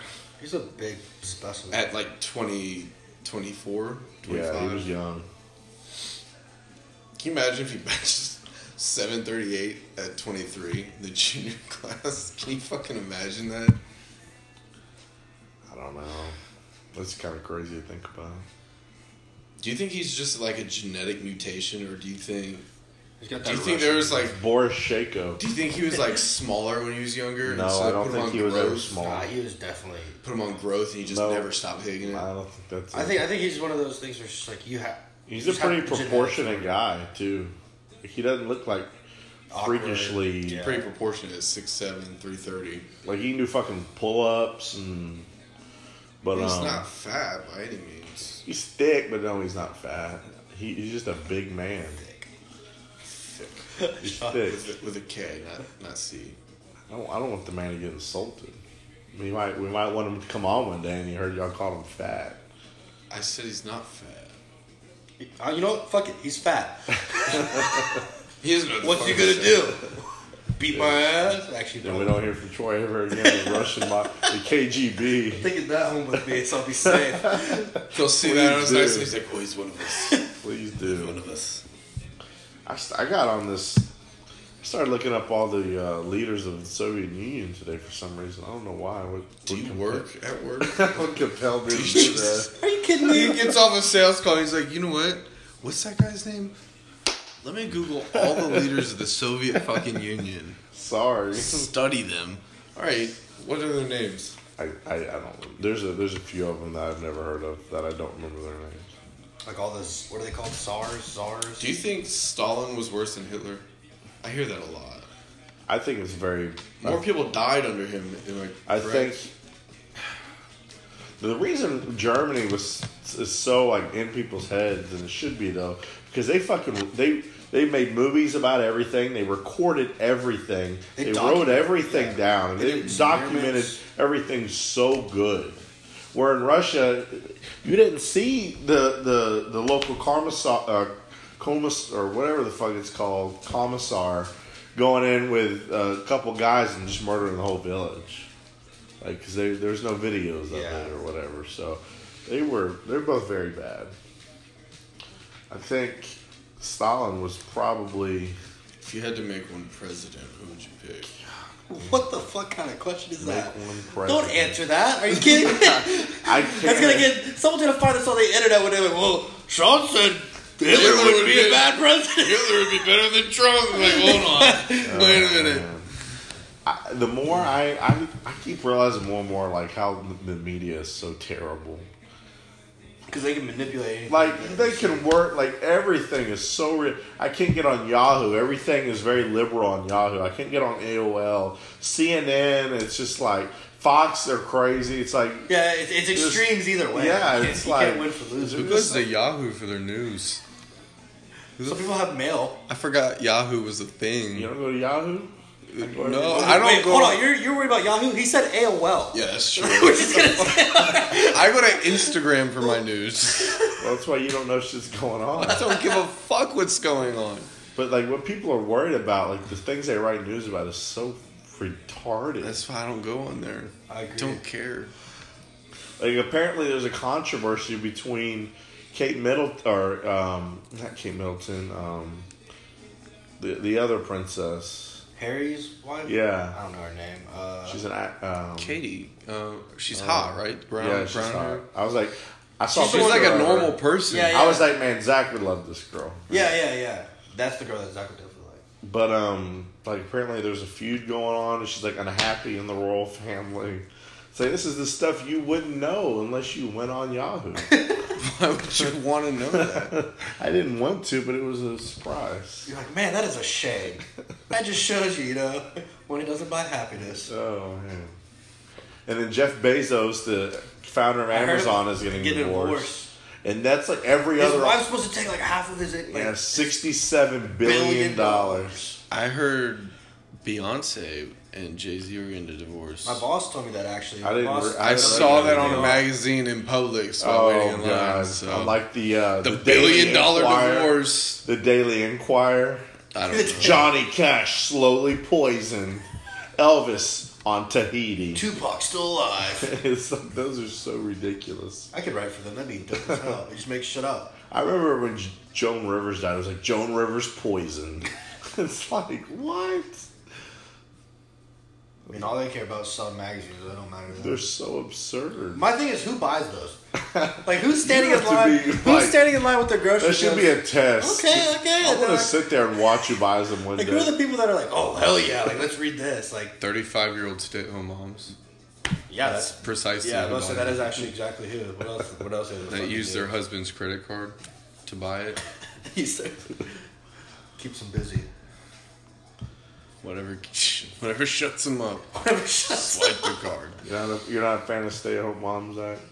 Speaker 3: He's a big specimen.
Speaker 1: At like 20, 24, 25.
Speaker 4: Yeah, he was young.
Speaker 1: Can you imagine if he [LAUGHS] benches 738 at 23 in the junior [LAUGHS] class? Can you fucking imagine that?
Speaker 4: I don't know. That's kind of crazy to think about.
Speaker 1: Do you think he's just like a genetic mutation or do you think
Speaker 3: He's got
Speaker 1: do you
Speaker 3: that
Speaker 1: think there was like
Speaker 4: Boris Shako.
Speaker 1: do you think he was like smaller when he was younger?
Speaker 4: No,
Speaker 1: so
Speaker 4: I
Speaker 1: they
Speaker 4: don't
Speaker 1: put him
Speaker 4: think
Speaker 1: on
Speaker 4: he was ever
Speaker 1: growth-
Speaker 4: small.
Speaker 3: Nah,
Speaker 4: I
Speaker 3: Ah, he was definitely.
Speaker 1: Put him on growth and he just
Speaker 4: No.
Speaker 1: never stopped hitting it.
Speaker 4: don't think that's.
Speaker 3: I
Speaker 4: it.
Speaker 3: think I think he's one of those things where it's just like you have.
Speaker 4: he's
Speaker 3: you
Speaker 4: a
Speaker 3: just have
Speaker 4: pretty
Speaker 3: genetics.
Speaker 4: proportionate guy too. He doesn't look like
Speaker 3: Awkward.
Speaker 4: freakishly.
Speaker 3: Yeah.
Speaker 1: Pretty proportionate, 6'7", 330.
Speaker 4: Like he can do fucking pull ups and. But
Speaker 1: He's
Speaker 4: um,
Speaker 1: not fat by any means.
Speaker 4: he's thick, but no, he's not fat. He, he's just a big man.
Speaker 1: [LAUGHS]
Speaker 4: He's thick.
Speaker 1: With a, with a K, not not C.
Speaker 4: I don't, I don't want the man to get insulted. We might we might want him to come on one day and he heard y'all call him fat.
Speaker 1: I said he's not fat.
Speaker 3: Uh, you know what? Fuck it. He's
Speaker 4: [LAUGHS]
Speaker 3: fat.
Speaker 1: He doesn't know the
Speaker 3: What's
Speaker 1: fuck
Speaker 3: he
Speaker 1: I'm
Speaker 3: gonna
Speaker 1: saying.
Speaker 3: do? Beat my ass? Actually,
Speaker 4: And
Speaker 3: no.
Speaker 4: we don't hear from Troy ever again. The Russian mob, the KGB.
Speaker 3: Thinking that home with me, so I'll be safe. [LAUGHS]
Speaker 1: He'll see that on his
Speaker 4: Please do.
Speaker 1: eyes and he's like, oh, he's one of us.
Speaker 4: Please
Speaker 1: He's one
Speaker 4: do.
Speaker 1: of us.
Speaker 4: I, st- I got on this. I started looking up all the uh, leaders of the Soviet Union today for some reason. I don't know why. What,
Speaker 1: Do
Speaker 4: what
Speaker 1: you
Speaker 4: compa-
Speaker 1: work at work?
Speaker 3: [LAUGHS]
Speaker 4: What compelled me to do that?
Speaker 1: Jesus.
Speaker 3: Are you kidding
Speaker 1: he
Speaker 3: me?
Speaker 1: gets off a sales call. He's like, you know what? What's that guy's name? Let me Google all the leaders of the Soviet fucking Union.
Speaker 4: Sorry.
Speaker 1: Study them. All right. What are their names?
Speaker 4: [LAUGHS] I, I, I don't. There's a there's a few of them that I've never heard of that I don't remember their names.
Speaker 3: Like all those, what are they called? SARS, SARS.
Speaker 1: Do you think Stalin was worse than Hitler? I hear that a lot.
Speaker 4: I think it's very.
Speaker 1: More people died under him. In like,
Speaker 4: I think the reason Germany was is so like in people's heads, and it should be though, because they fucking they they made movies about everything, they recorded everything,
Speaker 3: They
Speaker 4: they, wrote
Speaker 3: documented,
Speaker 4: everything
Speaker 3: yeah.
Speaker 4: down, and
Speaker 3: They
Speaker 4: they,
Speaker 3: did
Speaker 4: documented
Speaker 3: experiments.
Speaker 4: everything so good. Where in Russia, you didn't see the the the local commissar, uh, commiss, or whatever the fuck it's called, commissar, going in with a couple guys and just murdering the whole village, like because there's no videos of
Speaker 3: Yeah.
Speaker 4: it or whatever. So they were they're both very bad. I think Stalin was probably
Speaker 1: if you had to make one president, who would you pick?
Speaker 3: What the fuck kind of question is that?
Speaker 4: one
Speaker 3: Don't
Speaker 4: president.
Speaker 3: answer that. Are you kidding me?
Speaker 4: [LAUGHS]
Speaker 3: [LAUGHS]
Speaker 4: I
Speaker 3: That's gonna get someone's gonna find this on the internet when they're like, "Well, Sean said Hitler
Speaker 1: Hitler
Speaker 3: would
Speaker 1: would
Speaker 3: be a
Speaker 1: be-
Speaker 3: bad president." [LAUGHS]
Speaker 1: Hitler would be better than Trump. Like,
Speaker 4: [LAUGHS]
Speaker 1: hold on. Wait a minute.
Speaker 4: Uh, I, the more I, I I keep realizing more and more like how the media is so terrible.
Speaker 3: Because they can manipulate anything.
Speaker 4: Like they can work. Like everything is so. Re- I can't get on Yahoo. Everything is very liberal on Yahoo. I can't get on AOL, CNN. It's just like Fox. They're crazy. It's like
Speaker 3: yeah, it's, it's extremes either way.
Speaker 4: yeah,
Speaker 3: you can't,
Speaker 4: it's
Speaker 3: you
Speaker 4: like-
Speaker 3: can't win for
Speaker 1: Who
Speaker 3: losers.
Speaker 1: goes to Yahoo for their news?
Speaker 3: Some people have mail.
Speaker 1: I forgot Yahoo was a thing.
Speaker 4: you don't go to Yahoo.
Speaker 1: no, I don't
Speaker 3: Wait,
Speaker 1: go.
Speaker 3: hold on. You're, you're worried about Yahoo? He said AOL.
Speaker 1: yeah, that's true.
Speaker 3: Which is gonna
Speaker 1: [LAUGHS]
Speaker 3: say,
Speaker 1: I go to Instagram for my news. [LAUGHS]
Speaker 4: Well, that's why you don't know shit's going on.
Speaker 1: I don't give a fuck what's going on.
Speaker 4: But like what people are worried about, like the things they write news about, is so retarded.
Speaker 1: That's why I don't go on there.
Speaker 3: I agree.
Speaker 1: Don't care.
Speaker 4: Like apparently, there's a controversy between Kate Middleton or um, not Kate Middleton, um, the the other princess.
Speaker 3: Harry's wife?
Speaker 4: Yeah.
Speaker 3: I don't know her name. Uh,
Speaker 4: She's an act- um,
Speaker 1: Katie, uh, she's hot, right? Brown,
Speaker 4: yeah, she's
Speaker 1: brown
Speaker 4: hot.
Speaker 1: hair.
Speaker 4: I was like, I saw.
Speaker 1: She's like
Speaker 4: picture
Speaker 1: a
Speaker 4: of her.
Speaker 1: normal person.
Speaker 3: Yeah,
Speaker 4: I was like, man, Zach would love this girl.
Speaker 3: yeah, yeah, yeah. That's the girl that Zucker definitely like.
Speaker 4: But um, like apparently there's a feud going on, and she's like unhappy in the royal family. It's like this is the stuff you wouldn't know unless you went on Yahoo.
Speaker 1: [LAUGHS] Why would you want to know that?
Speaker 4: I didn't want to, but it was a surprise.
Speaker 3: You're like, man, that is
Speaker 4: [LAUGHS]
Speaker 3: a shame. that just shows you, you know, [LAUGHS] when it doesn't buy happiness.
Speaker 4: Oh man! And then Jeff Bezos, the founder of
Speaker 3: heard
Speaker 4: Amazon, is getting
Speaker 3: getting a
Speaker 4: divorced.
Speaker 3: divorced.
Speaker 4: and that's like every
Speaker 3: His
Speaker 4: other.
Speaker 3: wife's supposed to take like half of his like,
Speaker 4: yeah, sixty-seven billion dollars.
Speaker 1: I heard Beyonce and Jay Z were getting a divorce.
Speaker 3: My boss told me that actually.
Speaker 4: I didn't
Speaker 3: My boss-
Speaker 4: re-
Speaker 1: I saw that on a
Speaker 4: Yeah.
Speaker 1: magazine in public, so I waited
Speaker 4: Oh
Speaker 1: in line.
Speaker 4: god!
Speaker 1: So.
Speaker 4: I like the uh,
Speaker 1: the,
Speaker 4: Daily
Speaker 1: billion dollar
Speaker 4: Enquirer-
Speaker 1: divorce.
Speaker 4: The Daily Enquirer.
Speaker 1: I don't know.
Speaker 4: Johnny Cash slowly poisoned Elvis on Tahiti.
Speaker 3: Tupac still alive.
Speaker 4: [LAUGHS] It's like, those are so ridiculous.
Speaker 3: I could write for them. That'd be dope as hell. They just make shit up.
Speaker 4: I remember when J- Joan Rivers died. It was like Joan Rivers poisoned. [LAUGHS] it's like what?
Speaker 3: I mean, all they care about is selling magazines. It don't matter. to them.
Speaker 4: They're so absurd.
Speaker 3: My thing is, who buys those? Like, who's standing
Speaker 4: You
Speaker 3: in
Speaker 4: have to
Speaker 3: line?
Speaker 4: be,
Speaker 3: who's
Speaker 4: like-
Speaker 3: standing in line with their groceries?
Speaker 4: that should be a test.
Speaker 3: Okay, okay,
Speaker 4: I'm gonna
Speaker 3: doc.
Speaker 4: sit there and watch you buy some one
Speaker 3: like,
Speaker 4: day.
Speaker 3: who are the people that are like, oh hell yeah, like let's read this. Like,
Speaker 1: Thirty-five year old stay-at-home moms.
Speaker 3: yeah,
Speaker 1: That's precisely.
Speaker 3: Yeah, I
Speaker 1: who
Speaker 3: must say
Speaker 1: bought
Speaker 3: that
Speaker 1: it.
Speaker 3: is actually exactly who. What else? What else? Is
Speaker 1: That used
Speaker 3: [LAUGHS]
Speaker 1: their husband's credit card to buy it.
Speaker 3: [LAUGHS] keeps them busy. [LAUGHS]
Speaker 1: Whatever, [LAUGHS] whatever shuts them up.
Speaker 3: Whatever. shuts
Speaker 1: Swipe the card.
Speaker 4: you're, not a, you're not a fan of stay-at-home moms, Zach. [LAUGHS]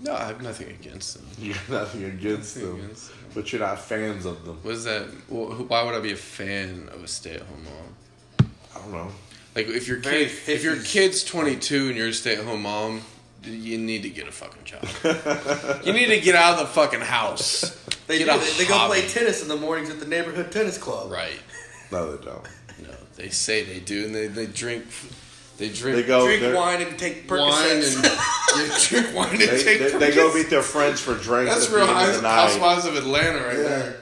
Speaker 1: No, I have nothing against them.
Speaker 4: You got nothing against
Speaker 1: Nothing
Speaker 4: them,
Speaker 1: against them.
Speaker 4: but you're not fans of them.
Speaker 1: What is that? Well, who- why would I be a fan of a stay-at-home mom?
Speaker 4: I don't know.
Speaker 1: Like if your
Speaker 3: Very
Speaker 1: kid, if your
Speaker 3: 50s.
Speaker 1: kid's 22 and you're a stay-at-home mom, you need to get a fucking job.
Speaker 3: [LAUGHS]
Speaker 1: you need to get out of the fucking house.
Speaker 3: They, do.
Speaker 1: Get a
Speaker 3: they, they go
Speaker 1: hobby.
Speaker 3: play tennis in the mornings at the neighborhood tennis club.
Speaker 1: Right.
Speaker 4: No, they don't.
Speaker 1: No, they say they do, and they, they drink. They drink.
Speaker 4: They go.
Speaker 3: Drink
Speaker 4: they're-
Speaker 3: wine and take
Speaker 1: wine
Speaker 3: Percocets.
Speaker 1: and
Speaker 3: [LAUGHS]
Speaker 1: yeah, drink wine and
Speaker 4: They,
Speaker 1: take.
Speaker 4: they, they go
Speaker 1: Percocets.
Speaker 4: meet their friends for drinks.
Speaker 1: That's
Speaker 4: at the
Speaker 1: real
Speaker 4: end of
Speaker 1: Hous-
Speaker 4: the night.
Speaker 1: Housewives of Atlanta right there.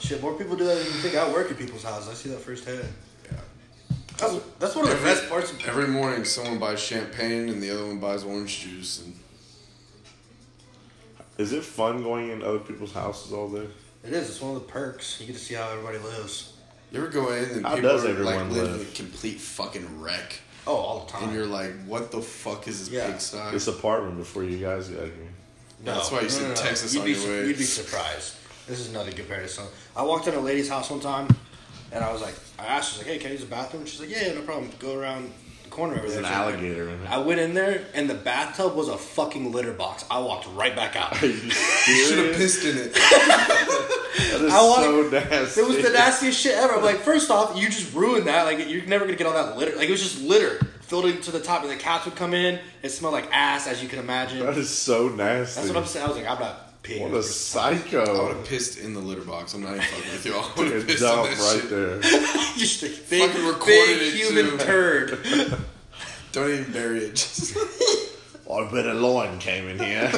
Speaker 3: Shit, more people do that than you think. I work at people's houses. I see that firsthand. That's, [LAUGHS] that's one of the
Speaker 1: Every-
Speaker 3: best parts of
Speaker 1: Every morning, someone buys champagne and the other one buys orange juice. And
Speaker 4: Is it fun going in other people's houses all day?
Speaker 3: It is. It's one of the perks. You get to see how everybody lives.
Speaker 1: you ever go in and
Speaker 4: How
Speaker 1: people
Speaker 4: does
Speaker 1: are like
Speaker 4: everyone
Speaker 1: living
Speaker 4: live?
Speaker 1: a complete fucking wreck,
Speaker 3: Oh, all the time.
Speaker 1: and you're like, "What the fuck is this
Speaker 3: Yeah.
Speaker 1: pigsty?"
Speaker 4: This apartment before you guys got
Speaker 3: [LAUGHS]
Speaker 4: here.
Speaker 3: No,
Speaker 1: That's why you said Texas
Speaker 3: you'd
Speaker 1: on
Speaker 3: be,
Speaker 1: your
Speaker 3: su-
Speaker 1: way.
Speaker 3: You'd be surprised. This is nothing compared to some. I walked in a lady's house one time, and I was like, I asked, she's like, hey, can I use the bathroom? She's like, yeah, no problem. Go around the corner over
Speaker 4: There's
Speaker 3: there.
Speaker 4: an
Speaker 3: She's like-
Speaker 4: alligator in
Speaker 3: I went in there, and the bathtub was a fucking litter box. I walked right back out.
Speaker 4: it. You
Speaker 1: should have
Speaker 4: serious?
Speaker 1: pissed in it.
Speaker 4: That is
Speaker 3: I want-
Speaker 4: so nasty.
Speaker 3: It was the nastiest shit ever. I'm like, first off, you just ruined that. Like, you're never gonna get all that litter. Like, it was just litter filled into the top, and the cats would come in. It smelled like ass, as you can imagine.
Speaker 4: That is so nasty.
Speaker 3: That's what I'm saying. I was like, I'm not peeing.
Speaker 4: What a
Speaker 1: I would
Speaker 4: psycho.
Speaker 1: have pissed in the litter box. I'm not even fucking with you. I would
Speaker 4: Fucking
Speaker 1: have pissed
Speaker 4: dump
Speaker 1: in that
Speaker 4: right
Speaker 1: shit.
Speaker 4: there.
Speaker 3: [LAUGHS] just a big,
Speaker 1: Fucking recorded it,
Speaker 3: big human
Speaker 1: too.
Speaker 3: turd.
Speaker 1: [LAUGHS] Don't even bury it. [LAUGHS] Just
Speaker 4: I bet a lion came in
Speaker 3: [LAUGHS]
Speaker 4: here.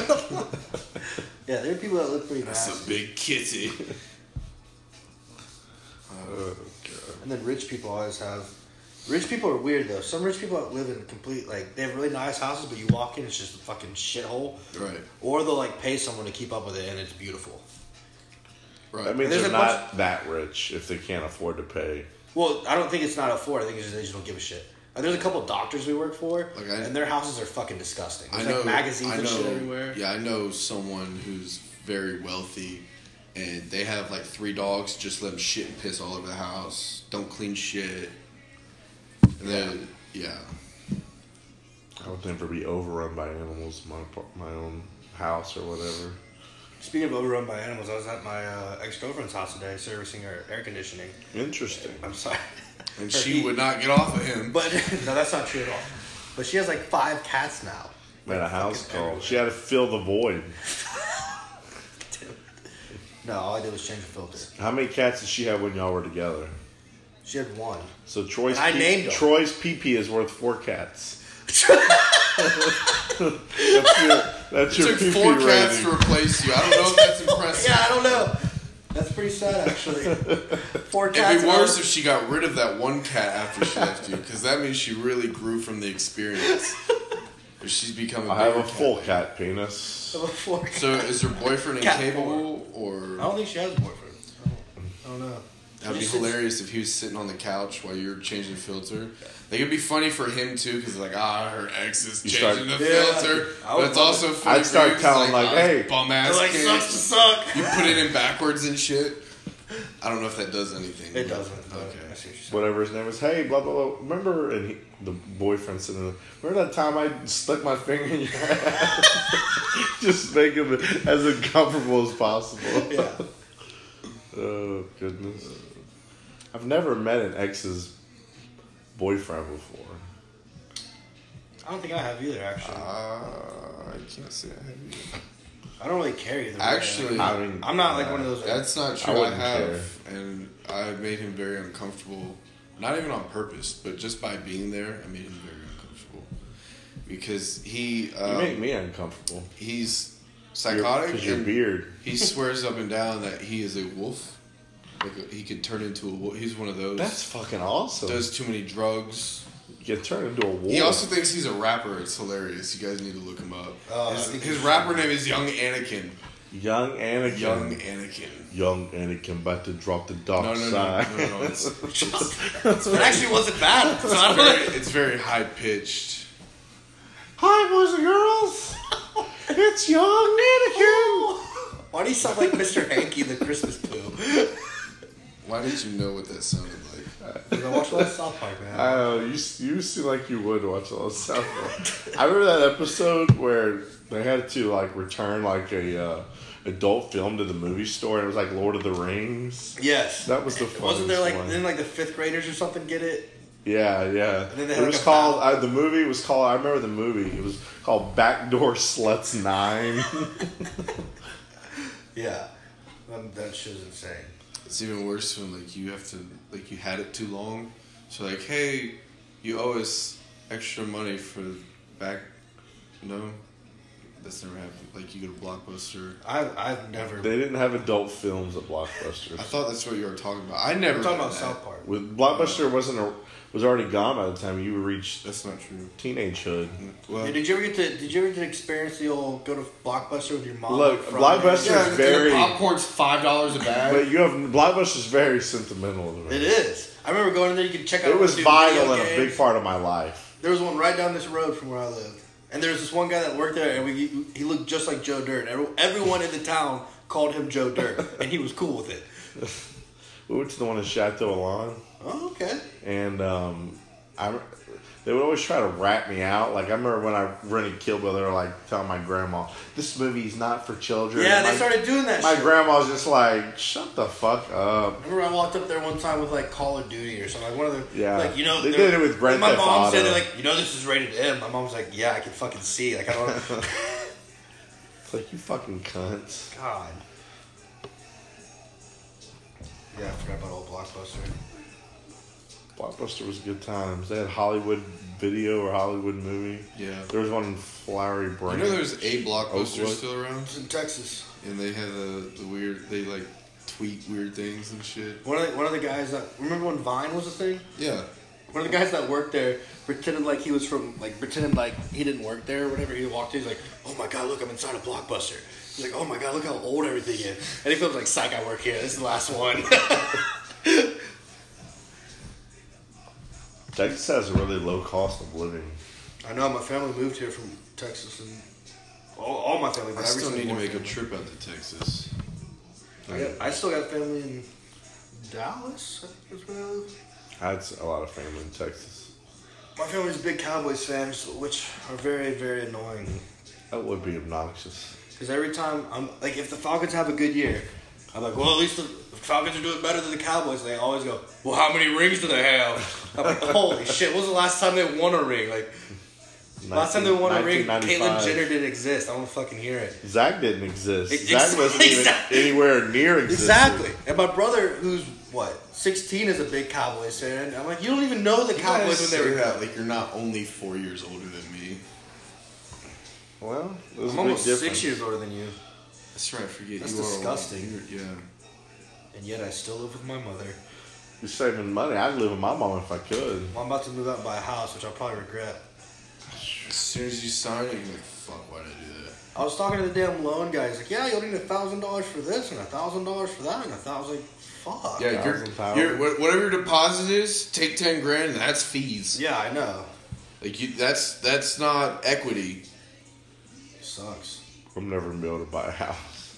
Speaker 3: Yeah, there are people that look pretty
Speaker 1: that's
Speaker 3: nasty.
Speaker 1: a big kitty.
Speaker 3: And then rich people always have. Rich people are weird though. Some rich people live in complete like they have really nice houses, but you walk in, it's just a fucking shithole.
Speaker 1: Right.
Speaker 3: Or they'll like pay someone to keep up with it, and it's beautiful.
Speaker 1: Right.
Speaker 4: That means
Speaker 3: There's
Speaker 4: they're
Speaker 3: a
Speaker 4: not that rich if they can't afford to pay.
Speaker 3: Well, I don't think it's not afford. I think it's just they just don't give a shit. Like, there's a couple doctors we work for,
Speaker 1: Like, I-
Speaker 3: and their houses are fucking disgusting. There's
Speaker 1: I know
Speaker 3: like magazines
Speaker 1: I know,
Speaker 3: and shit everywhere.
Speaker 1: Yeah, I know someone who's very wealthy, and they have like three dogs. Just let them shit and piss all over the house. Don't clean shit. And then yeah,
Speaker 4: I would never be overrun by animals in my, par- my own house or whatever.
Speaker 3: Speaking of overrun by animals, I was at my uh, ex girlfriend's house today servicing her air conditioning.
Speaker 4: Interesting.
Speaker 3: I'm sorry.
Speaker 1: and
Speaker 3: Her
Speaker 1: she
Speaker 3: heat.
Speaker 1: would not get off of him.
Speaker 3: [LAUGHS] But [LAUGHS] no, that's not true at all. But she has like five cats now.
Speaker 4: Made a house call. She had to fill the void.
Speaker 3: No, all I did was change the filter.
Speaker 4: How many cats did she have when y'all were together?
Speaker 3: She had one.
Speaker 4: So Troy's
Speaker 3: And I
Speaker 4: pee-
Speaker 3: named 'em. [LAUGHS]
Speaker 4: Troy's PP is worth four cats. That's your,
Speaker 1: It
Speaker 4: that's your
Speaker 1: took
Speaker 4: PP
Speaker 1: four cats
Speaker 4: rating.
Speaker 1: to replace you. I don't know if
Speaker 3: [LAUGHS]
Speaker 1: that's impressive.
Speaker 3: Yeah, I don't know. That's pretty sad,
Speaker 1: [LAUGHS]
Speaker 3: actually. Four cats.
Speaker 1: It'd be
Speaker 3: and all-
Speaker 1: worse if she got rid of that one cat after she left you, because that means she really grew from the
Speaker 3: [LAUGHS]
Speaker 1: experience. Or she's become a
Speaker 4: I have
Speaker 1: bigger
Speaker 4: a full
Speaker 1: cat.
Speaker 4: cat penis.
Speaker 3: [LAUGHS] of a four cat.
Speaker 1: So is her boyfriend
Speaker 3: Cat
Speaker 1: incapable,
Speaker 3: I
Speaker 1: or
Speaker 3: don't think she has a boyfriend. I don't, I don't know.
Speaker 1: that'd be
Speaker 3: Just-
Speaker 1: hilarious if he was sitting on the couch while you're changing filter. Like it'd be funny for him too, because like ah, her ex is
Speaker 4: You
Speaker 1: changing
Speaker 4: start-
Speaker 1: the
Speaker 3: Yeah.
Speaker 1: filter.
Speaker 3: I
Speaker 1: But
Speaker 3: would
Speaker 1: it's
Speaker 3: love
Speaker 1: also funny
Speaker 4: I'd
Speaker 1: for
Speaker 4: start
Speaker 1: you, 'cause,
Speaker 4: telling, like,
Speaker 1: ah,
Speaker 4: hey.
Speaker 1: bum ass
Speaker 3: Like
Speaker 1: kid.
Speaker 3: sucks to suck.
Speaker 1: You put it in backwards and shit. I don't know if that does anything.
Speaker 3: It
Speaker 1: but-
Speaker 3: doesn't. I
Speaker 1: Okay.
Speaker 3: see what you're saying.
Speaker 4: Whatever his name is. Hey, blah blah blah. Remember? And he, the boyfriend said, "Remember that time I stuck my finger in your ass?" [LAUGHS] Just make him as uncomfortable as possible.
Speaker 3: Yeah.
Speaker 4: Oh goodness. I've never met an ex's boyfriend before.
Speaker 3: I don't think I have either, actually.
Speaker 1: Uh, I can't say I have either.
Speaker 3: I don't really care either. way.
Speaker 1: Actually,
Speaker 4: I mean,
Speaker 3: I'm not like one of those.
Speaker 1: That's not true.
Speaker 4: I
Speaker 1: I,
Speaker 4: wouldn't
Speaker 1: have, and I made him very uncomfortable. Not even on purpose, but just by being there, I made him very uncomfortable because he
Speaker 4: You
Speaker 1: um,
Speaker 4: make me uncomfortable.
Speaker 1: he's
Speaker 4: Because
Speaker 1: psychotic.
Speaker 4: your
Speaker 1: and
Speaker 4: beard. [LAUGHS]
Speaker 1: he swears up and down that he is a wolf. Like a, he could turn into a wolf. He's one of those.
Speaker 4: That's fucking awesome.
Speaker 1: does too many drugs.
Speaker 4: you turn into a wolf.
Speaker 1: He also thinks he's a rapper. It's hilarious. You guys need to look him up.
Speaker 3: Oh, I
Speaker 1: his,
Speaker 3: think
Speaker 1: his
Speaker 3: he's-
Speaker 1: rapper name is Young Anakin.
Speaker 4: young Anakin.
Speaker 1: Young Anakin.
Speaker 4: Young Anakin about to drop the dark
Speaker 1: No, no, no,
Speaker 4: side.
Speaker 1: no, no, no. It's,
Speaker 3: [LAUGHS] it actually wasn't bad. [LAUGHS] So I
Speaker 1: It's
Speaker 3: don't know.
Speaker 1: very, it's very high pitched.
Speaker 4: [LAUGHS] Hi, boys and girls. [LAUGHS] it's young Anakin.
Speaker 1: Oh.
Speaker 3: Why do you sound like Mr. Hanky the Christmas poo?
Speaker 1: Why did you know what that sounded like?
Speaker 3: Because I watched a lot of South Park, man.
Speaker 4: I don't know. You, you seem like you would watch all this stuff. I remember that episode where they had to like return like a uh, adult film to the movie store. And it was like Lord of the Rings.
Speaker 3: yes.
Speaker 4: That was the
Speaker 3: Wasn't there
Speaker 4: funniest
Speaker 3: like
Speaker 4: one.
Speaker 3: then like the fifth graders or something get it?
Speaker 4: Yeah, yeah.
Speaker 3: then they
Speaker 4: it
Speaker 3: had,
Speaker 4: was
Speaker 3: like, a
Speaker 4: called uh, the movie was called. I remember the movie. It was called Backdoor Sluts Nine. [LAUGHS]
Speaker 3: Yeah. Um, that shit was insane.
Speaker 1: It's even worse when like you have to like you had it too long. So like, hey, you owe us extra money for the back. No, that's never happened. Like you go to Blockbuster.
Speaker 3: I I've never.
Speaker 4: they didn't have adult films at
Speaker 1: I
Speaker 4: Blockbuster.
Speaker 1: thought that's what you were talking about. I never
Speaker 3: I'm talking
Speaker 1: did
Speaker 3: about
Speaker 1: that.
Speaker 3: South Park.
Speaker 4: With Blockbuster wasn't a, was already gone by the time you reached
Speaker 1: That's not true.
Speaker 4: teenagehood.
Speaker 1: Well,
Speaker 3: Yeah, did you ever get to Did you ever get to experience the old go to Blockbuster with your mom?
Speaker 4: Look,
Speaker 3: From-
Speaker 4: Blockbuster-
Speaker 1: yeah, and the
Speaker 4: very-
Speaker 1: popcorn's five dollars a
Speaker 4: But
Speaker 1: bag.
Speaker 4: you have Blockbuster's very sentimental. To me.
Speaker 3: It is. I remember going in there. You could check out.
Speaker 4: It was
Speaker 3: two
Speaker 4: vital
Speaker 3: video
Speaker 4: and a
Speaker 3: games.
Speaker 4: big part of my life.
Speaker 3: There was one right down this road from where I lived, and there was this one guy that worked there, and we he looked just like Joe Dirt. Every, everyone in the town called him Joe Dirt, and he was cool with it.
Speaker 4: We went to the one in Chateau Alon,
Speaker 3: Oh, okay.
Speaker 4: and um, I they would always try to rat me out. Like I remember when I rented Kill Bill, they were like telling my grandma, "This movie's not for children."
Speaker 3: Yeah,
Speaker 4: And
Speaker 3: they
Speaker 4: my-
Speaker 3: started doing that.
Speaker 4: My
Speaker 3: shit.
Speaker 4: grandma's just like, "Shut the fuck up."
Speaker 3: Remember, I walked up there one time with like Call of Duty or something. Like one of the
Speaker 4: Yeah.
Speaker 3: like you know
Speaker 4: They
Speaker 3: they're-
Speaker 4: did it with Grand
Speaker 3: My
Speaker 4: Theft
Speaker 3: mom said
Speaker 4: Auto.
Speaker 3: they're like you know this is rated M. My mom's like yeah I can fucking see like
Speaker 4: [LAUGHS]
Speaker 3: I don't
Speaker 4: It's like you fucking cunts.
Speaker 3: God. Yeah, I forgot about old Blockbuster.
Speaker 4: Blockbuster was good times. They had Hollywood video or Hollywood movie.
Speaker 1: Yeah.
Speaker 4: There was one in Flowery
Speaker 1: You
Speaker 4: Branch.
Speaker 1: know, there's a Blockbuster
Speaker 4: Oakwood.
Speaker 1: still around.
Speaker 3: It's in Texas.
Speaker 1: and they have the, the weird they like tweet weird things and shit.
Speaker 3: One of the, one of the guys that remember when Vine was a thing.
Speaker 1: Yeah,
Speaker 3: One of the guys that worked there pretended like he was from like pretended like he didn't work there or whatever. He walked in, he's like, "Oh my god, look, I'm inside a blockbuster." He's like, "Oh my god, look how old everything is." And he feels like, "Psych, I work here. This is the last one." [LAUGHS]
Speaker 4: Texas has a really low cost of living.
Speaker 3: I know my family moved here from Texas, and all, all my family.
Speaker 1: I
Speaker 3: But every
Speaker 1: still need to
Speaker 3: single
Speaker 1: make a
Speaker 3: family.
Speaker 1: trip out to Texas.
Speaker 3: I, got, I still got family in Dallas. I think is where I live.
Speaker 4: I had a lot of family in Texas.
Speaker 3: My family's big Cowboys fans, which are very, very annoying.
Speaker 4: That would be obnoxious.
Speaker 3: Because every time I'm like, if the Falcons have a good year, I'm like, well, at least the Falcons are doing better than the Cowboys. And they always go, well, how many rings do they have?
Speaker 4: [LAUGHS]
Speaker 3: I'm like, holy shit, when was the last time they won a ring? Like, last time they won a ring, Caitlyn
Speaker 4: 1995.
Speaker 3: Jenner didn't exist. I don't fucking hear it.
Speaker 4: Zach didn't exist.
Speaker 3: Ex-
Speaker 4: Zach wasn't even
Speaker 3: exactly.
Speaker 4: anywhere near existence.
Speaker 3: Exactly. And my brother, who's what, 16, is a big Cowboys fan. I'm like, you don't even know the
Speaker 1: You guys
Speaker 3: Cowboys when they
Speaker 1: say
Speaker 3: were
Speaker 1: that like you're not only four years older than me.
Speaker 4: Well, there's a big
Speaker 3: I'm almost
Speaker 4: difference.
Speaker 3: six years older than you,
Speaker 1: That's right. I forget
Speaker 3: That's
Speaker 1: you are old.
Speaker 3: disgusting.
Speaker 1: You're- Yeah.
Speaker 3: and yet I still live with my mother.
Speaker 4: You're saving money. I'd live with my mom if I could.
Speaker 3: Well, I'm about to move out and buy a house, which I'll probably regret.
Speaker 1: As soon as you sign it, you're like, fuck, why did I do that?
Speaker 3: I was talking to the damn loan guy. He's like, "Yeah, you'll need a thousand dollars for this and a thousand dollars for that," and I thought I was like, "Fuck."
Speaker 1: Yeah, your,
Speaker 4: Thousand pounds.
Speaker 1: your, wha- whatever your deposit is, take ten grand. And that's fees.
Speaker 3: Yeah, I know.
Speaker 1: Like you, that's that's not equity.
Speaker 3: Sucks.
Speaker 4: I'm never gonna be able to buy a house.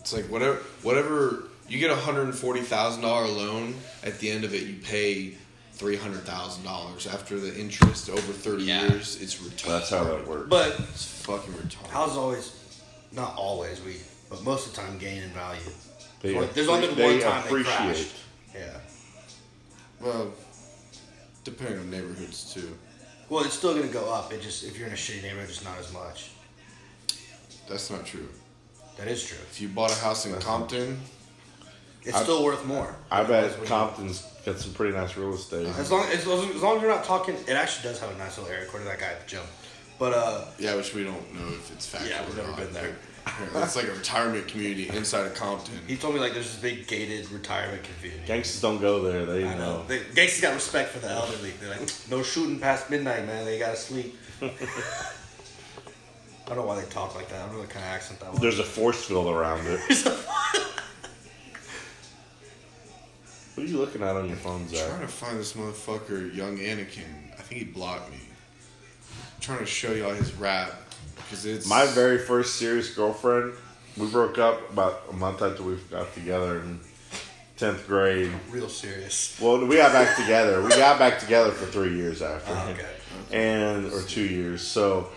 Speaker 1: It's like whatever whatever you get a hundred and forty thousand dollar loan. At the end of it, you pay three hundred thousand dollars after the interest over thirty years. It's retarded.
Speaker 4: That's how that works.
Speaker 3: But
Speaker 1: It's fucking retarded.
Speaker 3: houses always, not always, we, but most of the time, gain in value.
Speaker 4: They
Speaker 3: Like, there's only been
Speaker 4: appre-
Speaker 3: one
Speaker 4: they
Speaker 3: time they
Speaker 4: appreciate.
Speaker 3: crashed. Yeah.
Speaker 1: well, depending on neighborhoods too.
Speaker 3: Well, it's still gonna go up. It just if you're in a shitty neighborhood, just not as much.
Speaker 1: That's not true.
Speaker 3: That is true.
Speaker 1: If you bought a house
Speaker 3: Uh-huh.
Speaker 1: in Compton,
Speaker 3: It's still worth more.
Speaker 4: I
Speaker 3: That's
Speaker 4: bet
Speaker 3: what you-
Speaker 4: Compton's got some pretty nice real estate.
Speaker 3: As long as, as long as you're not talking, it actually does have a nice little area according to that guy at the gym. But uh,
Speaker 1: yeah, which we don't know if it's factual.
Speaker 3: Yeah, we've
Speaker 1: or
Speaker 3: never
Speaker 1: not.
Speaker 3: been there.
Speaker 1: Apparently, it's like a retirement community inside of Compton.
Speaker 3: he told me like there's this big gated retirement community.
Speaker 4: Gangsters don't go there. They
Speaker 3: I know.
Speaker 4: know.
Speaker 3: The gangsters got respect for the elderly. They're like, no shooting past midnight, man. They gotta sleep.
Speaker 4: [LAUGHS]
Speaker 3: I don't know why they talk like that. I don't know what kind of accent that was.
Speaker 4: There's a force field around it. what are you looking at on your phone,
Speaker 1: I'm trying
Speaker 4: Zach?
Speaker 1: to find this motherfucker, young Anakin. I think he blocked me. I'm trying to show y'all his rap because it's
Speaker 4: My very first serious girlfriend. We broke up about a month after we got together in tenth grade.
Speaker 3: Real serious.
Speaker 4: Well, we got back together. We got back together for three years after,
Speaker 3: Oh, okay.
Speaker 4: and or two years. So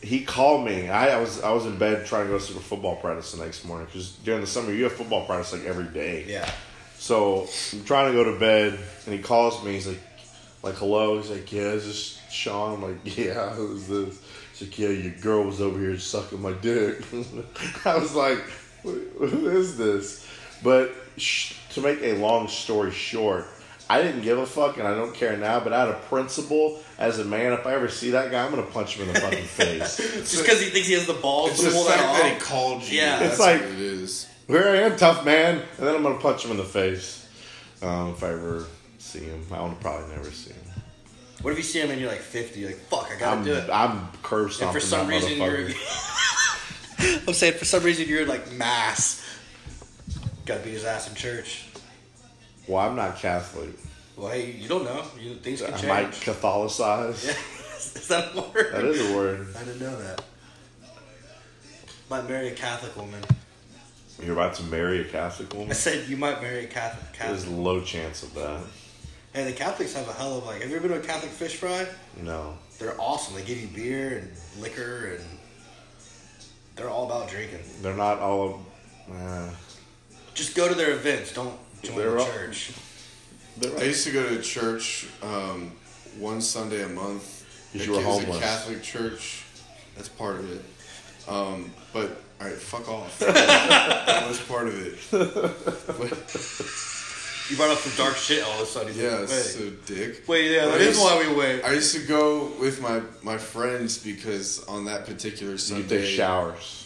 Speaker 4: he called me. I, I was I was in bed trying to go to the football practice the next morning because during the summer you have football practice like every day.
Speaker 3: Yeah.
Speaker 4: So I'm trying to go to bed, and he calls me. He's like, like hello. He's like, yeah, is this Sean? I'm like, [LAUGHS] yeah, who's this? He's like, yeah, your girl was over here sucking my dick. [LAUGHS] I was like, who who is this? But sh- to make a long story short, I didn't give a fuck, and I don't care now. But out of principle, as a man, if I ever see that guy, I'm gonna punch him in the fucking
Speaker 3: [LAUGHS]
Speaker 4: face.
Speaker 3: Just because he thinks he has the balls
Speaker 1: It's
Speaker 3: to
Speaker 1: the
Speaker 3: pull
Speaker 1: fact
Speaker 3: that
Speaker 1: that he
Speaker 3: off.
Speaker 1: called you.
Speaker 3: Yeah.
Speaker 1: that's
Speaker 4: It's like-
Speaker 1: what it is.
Speaker 4: Here I am, tough man, and then I'm gonna punch him in the face. Um, if I ever see him, I will probably never see him.
Speaker 3: What if you see him and you're like 50? You're like, fuck, I gotta
Speaker 4: I'm,
Speaker 3: do it.
Speaker 4: I'm curb stomping
Speaker 3: And for some
Speaker 4: that
Speaker 3: reason you're.
Speaker 4: motherfucker.
Speaker 3: [LAUGHS] I'm saying for some reason you're like mass. Gotta beat his ass in church.
Speaker 4: Well, I'm not Catholic.
Speaker 3: Well, hey, you don't know. You things can
Speaker 4: I
Speaker 3: change.
Speaker 4: might Catholicize.
Speaker 3: [LAUGHS] is that a word?
Speaker 4: That is a word.
Speaker 3: I didn't know that. Might marry a Catholic woman.
Speaker 4: You're about to marry a Catholic
Speaker 3: I
Speaker 4: woman.
Speaker 3: said you might marry a Catholic.
Speaker 4: There's
Speaker 3: Catholic.
Speaker 4: low chance of that.
Speaker 3: Hey, the Catholics have a hell of like. Have you ever been to a Catholic fish fry?
Speaker 4: No.
Speaker 3: They're awesome. They give you beer and liquor, and they're all about drinking.
Speaker 4: They're not all of. Uh,
Speaker 3: Just go to their events. Don't join
Speaker 4: They're
Speaker 3: the
Speaker 4: all-
Speaker 3: church.
Speaker 4: they're
Speaker 1: I used to go to church um, one Sunday a month.
Speaker 4: 'Cause
Speaker 1: Like,
Speaker 4: you were
Speaker 1: it was
Speaker 4: homeless.
Speaker 1: A Catholic church. That's part of it. Um, but all right, fuck
Speaker 4: [LAUGHS]
Speaker 1: off. that was part of it. But,
Speaker 3: You brought up some dark shit all of a sudden. He's
Speaker 1: yeah,
Speaker 3: like,
Speaker 1: so dick.
Speaker 3: Wait, yeah,
Speaker 1: But I
Speaker 3: that is
Speaker 1: used-
Speaker 3: why we went.
Speaker 1: I used to go with my my friends because on that particular
Speaker 4: you
Speaker 1: Sunday,
Speaker 4: take showers.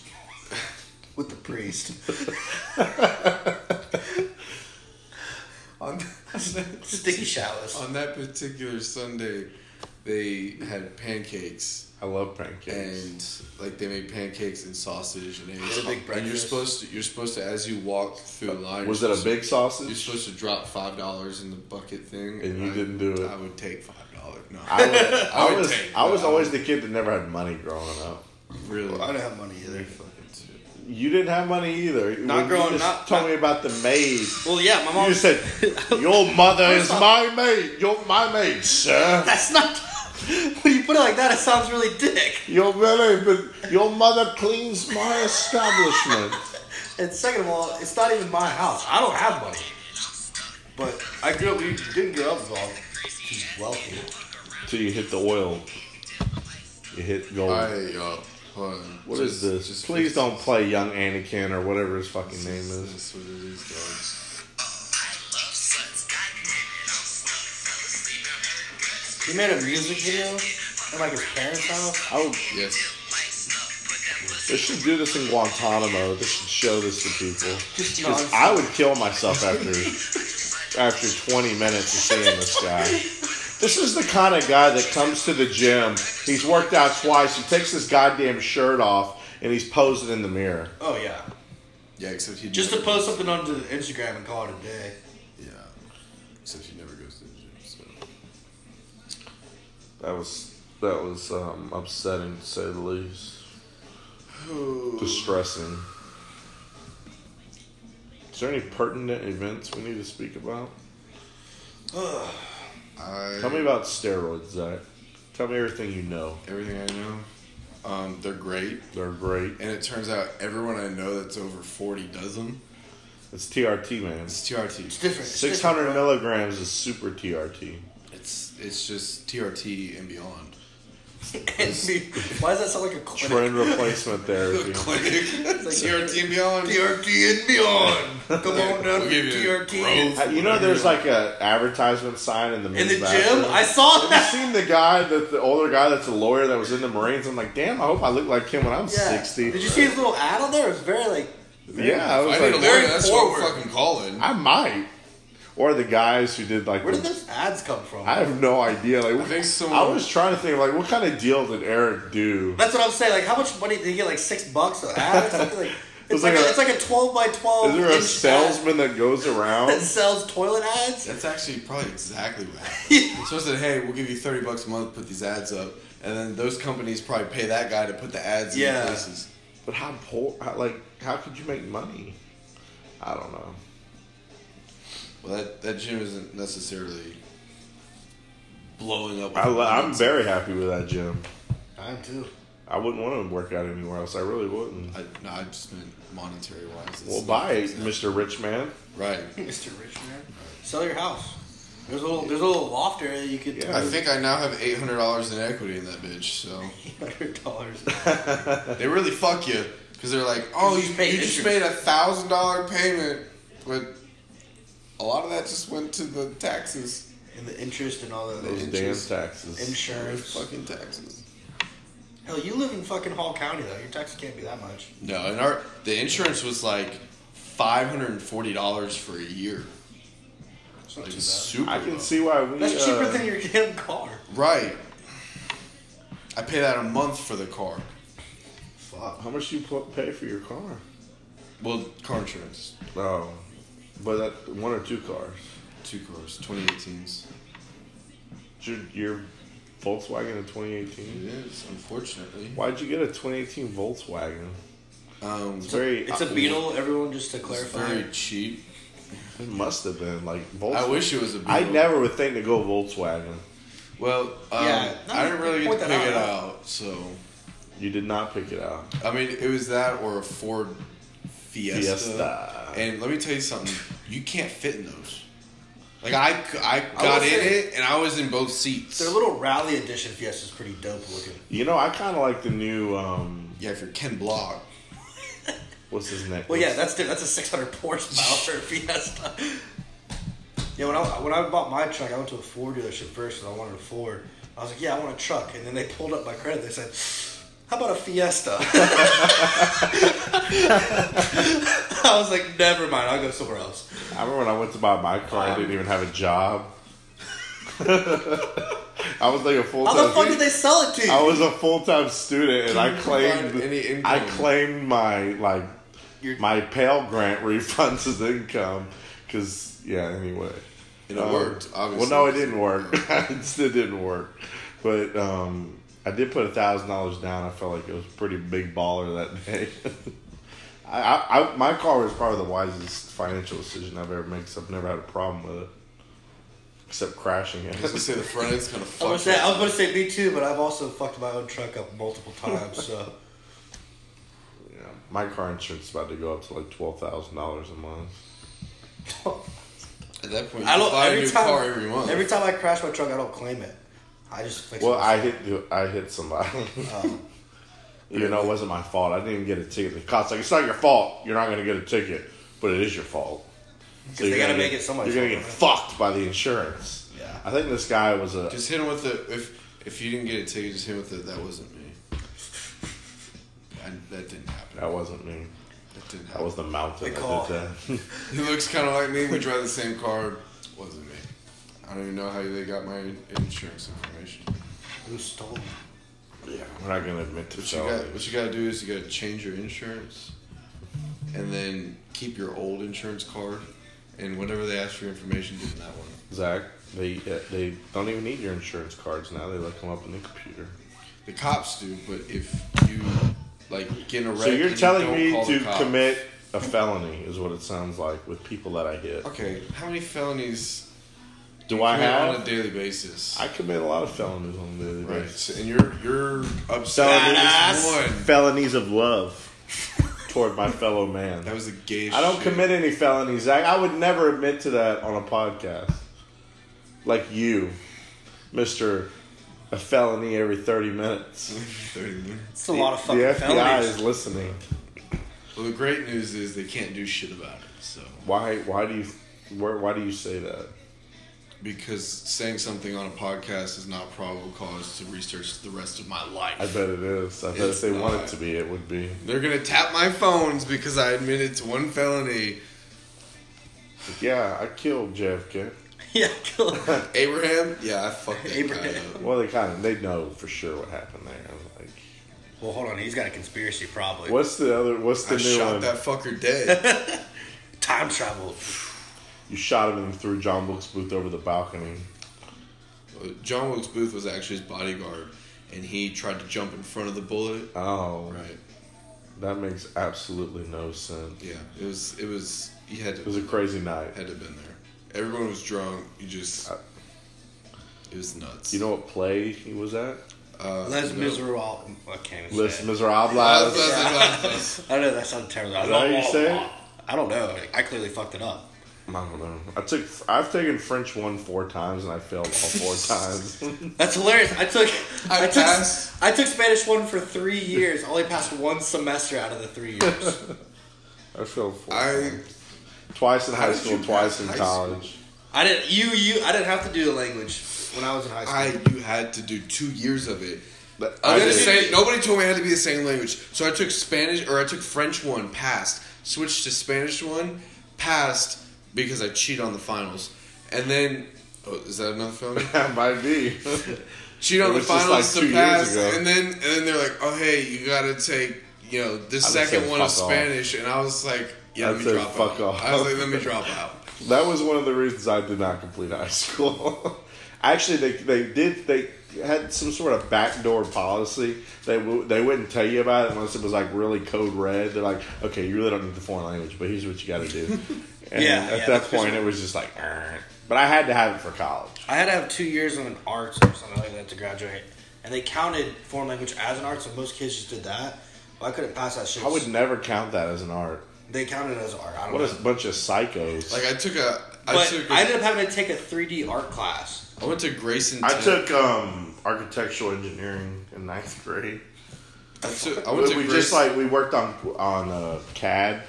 Speaker 3: With the priest.
Speaker 1: [LAUGHS] On, that-
Speaker 3: Sticky showers.
Speaker 1: on that particular Sunday, they had pancakes.
Speaker 4: I love pancakes.
Speaker 1: and like they make pancakes and sausage and eggs.
Speaker 3: Is it a big
Speaker 1: And you're
Speaker 3: breakfast?
Speaker 1: supposed to you're supposed to as you walk through the line.
Speaker 4: Uh, Was
Speaker 1: you're
Speaker 4: it a
Speaker 1: supposed
Speaker 4: big
Speaker 1: To, you're
Speaker 4: sausage?
Speaker 1: supposed to drop five dollars in the bucket thing,
Speaker 4: And you
Speaker 1: I-
Speaker 4: didn't do it.
Speaker 1: I would take five dollars. No, [LAUGHS]
Speaker 4: I, would, I
Speaker 1: would
Speaker 4: was
Speaker 1: take
Speaker 4: I was
Speaker 1: that.
Speaker 4: always the kid that never had money growing up.
Speaker 1: [LAUGHS] really.
Speaker 3: I don't have money either.
Speaker 4: You didn't have money either. When
Speaker 3: growing-
Speaker 4: You just
Speaker 3: not-
Speaker 4: told
Speaker 3: not-
Speaker 4: me about the maid.
Speaker 3: Well, yeah, my mom.
Speaker 4: You said your mother is my maid. You're my maid, sir.
Speaker 3: [LAUGHS] That's not. [LAUGHS] when you put it like that, it sounds really dick.
Speaker 4: Your mother, but your mother cleans my establishment.
Speaker 3: And second of all, it's not even my house. I don't have money. But I grew up. We didn't grow up with all these wealthy.
Speaker 4: Till you hit the oil, you hit gold.
Speaker 1: I, uh, hold on.
Speaker 4: what is
Speaker 1: Just-
Speaker 4: this?
Speaker 1: just
Speaker 4: Please
Speaker 1: fix
Speaker 4: don't play young Anakin or whatever his fucking name
Speaker 1: This
Speaker 4: is.
Speaker 1: This is what it is, guys.
Speaker 3: He made a music video in like his parents' house.
Speaker 4: I would,
Speaker 1: Yes.
Speaker 4: they should do this in Guantanamo. They should show this to people.
Speaker 3: Just
Speaker 4: 'Cause
Speaker 3: nonsense.
Speaker 4: I would kill myself after after 20 minutes of seeing this guy. This is the kind of guy that comes to the gym. He's worked out twice. He takes his goddamn shirt off and he's posing in the mirror.
Speaker 3: Oh yeah.
Speaker 1: Yeah, except he
Speaker 3: Just to
Speaker 1: never-
Speaker 3: post something onto Instagram and call it a day.
Speaker 1: Yeah. Except he never goes to the gym. So.
Speaker 4: That was that was um, upsetting to say the least. Distressing. Is there any pertinent events we need to speak about?
Speaker 1: I,
Speaker 4: Tell me about steroids, Zach. Tell me everything you know.
Speaker 1: everything I know. Um, they're great,
Speaker 4: They're great.
Speaker 1: and it turns out everyone I know that's over forty does them.
Speaker 4: It's TRT, man.
Speaker 1: It's TRT.
Speaker 3: It's different. It's
Speaker 4: Six
Speaker 3: different,
Speaker 4: hundred
Speaker 3: bro.
Speaker 4: milligrams is super TRT.
Speaker 1: It's it's just TRT and beyond.
Speaker 3: [LAUGHS] Why does that sound like a clinic?
Speaker 4: Trend replacement
Speaker 3: [LAUGHS]
Speaker 4: therapy.
Speaker 1: Clinic. TRT and beyond.
Speaker 3: TRT and beyond. Come on down
Speaker 1: We'll
Speaker 3: to
Speaker 1: give you
Speaker 3: TRT.
Speaker 1: growth.
Speaker 4: Uh, You know, there's like a advertisement sign in the
Speaker 3: In
Speaker 4: men's
Speaker 3: the gym,
Speaker 4: bathroom.
Speaker 3: I saw
Speaker 4: Have
Speaker 3: that.
Speaker 4: you seen the guy that the older guy that's a lawyer that was in the Marines? I'm like, damn, I hope I look like him when I'm
Speaker 3: Yeah.
Speaker 4: 60.
Speaker 3: Did you see his little ad on there? It was very like.
Speaker 4: Yeah, I
Speaker 1: I
Speaker 4: was
Speaker 1: need a
Speaker 4: like,
Speaker 1: lawyer. That's what
Speaker 3: forward.
Speaker 1: I'm fucking calling.
Speaker 4: I might. Or the guys who did like.
Speaker 3: Where did
Speaker 4: the-
Speaker 3: those ads come from?
Speaker 4: I have no idea. Like,
Speaker 1: I think someone-
Speaker 4: I was trying to think like, what kind of deal did Eric do?
Speaker 3: That's what I'm saying. Like, how much money did he get? Like six bucks an ad or something? Like,
Speaker 4: was
Speaker 3: it's like,
Speaker 4: like
Speaker 3: a,
Speaker 4: a-
Speaker 3: it's like a 12 by 12.
Speaker 4: Is there a
Speaker 3: inch ad
Speaker 4: salesman that goes
Speaker 3: [LAUGHS] that
Speaker 4: around?
Speaker 3: sells toilet ads?
Speaker 1: That's actually probably exactly what
Speaker 4: [LAUGHS]
Speaker 1: happened. it's supposed to hey, we'll give you thirty bucks a month, put these ads up, and then those companies probably pay that guy to put the ads
Speaker 3: Yeah.
Speaker 1: in the places.
Speaker 4: But how poor? How, like, how could you make money? I don't know.
Speaker 1: Well, that that gym isn't necessarily blowing up.
Speaker 4: I, li- I'm very happy with that gym.
Speaker 3: I am too.
Speaker 4: I wouldn't want to work out anywhere else. I really wouldn't.
Speaker 1: I, no, I just meant monetary wise.
Speaker 4: Well, buy it, Mr. Rich Man.
Speaker 1: Right.
Speaker 3: Mr. Rich Man. Sell your house. There's a little, there's a little loft area that you could
Speaker 4: Yeah.
Speaker 1: I
Speaker 3: [LAUGHS] turn
Speaker 1: think I now have eight hundred dollars in equity in that bitch. So
Speaker 3: hundred dollars.
Speaker 1: they really fuck you because they're like, oh,
Speaker 3: You
Speaker 1: you,
Speaker 3: just paid
Speaker 1: you just
Speaker 3: interest.
Speaker 1: made a thousand dollar payment, but a lot of that just went to the taxes.
Speaker 3: And the interest and all that.
Speaker 4: Those damn
Speaker 1: Interest.
Speaker 4: taxes.
Speaker 3: Insurance.
Speaker 1: Fucking taxes.
Speaker 3: Hell, you live in fucking Hall County though. Your taxes can't be that much.
Speaker 1: No, and our the insurance was like five hundred and forty dollars for a year.
Speaker 3: It's not
Speaker 1: Like
Speaker 3: too bad.
Speaker 1: super.
Speaker 4: I can
Speaker 1: low.
Speaker 4: see why we.
Speaker 3: That's cheaper
Speaker 4: uh,
Speaker 3: than your damn car.
Speaker 1: Right. I pay that a month for the car.
Speaker 3: Fuck.
Speaker 4: How much you pl- pay for your car?
Speaker 1: Well, car insurance.
Speaker 4: Oh, but that one or two cars.
Speaker 1: Two cars, 2018s.
Speaker 4: Is Your, your Volkswagen in 2018.
Speaker 1: It is, unfortunately.
Speaker 4: Why'd you get a 2018 Volkswagen?
Speaker 1: Um,
Speaker 4: It's very. uh,
Speaker 3: It's a Beetle. Everyone, just to
Speaker 1: it's
Speaker 3: clarify.
Speaker 1: very cheap.
Speaker 4: It must have been like Volkswagen.
Speaker 1: I wish it was a Beetle.
Speaker 4: I never would think to go Volkswagen.
Speaker 1: Well, um,
Speaker 3: Yeah, no,
Speaker 1: I didn't really get
Speaker 3: point
Speaker 1: to
Speaker 3: that
Speaker 1: pick it
Speaker 3: out.
Speaker 1: out. So,
Speaker 4: You did not pick it out.
Speaker 1: I mean, it was that or a Ford Fiesta.
Speaker 4: Fiesta.
Speaker 1: And let me tell you something. You can't fit in those. Like I, c- I
Speaker 3: I
Speaker 1: got
Speaker 3: will
Speaker 1: in
Speaker 3: say-
Speaker 1: it and I was in both seats.
Speaker 3: Their little rally edition Fiesta's pretty dope looking.
Speaker 4: You know, I kind of like the new. um
Speaker 1: yeah, if you're Ken Block.
Speaker 4: What's his name?
Speaker 3: Well, yeah, that's that's a 600 [LAUGHS] horsepower Fiesta. Yeah, when I when I bought my truck, I went to a Ford dealership first because I wanted a Ford. I was like, yeah, I want a truck, and then they pulled up my credit. They said, how about a Fiesta? [LAUGHS] I was like, never mind, I'll go somewhere else.
Speaker 4: I remember when I went to buy my car, I didn't even have a job. [LAUGHS] I was like a full
Speaker 3: How the fuck did
Speaker 4: time.
Speaker 3: they sell it to you?
Speaker 4: I was a full time student, and I claimed
Speaker 1: provide any income?
Speaker 4: I claimed my like
Speaker 3: Your-
Speaker 4: my Pell Grant [LAUGHS] refunds as income because yeah. Anyway,
Speaker 1: And it worked, obviously.
Speaker 4: Um, Oh. Well, no, it didn't
Speaker 1: [LAUGHS]
Speaker 4: work. [LAUGHS] it still didn't work, but um, I did put a thousand dollars down. I felt like it was a pretty big baller that day. [LAUGHS] I, I, I my car was probably the wisest financial decision I've ever made because I've never had a problem with it, except crashing it. [LAUGHS]
Speaker 1: I was gonna say the front end's kind of
Speaker 3: I
Speaker 1: fucked.
Speaker 3: was gonna say, I
Speaker 1: up.
Speaker 3: was gonna say me too, but I've also fucked my own truck up multiple times. So
Speaker 4: Yeah, my car insurance is about to go up to like twelve thousand dollars a month.
Speaker 1: At that point, you
Speaker 3: [LAUGHS] I
Speaker 1: I
Speaker 3: don't.
Speaker 1: buy a
Speaker 3: every
Speaker 1: new
Speaker 3: time,
Speaker 1: car every month.
Speaker 3: every time I crash my truck, I don't claim it. I just fix
Speaker 4: Well,
Speaker 3: it.
Speaker 4: I hit the- I hit somebody. [LAUGHS] you know, it wasn't my fault. I didn't even get a ticket. The cop's like, "It's not your fault. You're not going to get a ticket, but it is your fault." So
Speaker 3: they
Speaker 4: you're
Speaker 3: gotta
Speaker 4: gonna
Speaker 3: make
Speaker 4: get-
Speaker 3: it somebody's
Speaker 4: You're gonna
Speaker 3: fault,
Speaker 4: get fucked by the insurance.
Speaker 3: Yeah.
Speaker 4: I think this guy was a.
Speaker 1: Just hit him with the if If you didn't get a ticket, just hit with it. That wasn't me. [LAUGHS] I, that didn't happen.
Speaker 4: That wasn't me.
Speaker 1: That didn't
Speaker 4: That
Speaker 1: happen.
Speaker 4: was the mountain
Speaker 3: They
Speaker 4: that
Speaker 3: call-
Speaker 4: did that.
Speaker 1: He looks kind of like me. We drive the same car. Wasn't me. I don't even know how they got my insurance information.
Speaker 3: Who stole them?
Speaker 4: yeah, [LAUGHS] we're not gonna admit to
Speaker 1: What you, got,
Speaker 4: that.
Speaker 1: what you gotta do is you gotta change your insurance and then keep your old insurance card and whatever they ask for your information, give them that one.
Speaker 4: Zach, they uh, they don't even need your insurance cards now. They look them up in the computer.
Speaker 1: The cops do, but if you like get in a wreck,
Speaker 4: So you're
Speaker 1: and
Speaker 4: telling
Speaker 1: you don't
Speaker 4: me
Speaker 1: call the
Speaker 4: to
Speaker 1: cops-
Speaker 4: commit a felony is what it sounds like with people that I hit.
Speaker 1: Okay, how many felonies
Speaker 4: Do I
Speaker 1: commit
Speaker 4: have?
Speaker 1: on a daily basis?
Speaker 4: I commit a lot of felonies on a daily
Speaker 1: right,
Speaker 4: basis.
Speaker 1: so- and you're you're
Speaker 4: Felonies,
Speaker 1: obsessed with one.
Speaker 4: felonies of love toward my fellow man.
Speaker 1: That was the gay.
Speaker 4: I don't
Speaker 1: shit.
Speaker 4: commit any felonies. I, I would never admit to that on a podcast. Like you, Mister, a felony every thirty
Speaker 1: [LAUGHS]
Speaker 4: minutes.
Speaker 1: Thirty minutes.
Speaker 6: It's a lot of
Speaker 4: The
Speaker 6: fucking
Speaker 4: FBI
Speaker 6: felonies.
Speaker 4: is listening.
Speaker 1: Well, the great news is they can't do shit about it. So
Speaker 4: Why? Why do you? Where, why do you say that?
Speaker 1: because saying something on a podcast is not probable cause to research the rest of my life.
Speaker 4: I bet it is. I bet
Speaker 1: It's
Speaker 4: if they want
Speaker 1: not.
Speaker 4: it to be, it would be.
Speaker 1: They're gonna tap my phones because I admitted to one felony.
Speaker 4: Yeah, I killed JFK.
Speaker 6: [LAUGHS] yeah, cool.
Speaker 1: Abraham? Yeah, I fucked that
Speaker 6: Abraham.
Speaker 1: guy up.
Speaker 4: Well, they kind of they know for sure what happened there. Like,
Speaker 3: Well, hold on. He's got a conspiracy, probably.
Speaker 4: what's the other? What's the
Speaker 1: I
Speaker 4: new
Speaker 1: shot
Speaker 4: one?
Speaker 1: that fucker
Speaker 4: [LAUGHS]
Speaker 1: dead.
Speaker 3: Time travel.
Speaker 4: You shot him and threw John Wilkes Booth over the balcony.
Speaker 1: John Wilkes Booth was actually his bodyguard, and he tried to jump in front of the bullet.
Speaker 4: Oh,
Speaker 1: Right.
Speaker 4: that makes absolutely no sense.
Speaker 1: Yeah. It was. It was. He had
Speaker 4: It was
Speaker 1: to.
Speaker 4: a crazy night.
Speaker 1: Had to have been there. Everyone was drunk. You just.
Speaker 4: I-
Speaker 1: It was nuts.
Speaker 4: Uh, You know what play he was at?
Speaker 1: Uh,
Speaker 3: Les
Speaker 1: no.
Speaker 3: Miserables. I can't even
Speaker 4: Les
Speaker 3: say it.
Speaker 1: Las,
Speaker 4: Miserables.
Speaker 1: Las, Las, Las.
Speaker 3: I know that sounded terrible.
Speaker 4: that how you say it?
Speaker 3: I don't know. I clearly fucked it up.
Speaker 4: I don't know. I took. I've taken French one four times and I failed all four times.
Speaker 6: That's hilarious. I took
Speaker 1: I
Speaker 6: I, took
Speaker 1: passed.
Speaker 6: I took Spanish one for three years. I only passed one semester out of the three years.
Speaker 4: [LAUGHS] I failed four.
Speaker 1: I.
Speaker 4: times. twice in
Speaker 1: How
Speaker 4: high
Speaker 1: did
Speaker 4: school,
Speaker 1: you
Speaker 4: twice
Speaker 1: pass
Speaker 4: in
Speaker 1: high
Speaker 4: college.
Speaker 6: I didn't you you I didn't have to do the language when I was in high school.
Speaker 1: I. You had to do two years of it.
Speaker 4: But
Speaker 1: I
Speaker 4: I
Speaker 1: was gonna
Speaker 4: did.
Speaker 1: say nobody told me I had to be the same language. So I took Spanish or I took French one, passed, switched to Spanish one, passed because I cheated on the finals. And then oh, is that another film?
Speaker 4: [LAUGHS] [LAUGHS] That might be.
Speaker 1: cheat on
Speaker 4: It
Speaker 1: the
Speaker 4: was just
Speaker 1: finals
Speaker 4: like two
Speaker 1: to
Speaker 4: years
Speaker 1: pass,
Speaker 4: ago.
Speaker 1: and then and then they're like, oh hey, you gotta take you know this
Speaker 4: I just
Speaker 1: second
Speaker 4: said
Speaker 1: one of
Speaker 4: fuck off.
Speaker 1: Spanish, and I was like, yeah,
Speaker 4: I
Speaker 1: let me
Speaker 4: said
Speaker 1: drop
Speaker 4: fuck
Speaker 1: out.
Speaker 4: off.
Speaker 1: I was like, let me drop out.
Speaker 4: That was one of the reasons I did not complete high school. [LAUGHS] Actually, they they did they had some sort of backdoor policy. They w- they wouldn't tell you about it unless it was like really code red. They're like, okay, you really don't need the foreign language, but here's what you got
Speaker 6: [LAUGHS]
Speaker 4: to do. And
Speaker 6: Yeah,
Speaker 4: at
Speaker 6: yeah,
Speaker 4: that
Speaker 6: that's
Speaker 4: point, it was just like, "Eh." but I had to have it for college.
Speaker 3: I had to have two years in an arts or something like that to graduate, and they counted foreign language as an art. So most kids just did that. But I couldn't pass that shit.
Speaker 4: I would never count that as an art.
Speaker 3: They counted it as art. I don't
Speaker 4: What
Speaker 3: know.
Speaker 4: a bunch of psychos!
Speaker 1: Like I took a, I
Speaker 3: but
Speaker 1: took, a,
Speaker 3: I ended up having to take a 3D art class.
Speaker 1: I went to Grayson.
Speaker 4: I
Speaker 1: Tech.
Speaker 4: took um, architectural engineering in ninth grade.
Speaker 1: I, took, I went to
Speaker 4: we
Speaker 1: Grayson.
Speaker 4: just like we worked on on uh, CAD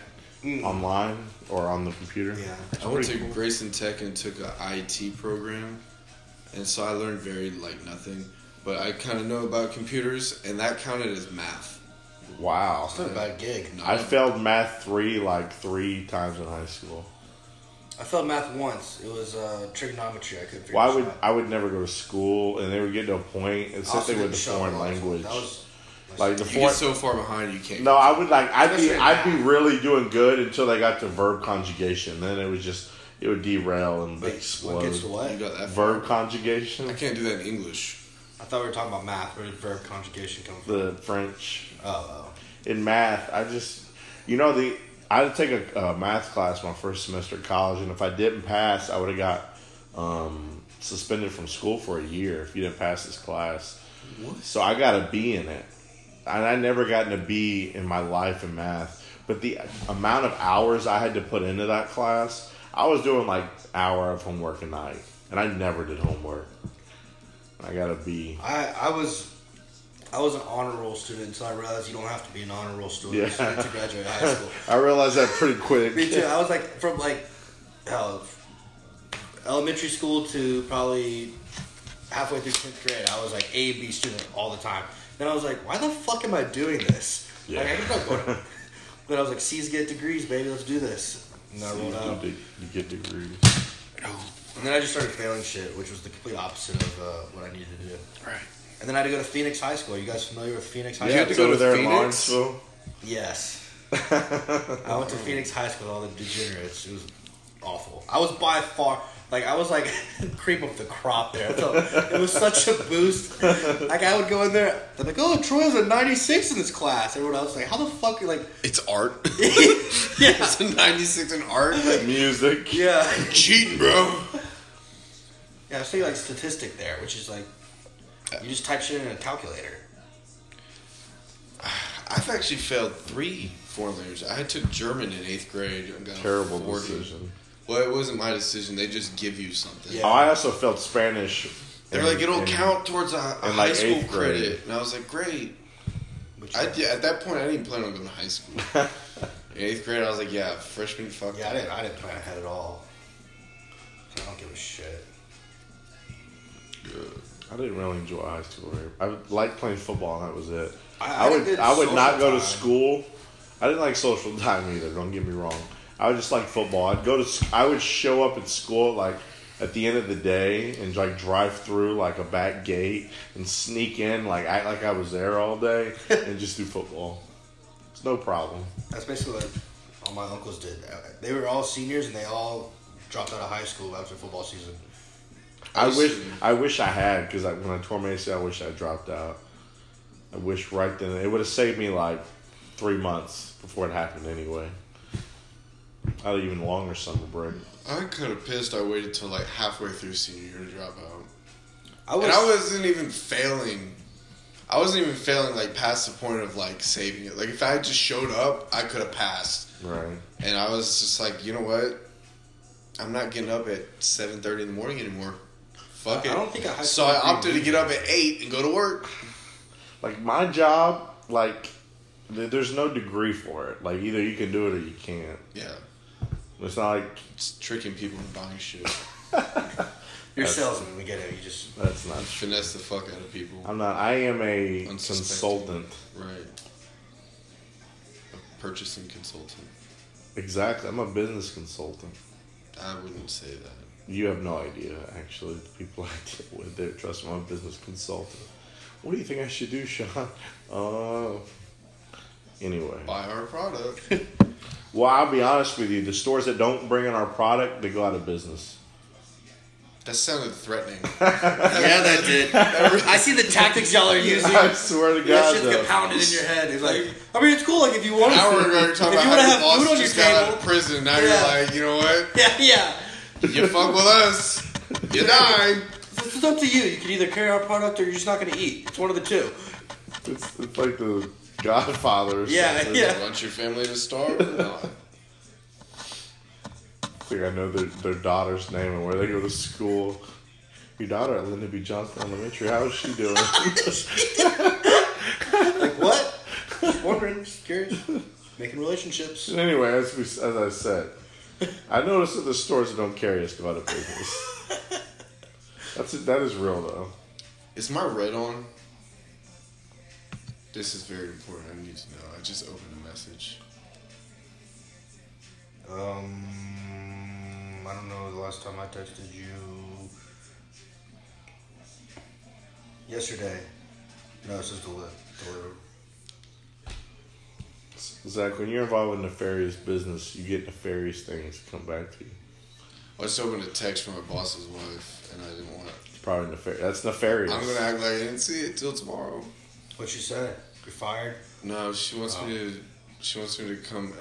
Speaker 4: online or on the computer.
Speaker 3: Mm. Yeah.
Speaker 4: It's
Speaker 1: I went
Speaker 4: pretty
Speaker 1: to
Speaker 4: cool.
Speaker 1: Grayson Tech and took a IT program, and so I learned very like nothing. But I kind of know about computers, and that counted as math.
Speaker 4: Wow.
Speaker 3: It's not a bad gig.
Speaker 4: I failed math three like three times in high school.
Speaker 3: I failed math once. It was uh, trigonometry. I couldn't figure
Speaker 4: Why
Speaker 3: it
Speaker 4: would
Speaker 3: out.
Speaker 4: I would never go to school, and they would get to a point, and
Speaker 3: Also
Speaker 4: something with
Speaker 3: didn't
Speaker 4: the
Speaker 3: show up
Speaker 4: foreign
Speaker 3: on my phone.
Speaker 4: language.
Speaker 3: That was
Speaker 4: Like the
Speaker 1: You get
Speaker 4: foreign.
Speaker 1: so far behind, you can't.
Speaker 4: No, I would like I'd be
Speaker 3: Especially
Speaker 4: I'd be
Speaker 3: math.
Speaker 4: really doing good until they got to verb conjugation. Then it was just it would derail and
Speaker 3: wait,
Speaker 4: explode.
Speaker 3: what gets to what?
Speaker 1: You got that far.
Speaker 4: Verb conjugation.
Speaker 1: I can't do that in English.
Speaker 3: I thought we were talking about math. Where did verb conjugation come from?
Speaker 4: The French
Speaker 3: Oh,
Speaker 4: in math. I just, you know, the I had to take a, a math class my first semester of college, and if I didn't pass, I would have got um, suspended from school for a year if you didn't pass this class. So I got a B in it, and I never gotten a B in my life in math. But the amount of hours I had to put into that class, I was doing like hour of homework a night, and I never did homework. I got a B.
Speaker 3: I I was. I was an honor roll student until I realized you don't have to be an honor roll student
Speaker 4: Yeah.
Speaker 3: to graduate high school.
Speaker 4: I realized that pretty quick.
Speaker 3: [LAUGHS] Me
Speaker 4: [LAUGHS]
Speaker 3: too. I was like from like hell, elementary school to probably halfway through tenth grade, I was like A B student all the time. Then I was like, why the fuck am I doing this? Like I kept on
Speaker 1: [LAUGHS]
Speaker 3: going. but I was like, C's get degrees, baby. Let's do this. And then I rolled out.
Speaker 4: You get degrees.
Speaker 3: And then I just started failing shit, which was the complete opposite of uh, what I needed to do. Right. And then I had to go to Phoenix High School. you guys familiar with Phoenix High
Speaker 1: You had to
Speaker 3: School?
Speaker 1: go
Speaker 4: over
Speaker 1: to
Speaker 4: there in
Speaker 1: Phoenix?
Speaker 4: Lawrenceville.
Speaker 1: [LAUGHS]
Speaker 3: Yes. I went to Phoenix High School with all the degenerates. It was awful. I was by far like I was like [LAUGHS] cream of the crop there. I felt- it was such a boost. Like I would go in there, they're like, "Oh, Troy was a 96 in this class." Everyone else was like, "How the fuck?" Like,
Speaker 1: It's
Speaker 4: [LAUGHS]
Speaker 1: art. [LAUGHS]
Speaker 3: yeah,
Speaker 1: it's a 96 in art.
Speaker 4: Music.
Speaker 3: yeah,
Speaker 1: Cheating, bro.
Speaker 3: yeah. I was thinking like statistic there, which is like you just type shit in a calculator.
Speaker 1: I've actually failed three foreign languages. I took German in eighth grade and got a
Speaker 4: Terrible
Speaker 1: 40.
Speaker 4: decision.
Speaker 1: Well, it wasn't my decision. They just give you something.
Speaker 3: Yeah.
Speaker 4: Oh, I also felt Spanish.
Speaker 1: They're
Speaker 4: in-
Speaker 1: like, it'll
Speaker 4: in-
Speaker 1: count towards a, a
Speaker 4: in,
Speaker 1: high
Speaker 4: like,
Speaker 1: school
Speaker 4: eighth grade.
Speaker 1: credit. And I was like, great.
Speaker 3: Which
Speaker 1: I, did- at that point, I didn't plan on going to high school.
Speaker 3: [LAUGHS]
Speaker 1: in eighth grade, I was like, yeah, freshman, fuck
Speaker 3: yeah, I
Speaker 1: that.
Speaker 3: didn't. I didn't plan ahead at all. I don't give a shit.
Speaker 4: I didn't really enjoy high school. Very, I liked playing football, and that was it.
Speaker 3: I-
Speaker 4: I,
Speaker 3: I
Speaker 4: would
Speaker 3: did
Speaker 4: I would
Speaker 3: social
Speaker 4: not go to
Speaker 3: time.
Speaker 4: school. I didn't like social [LAUGHS] time either. Don't get me wrong. I would just like football. I'd go to sc- I would show up at school like at the end of the day and like drive through like a back gate and sneak in like act like I was there
Speaker 1: [LAUGHS]
Speaker 4: all day and just do football. It's no problem.
Speaker 3: That's basically what all my uncles did. They were all seniors and they all dropped out of high school after football season.
Speaker 4: I
Speaker 1: was-
Speaker 4: wish I wish I had because I, when I tore my ACL, I wish I dropped out. I wish right then it would have saved me like three months before it happened anyway. I had an even longer summer break.
Speaker 1: I could have pissed. I waited till like halfway through senior year to drop out.
Speaker 3: I was,
Speaker 1: and I wasn't even failing. I wasn't even failing like past the point of like saving it. Like if I had just showed up, I could have passed.
Speaker 4: Right.
Speaker 1: And I was just like, you know what? I'm not getting up at 7:30 in the morning anymore. Fuck
Speaker 3: I
Speaker 1: it.
Speaker 3: don't think a high
Speaker 1: so
Speaker 3: school
Speaker 1: I
Speaker 3: degree
Speaker 1: opted to
Speaker 3: needs
Speaker 1: get up at eight and go to work.
Speaker 4: Like my job, like th- there's no degree for it. Like either you can do it or you can't.
Speaker 1: Yeah,
Speaker 4: It's not like
Speaker 1: it's tricking people into buying shit.
Speaker 3: you're a salesman. We get it. You just
Speaker 4: that's not. True.
Speaker 1: Finesse the fuck out of people.
Speaker 4: I'm not. I am a
Speaker 1: Unsuspecting.
Speaker 4: consultant.
Speaker 1: right. A purchasing consultant.
Speaker 4: Exactly. I'm a business consultant.
Speaker 1: I wouldn't say that.
Speaker 4: You have no idea, actually, the people I deal with. They're trust my business consultant. What do you think I should do, Sean? Uh, anyway.
Speaker 1: Buy our
Speaker 3: [LAUGHS]
Speaker 1: product.
Speaker 4: Well, I'll be honest with you. The stores that don't bring in our product, they go out of business.
Speaker 1: that sounded threatening.
Speaker 3: [LAUGHS] yeah, that did. [LAUGHS] I see the tactics y'all are [LAUGHS] using.
Speaker 4: [LAUGHS] I swear to
Speaker 3: That
Speaker 4: God,
Speaker 3: shit's
Speaker 4: though.
Speaker 3: get pounded in your head. It's like, I mean, it's cool. Like if you want
Speaker 1: An
Speaker 3: to,
Speaker 1: hour ago, you were
Speaker 3: [LAUGHS] if you
Speaker 1: talking
Speaker 3: want to
Speaker 1: about how your boss
Speaker 3: have food on your
Speaker 1: just got out of
Speaker 3: table,
Speaker 1: prison. Now
Speaker 3: Yeah.
Speaker 1: you're like, you know what?
Speaker 3: [LAUGHS] yeah, yeah.
Speaker 1: You fuck with us, you die.
Speaker 3: [LAUGHS] It's, it's up to you. You can either carry our product or you're just not going to eat. It's one of the two.
Speaker 4: It's, it's like the Godfather. or
Speaker 3: Yeah,
Speaker 4: something.
Speaker 3: yeah.
Speaker 1: You want your family to starve or not?
Speaker 4: It's like I know their, their daughter's name and where they go to school. Your daughter at Linda B. Johnson Elementary, how is she
Speaker 3: [LAUGHS]
Speaker 4: doing?
Speaker 3: Like what? [LAUGHS] Just Wondering, just curious, making relationships.
Speaker 4: And anyway, as, we, as I said, I noticed that the stores that don't carry us go out of business. That's that is real though.
Speaker 1: Is my red on? This is very important. I need to know. I just opened a message.
Speaker 3: Um, I don't know the last time I texted you. Yesterday. No, it says deli- delivered.
Speaker 4: Zach, when you're involved in nefarious business, you get nefarious things come back to you.
Speaker 1: I just opened a text from my boss's wife, and I didn't want it.
Speaker 4: It's probably nefarious. That's nefarious.
Speaker 1: I'm gonna act like I didn't see it till tomorrow.
Speaker 3: What she said? You're fired.
Speaker 1: No, she wants me to. She wants me to come.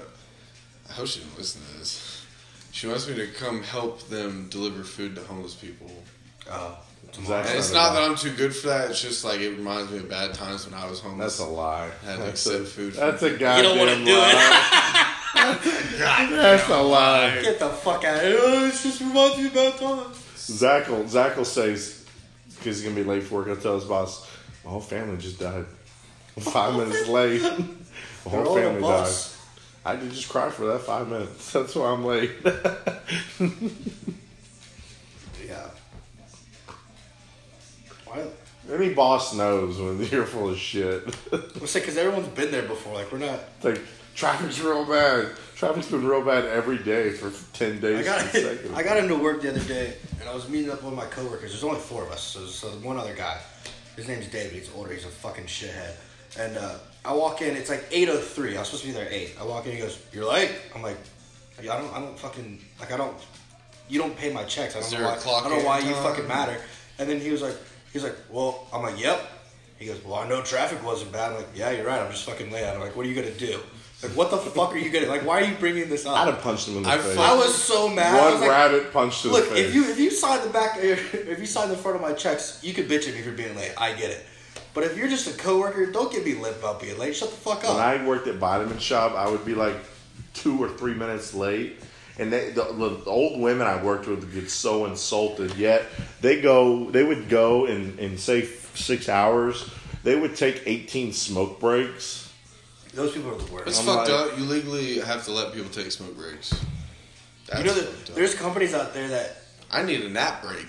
Speaker 1: I hope she didn't listen to this. She wants me to come help them deliver food to homeless people.
Speaker 3: Oh,
Speaker 4: Zach's
Speaker 1: And it's not that I'm too good for that. It's just like it reminds me of bad times when I was homeless.
Speaker 4: That's a lie.
Speaker 1: Had to
Speaker 4: That's
Speaker 1: accept
Speaker 4: a,
Speaker 1: food.
Speaker 4: That's a
Speaker 3: You don't
Speaker 4: goddamn
Speaker 3: want to do
Speaker 4: lie.
Speaker 3: it.
Speaker 4: That's a lie.
Speaker 3: Get the fuck out of here. Oh, It just reminds me of bad times.
Speaker 4: Zach will Zach will say because he's gonna be late for work. He'll tell his boss, "My whole family just died. [LAUGHS] Five minutes
Speaker 3: [LAUGHS]
Speaker 4: late. My
Speaker 3: They're
Speaker 4: whole
Speaker 3: all on a
Speaker 4: family died."
Speaker 3: bus.
Speaker 4: I did just cry for that five minutes. [LAUGHS] That's why I'm late.
Speaker 3: Yeah.
Speaker 4: Any boss knows when [LAUGHS] you're full of shit. it's
Speaker 3: I'm saying because everyone's been there before. Like we're not.
Speaker 4: like traffic's real bad. Traffic's been real bad every day for ten days.
Speaker 3: I got
Speaker 4: consecutive.
Speaker 3: [LAUGHS] I got into work the other day, and I was meeting up with one of my coworkers. There's only four of us, so so one other guy. His name's David. He's older. He's a fucking shithead. And uh, I walk in. It's like eight oh three. I was supposed to be there at eight. I walk in. He goes, "You're late." I'm like, "I don't. I don't fucking like. I don't. You don't pay my checks. I don't
Speaker 1: Is
Speaker 3: know
Speaker 1: there a
Speaker 3: why.
Speaker 1: clock
Speaker 3: I don't know
Speaker 1: in
Speaker 3: why you
Speaker 1: time?
Speaker 3: fucking matter." And then he was like, "He's like, well." I'm like, "Yep." He goes, "Well, I know traffic wasn't bad." I'm like, "Yeah, you're right. I'm just fucking late." I'm like, "What are you gonna do?" Like, what the fuck are you gonna like? Why are you bringing this up?
Speaker 4: I'd have punched him in the
Speaker 1: I
Speaker 4: face.
Speaker 3: I was so mad. I
Speaker 4: One
Speaker 3: was like,
Speaker 4: rabbit punched to
Speaker 3: Look,
Speaker 4: the face.
Speaker 3: if you if you sign the back, [LAUGHS] if you sign the front of my checks, you can bitch at me for being late. I get it. But if you're just a coworker, don't get me lip about being late. Shut the fuck up.
Speaker 4: when I worked at Vitamin Shop, I would be like two or three minutes late. And they, the, the old women I worked with would get so insulted. Yet they go, they would go and, and say six hours. They would take eighteen smoke breaks.
Speaker 3: Those people are the worst.
Speaker 1: It's
Speaker 4: I'm
Speaker 1: fucked
Speaker 4: like-
Speaker 1: up. You legally have to let people take smoke breaks. That's
Speaker 3: You know,
Speaker 1: fucked
Speaker 3: that
Speaker 1: up.
Speaker 3: there's companies out there that
Speaker 1: I need a nap break.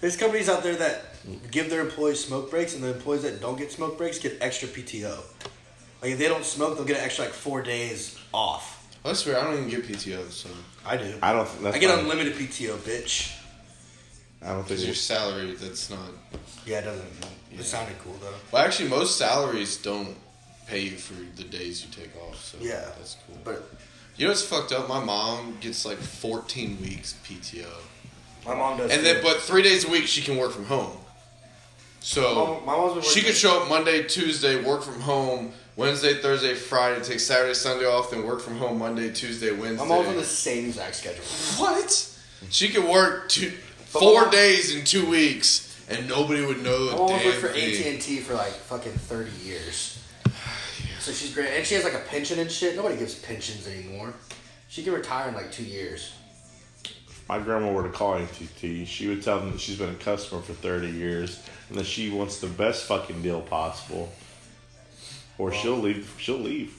Speaker 3: there's companies out there that give their employees smoke breaks, and the employees that don't get smoke breaks get extra PTO. Like if they don't smoke, they'll get an extra like four days off.
Speaker 1: I swear, I don't even get PTO, so
Speaker 3: I do.
Speaker 4: I don't. That's
Speaker 3: I get
Speaker 4: not-
Speaker 3: unlimited PTO, bitch.
Speaker 4: I don't think
Speaker 1: because your
Speaker 4: it's
Speaker 1: salary, that's not.
Speaker 3: Yeah, it doesn't. It sounded cool though.
Speaker 1: Well, actually, most salaries don't pay you for the days you take off. So
Speaker 3: Yeah,
Speaker 1: that's cool.
Speaker 3: But
Speaker 1: you know what's fucked up? My mom gets like 14 weeks PTO,
Speaker 3: my mom does.
Speaker 1: and
Speaker 3: too.
Speaker 1: then but three days a week she can work from home. So
Speaker 3: Mom- my mom's been
Speaker 1: she
Speaker 3: working-
Speaker 1: could show up Monday, Tuesday, work from home. Wednesday, Thursday, Friday, take Saturday, Sunday off, then work from home Monday, Tuesday, Wednesday.
Speaker 3: my mom's on the same exact schedule.
Speaker 1: What? She could work two,
Speaker 3: But
Speaker 1: four
Speaker 3: my-
Speaker 1: days in two weeks, and nobody would know.
Speaker 3: My
Speaker 1: A
Speaker 3: mom worked
Speaker 1: damn
Speaker 3: for AT
Speaker 1: thing.
Speaker 3: and T for like fucking thirty years.
Speaker 1: [SIGHS]
Speaker 3: So she's great, and she has like a pension and shit. Nobody gives pensions anymore. She can retire in like two years.
Speaker 4: my grandma were to call NTT, she would tell them that she's been a customer for thirty years and that she wants the best fucking deal possible, or she'll leave. She'll leave.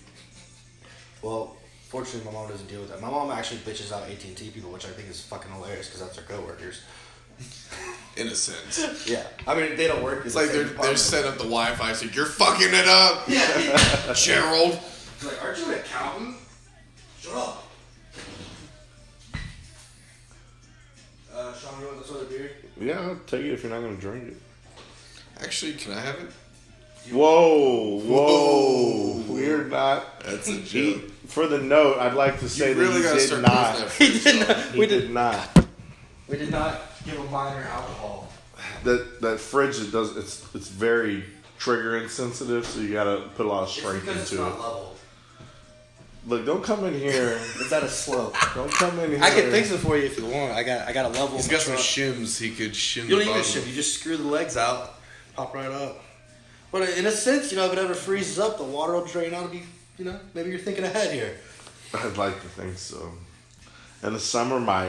Speaker 3: Well, fortunately, my mom doesn't deal with that. My mom actually bitches out AT and T people, which I think is fucking hilarious because that's her coworkers.
Speaker 1: In a sense, it's
Speaker 3: Yeah, I mean they don't work. It's
Speaker 1: like they're they're set up the Wi-Fi, so you're fucking it up, [LAUGHS] Gerald.
Speaker 3: like, aren't you an accountant? Shut up. Uh, Sean, you want this other beer?
Speaker 4: Yeah, I'll take it if you're not gonna drink it.
Speaker 1: Actually, can I have it?
Speaker 4: Whoa, whoa, we're not.
Speaker 1: That's a
Speaker 4: He,
Speaker 1: joke.
Speaker 4: for the note, I'd like to say
Speaker 1: you really
Speaker 4: that
Speaker 1: gotta
Speaker 4: he
Speaker 1: start
Speaker 4: did
Speaker 1: posting that free
Speaker 4: not.
Speaker 1: stuff.
Speaker 4: [LAUGHS] He did not.
Speaker 3: We did not give a minor alcohol.
Speaker 4: That that fridge it does it's it's very trigger insensitive, so you gotta put a lot of strength into it.
Speaker 3: level.
Speaker 4: Look, don't come in [LAUGHS] here.
Speaker 3: It's at a slope.
Speaker 4: Don't come in here.
Speaker 3: I can fix it for you if you want. I got I got a level.
Speaker 1: He's
Speaker 3: in my
Speaker 1: got some
Speaker 3: truck.
Speaker 1: shims he could shim.
Speaker 3: You
Speaker 1: the
Speaker 3: don't even
Speaker 1: bottom.
Speaker 3: shim. You just screw the legs out, pop right up. But in a sense, you know, if it ever freezes up, the water will drain out of you. You know, maybe you're thinking ahead here.
Speaker 4: I'd like to think so. In the summer, my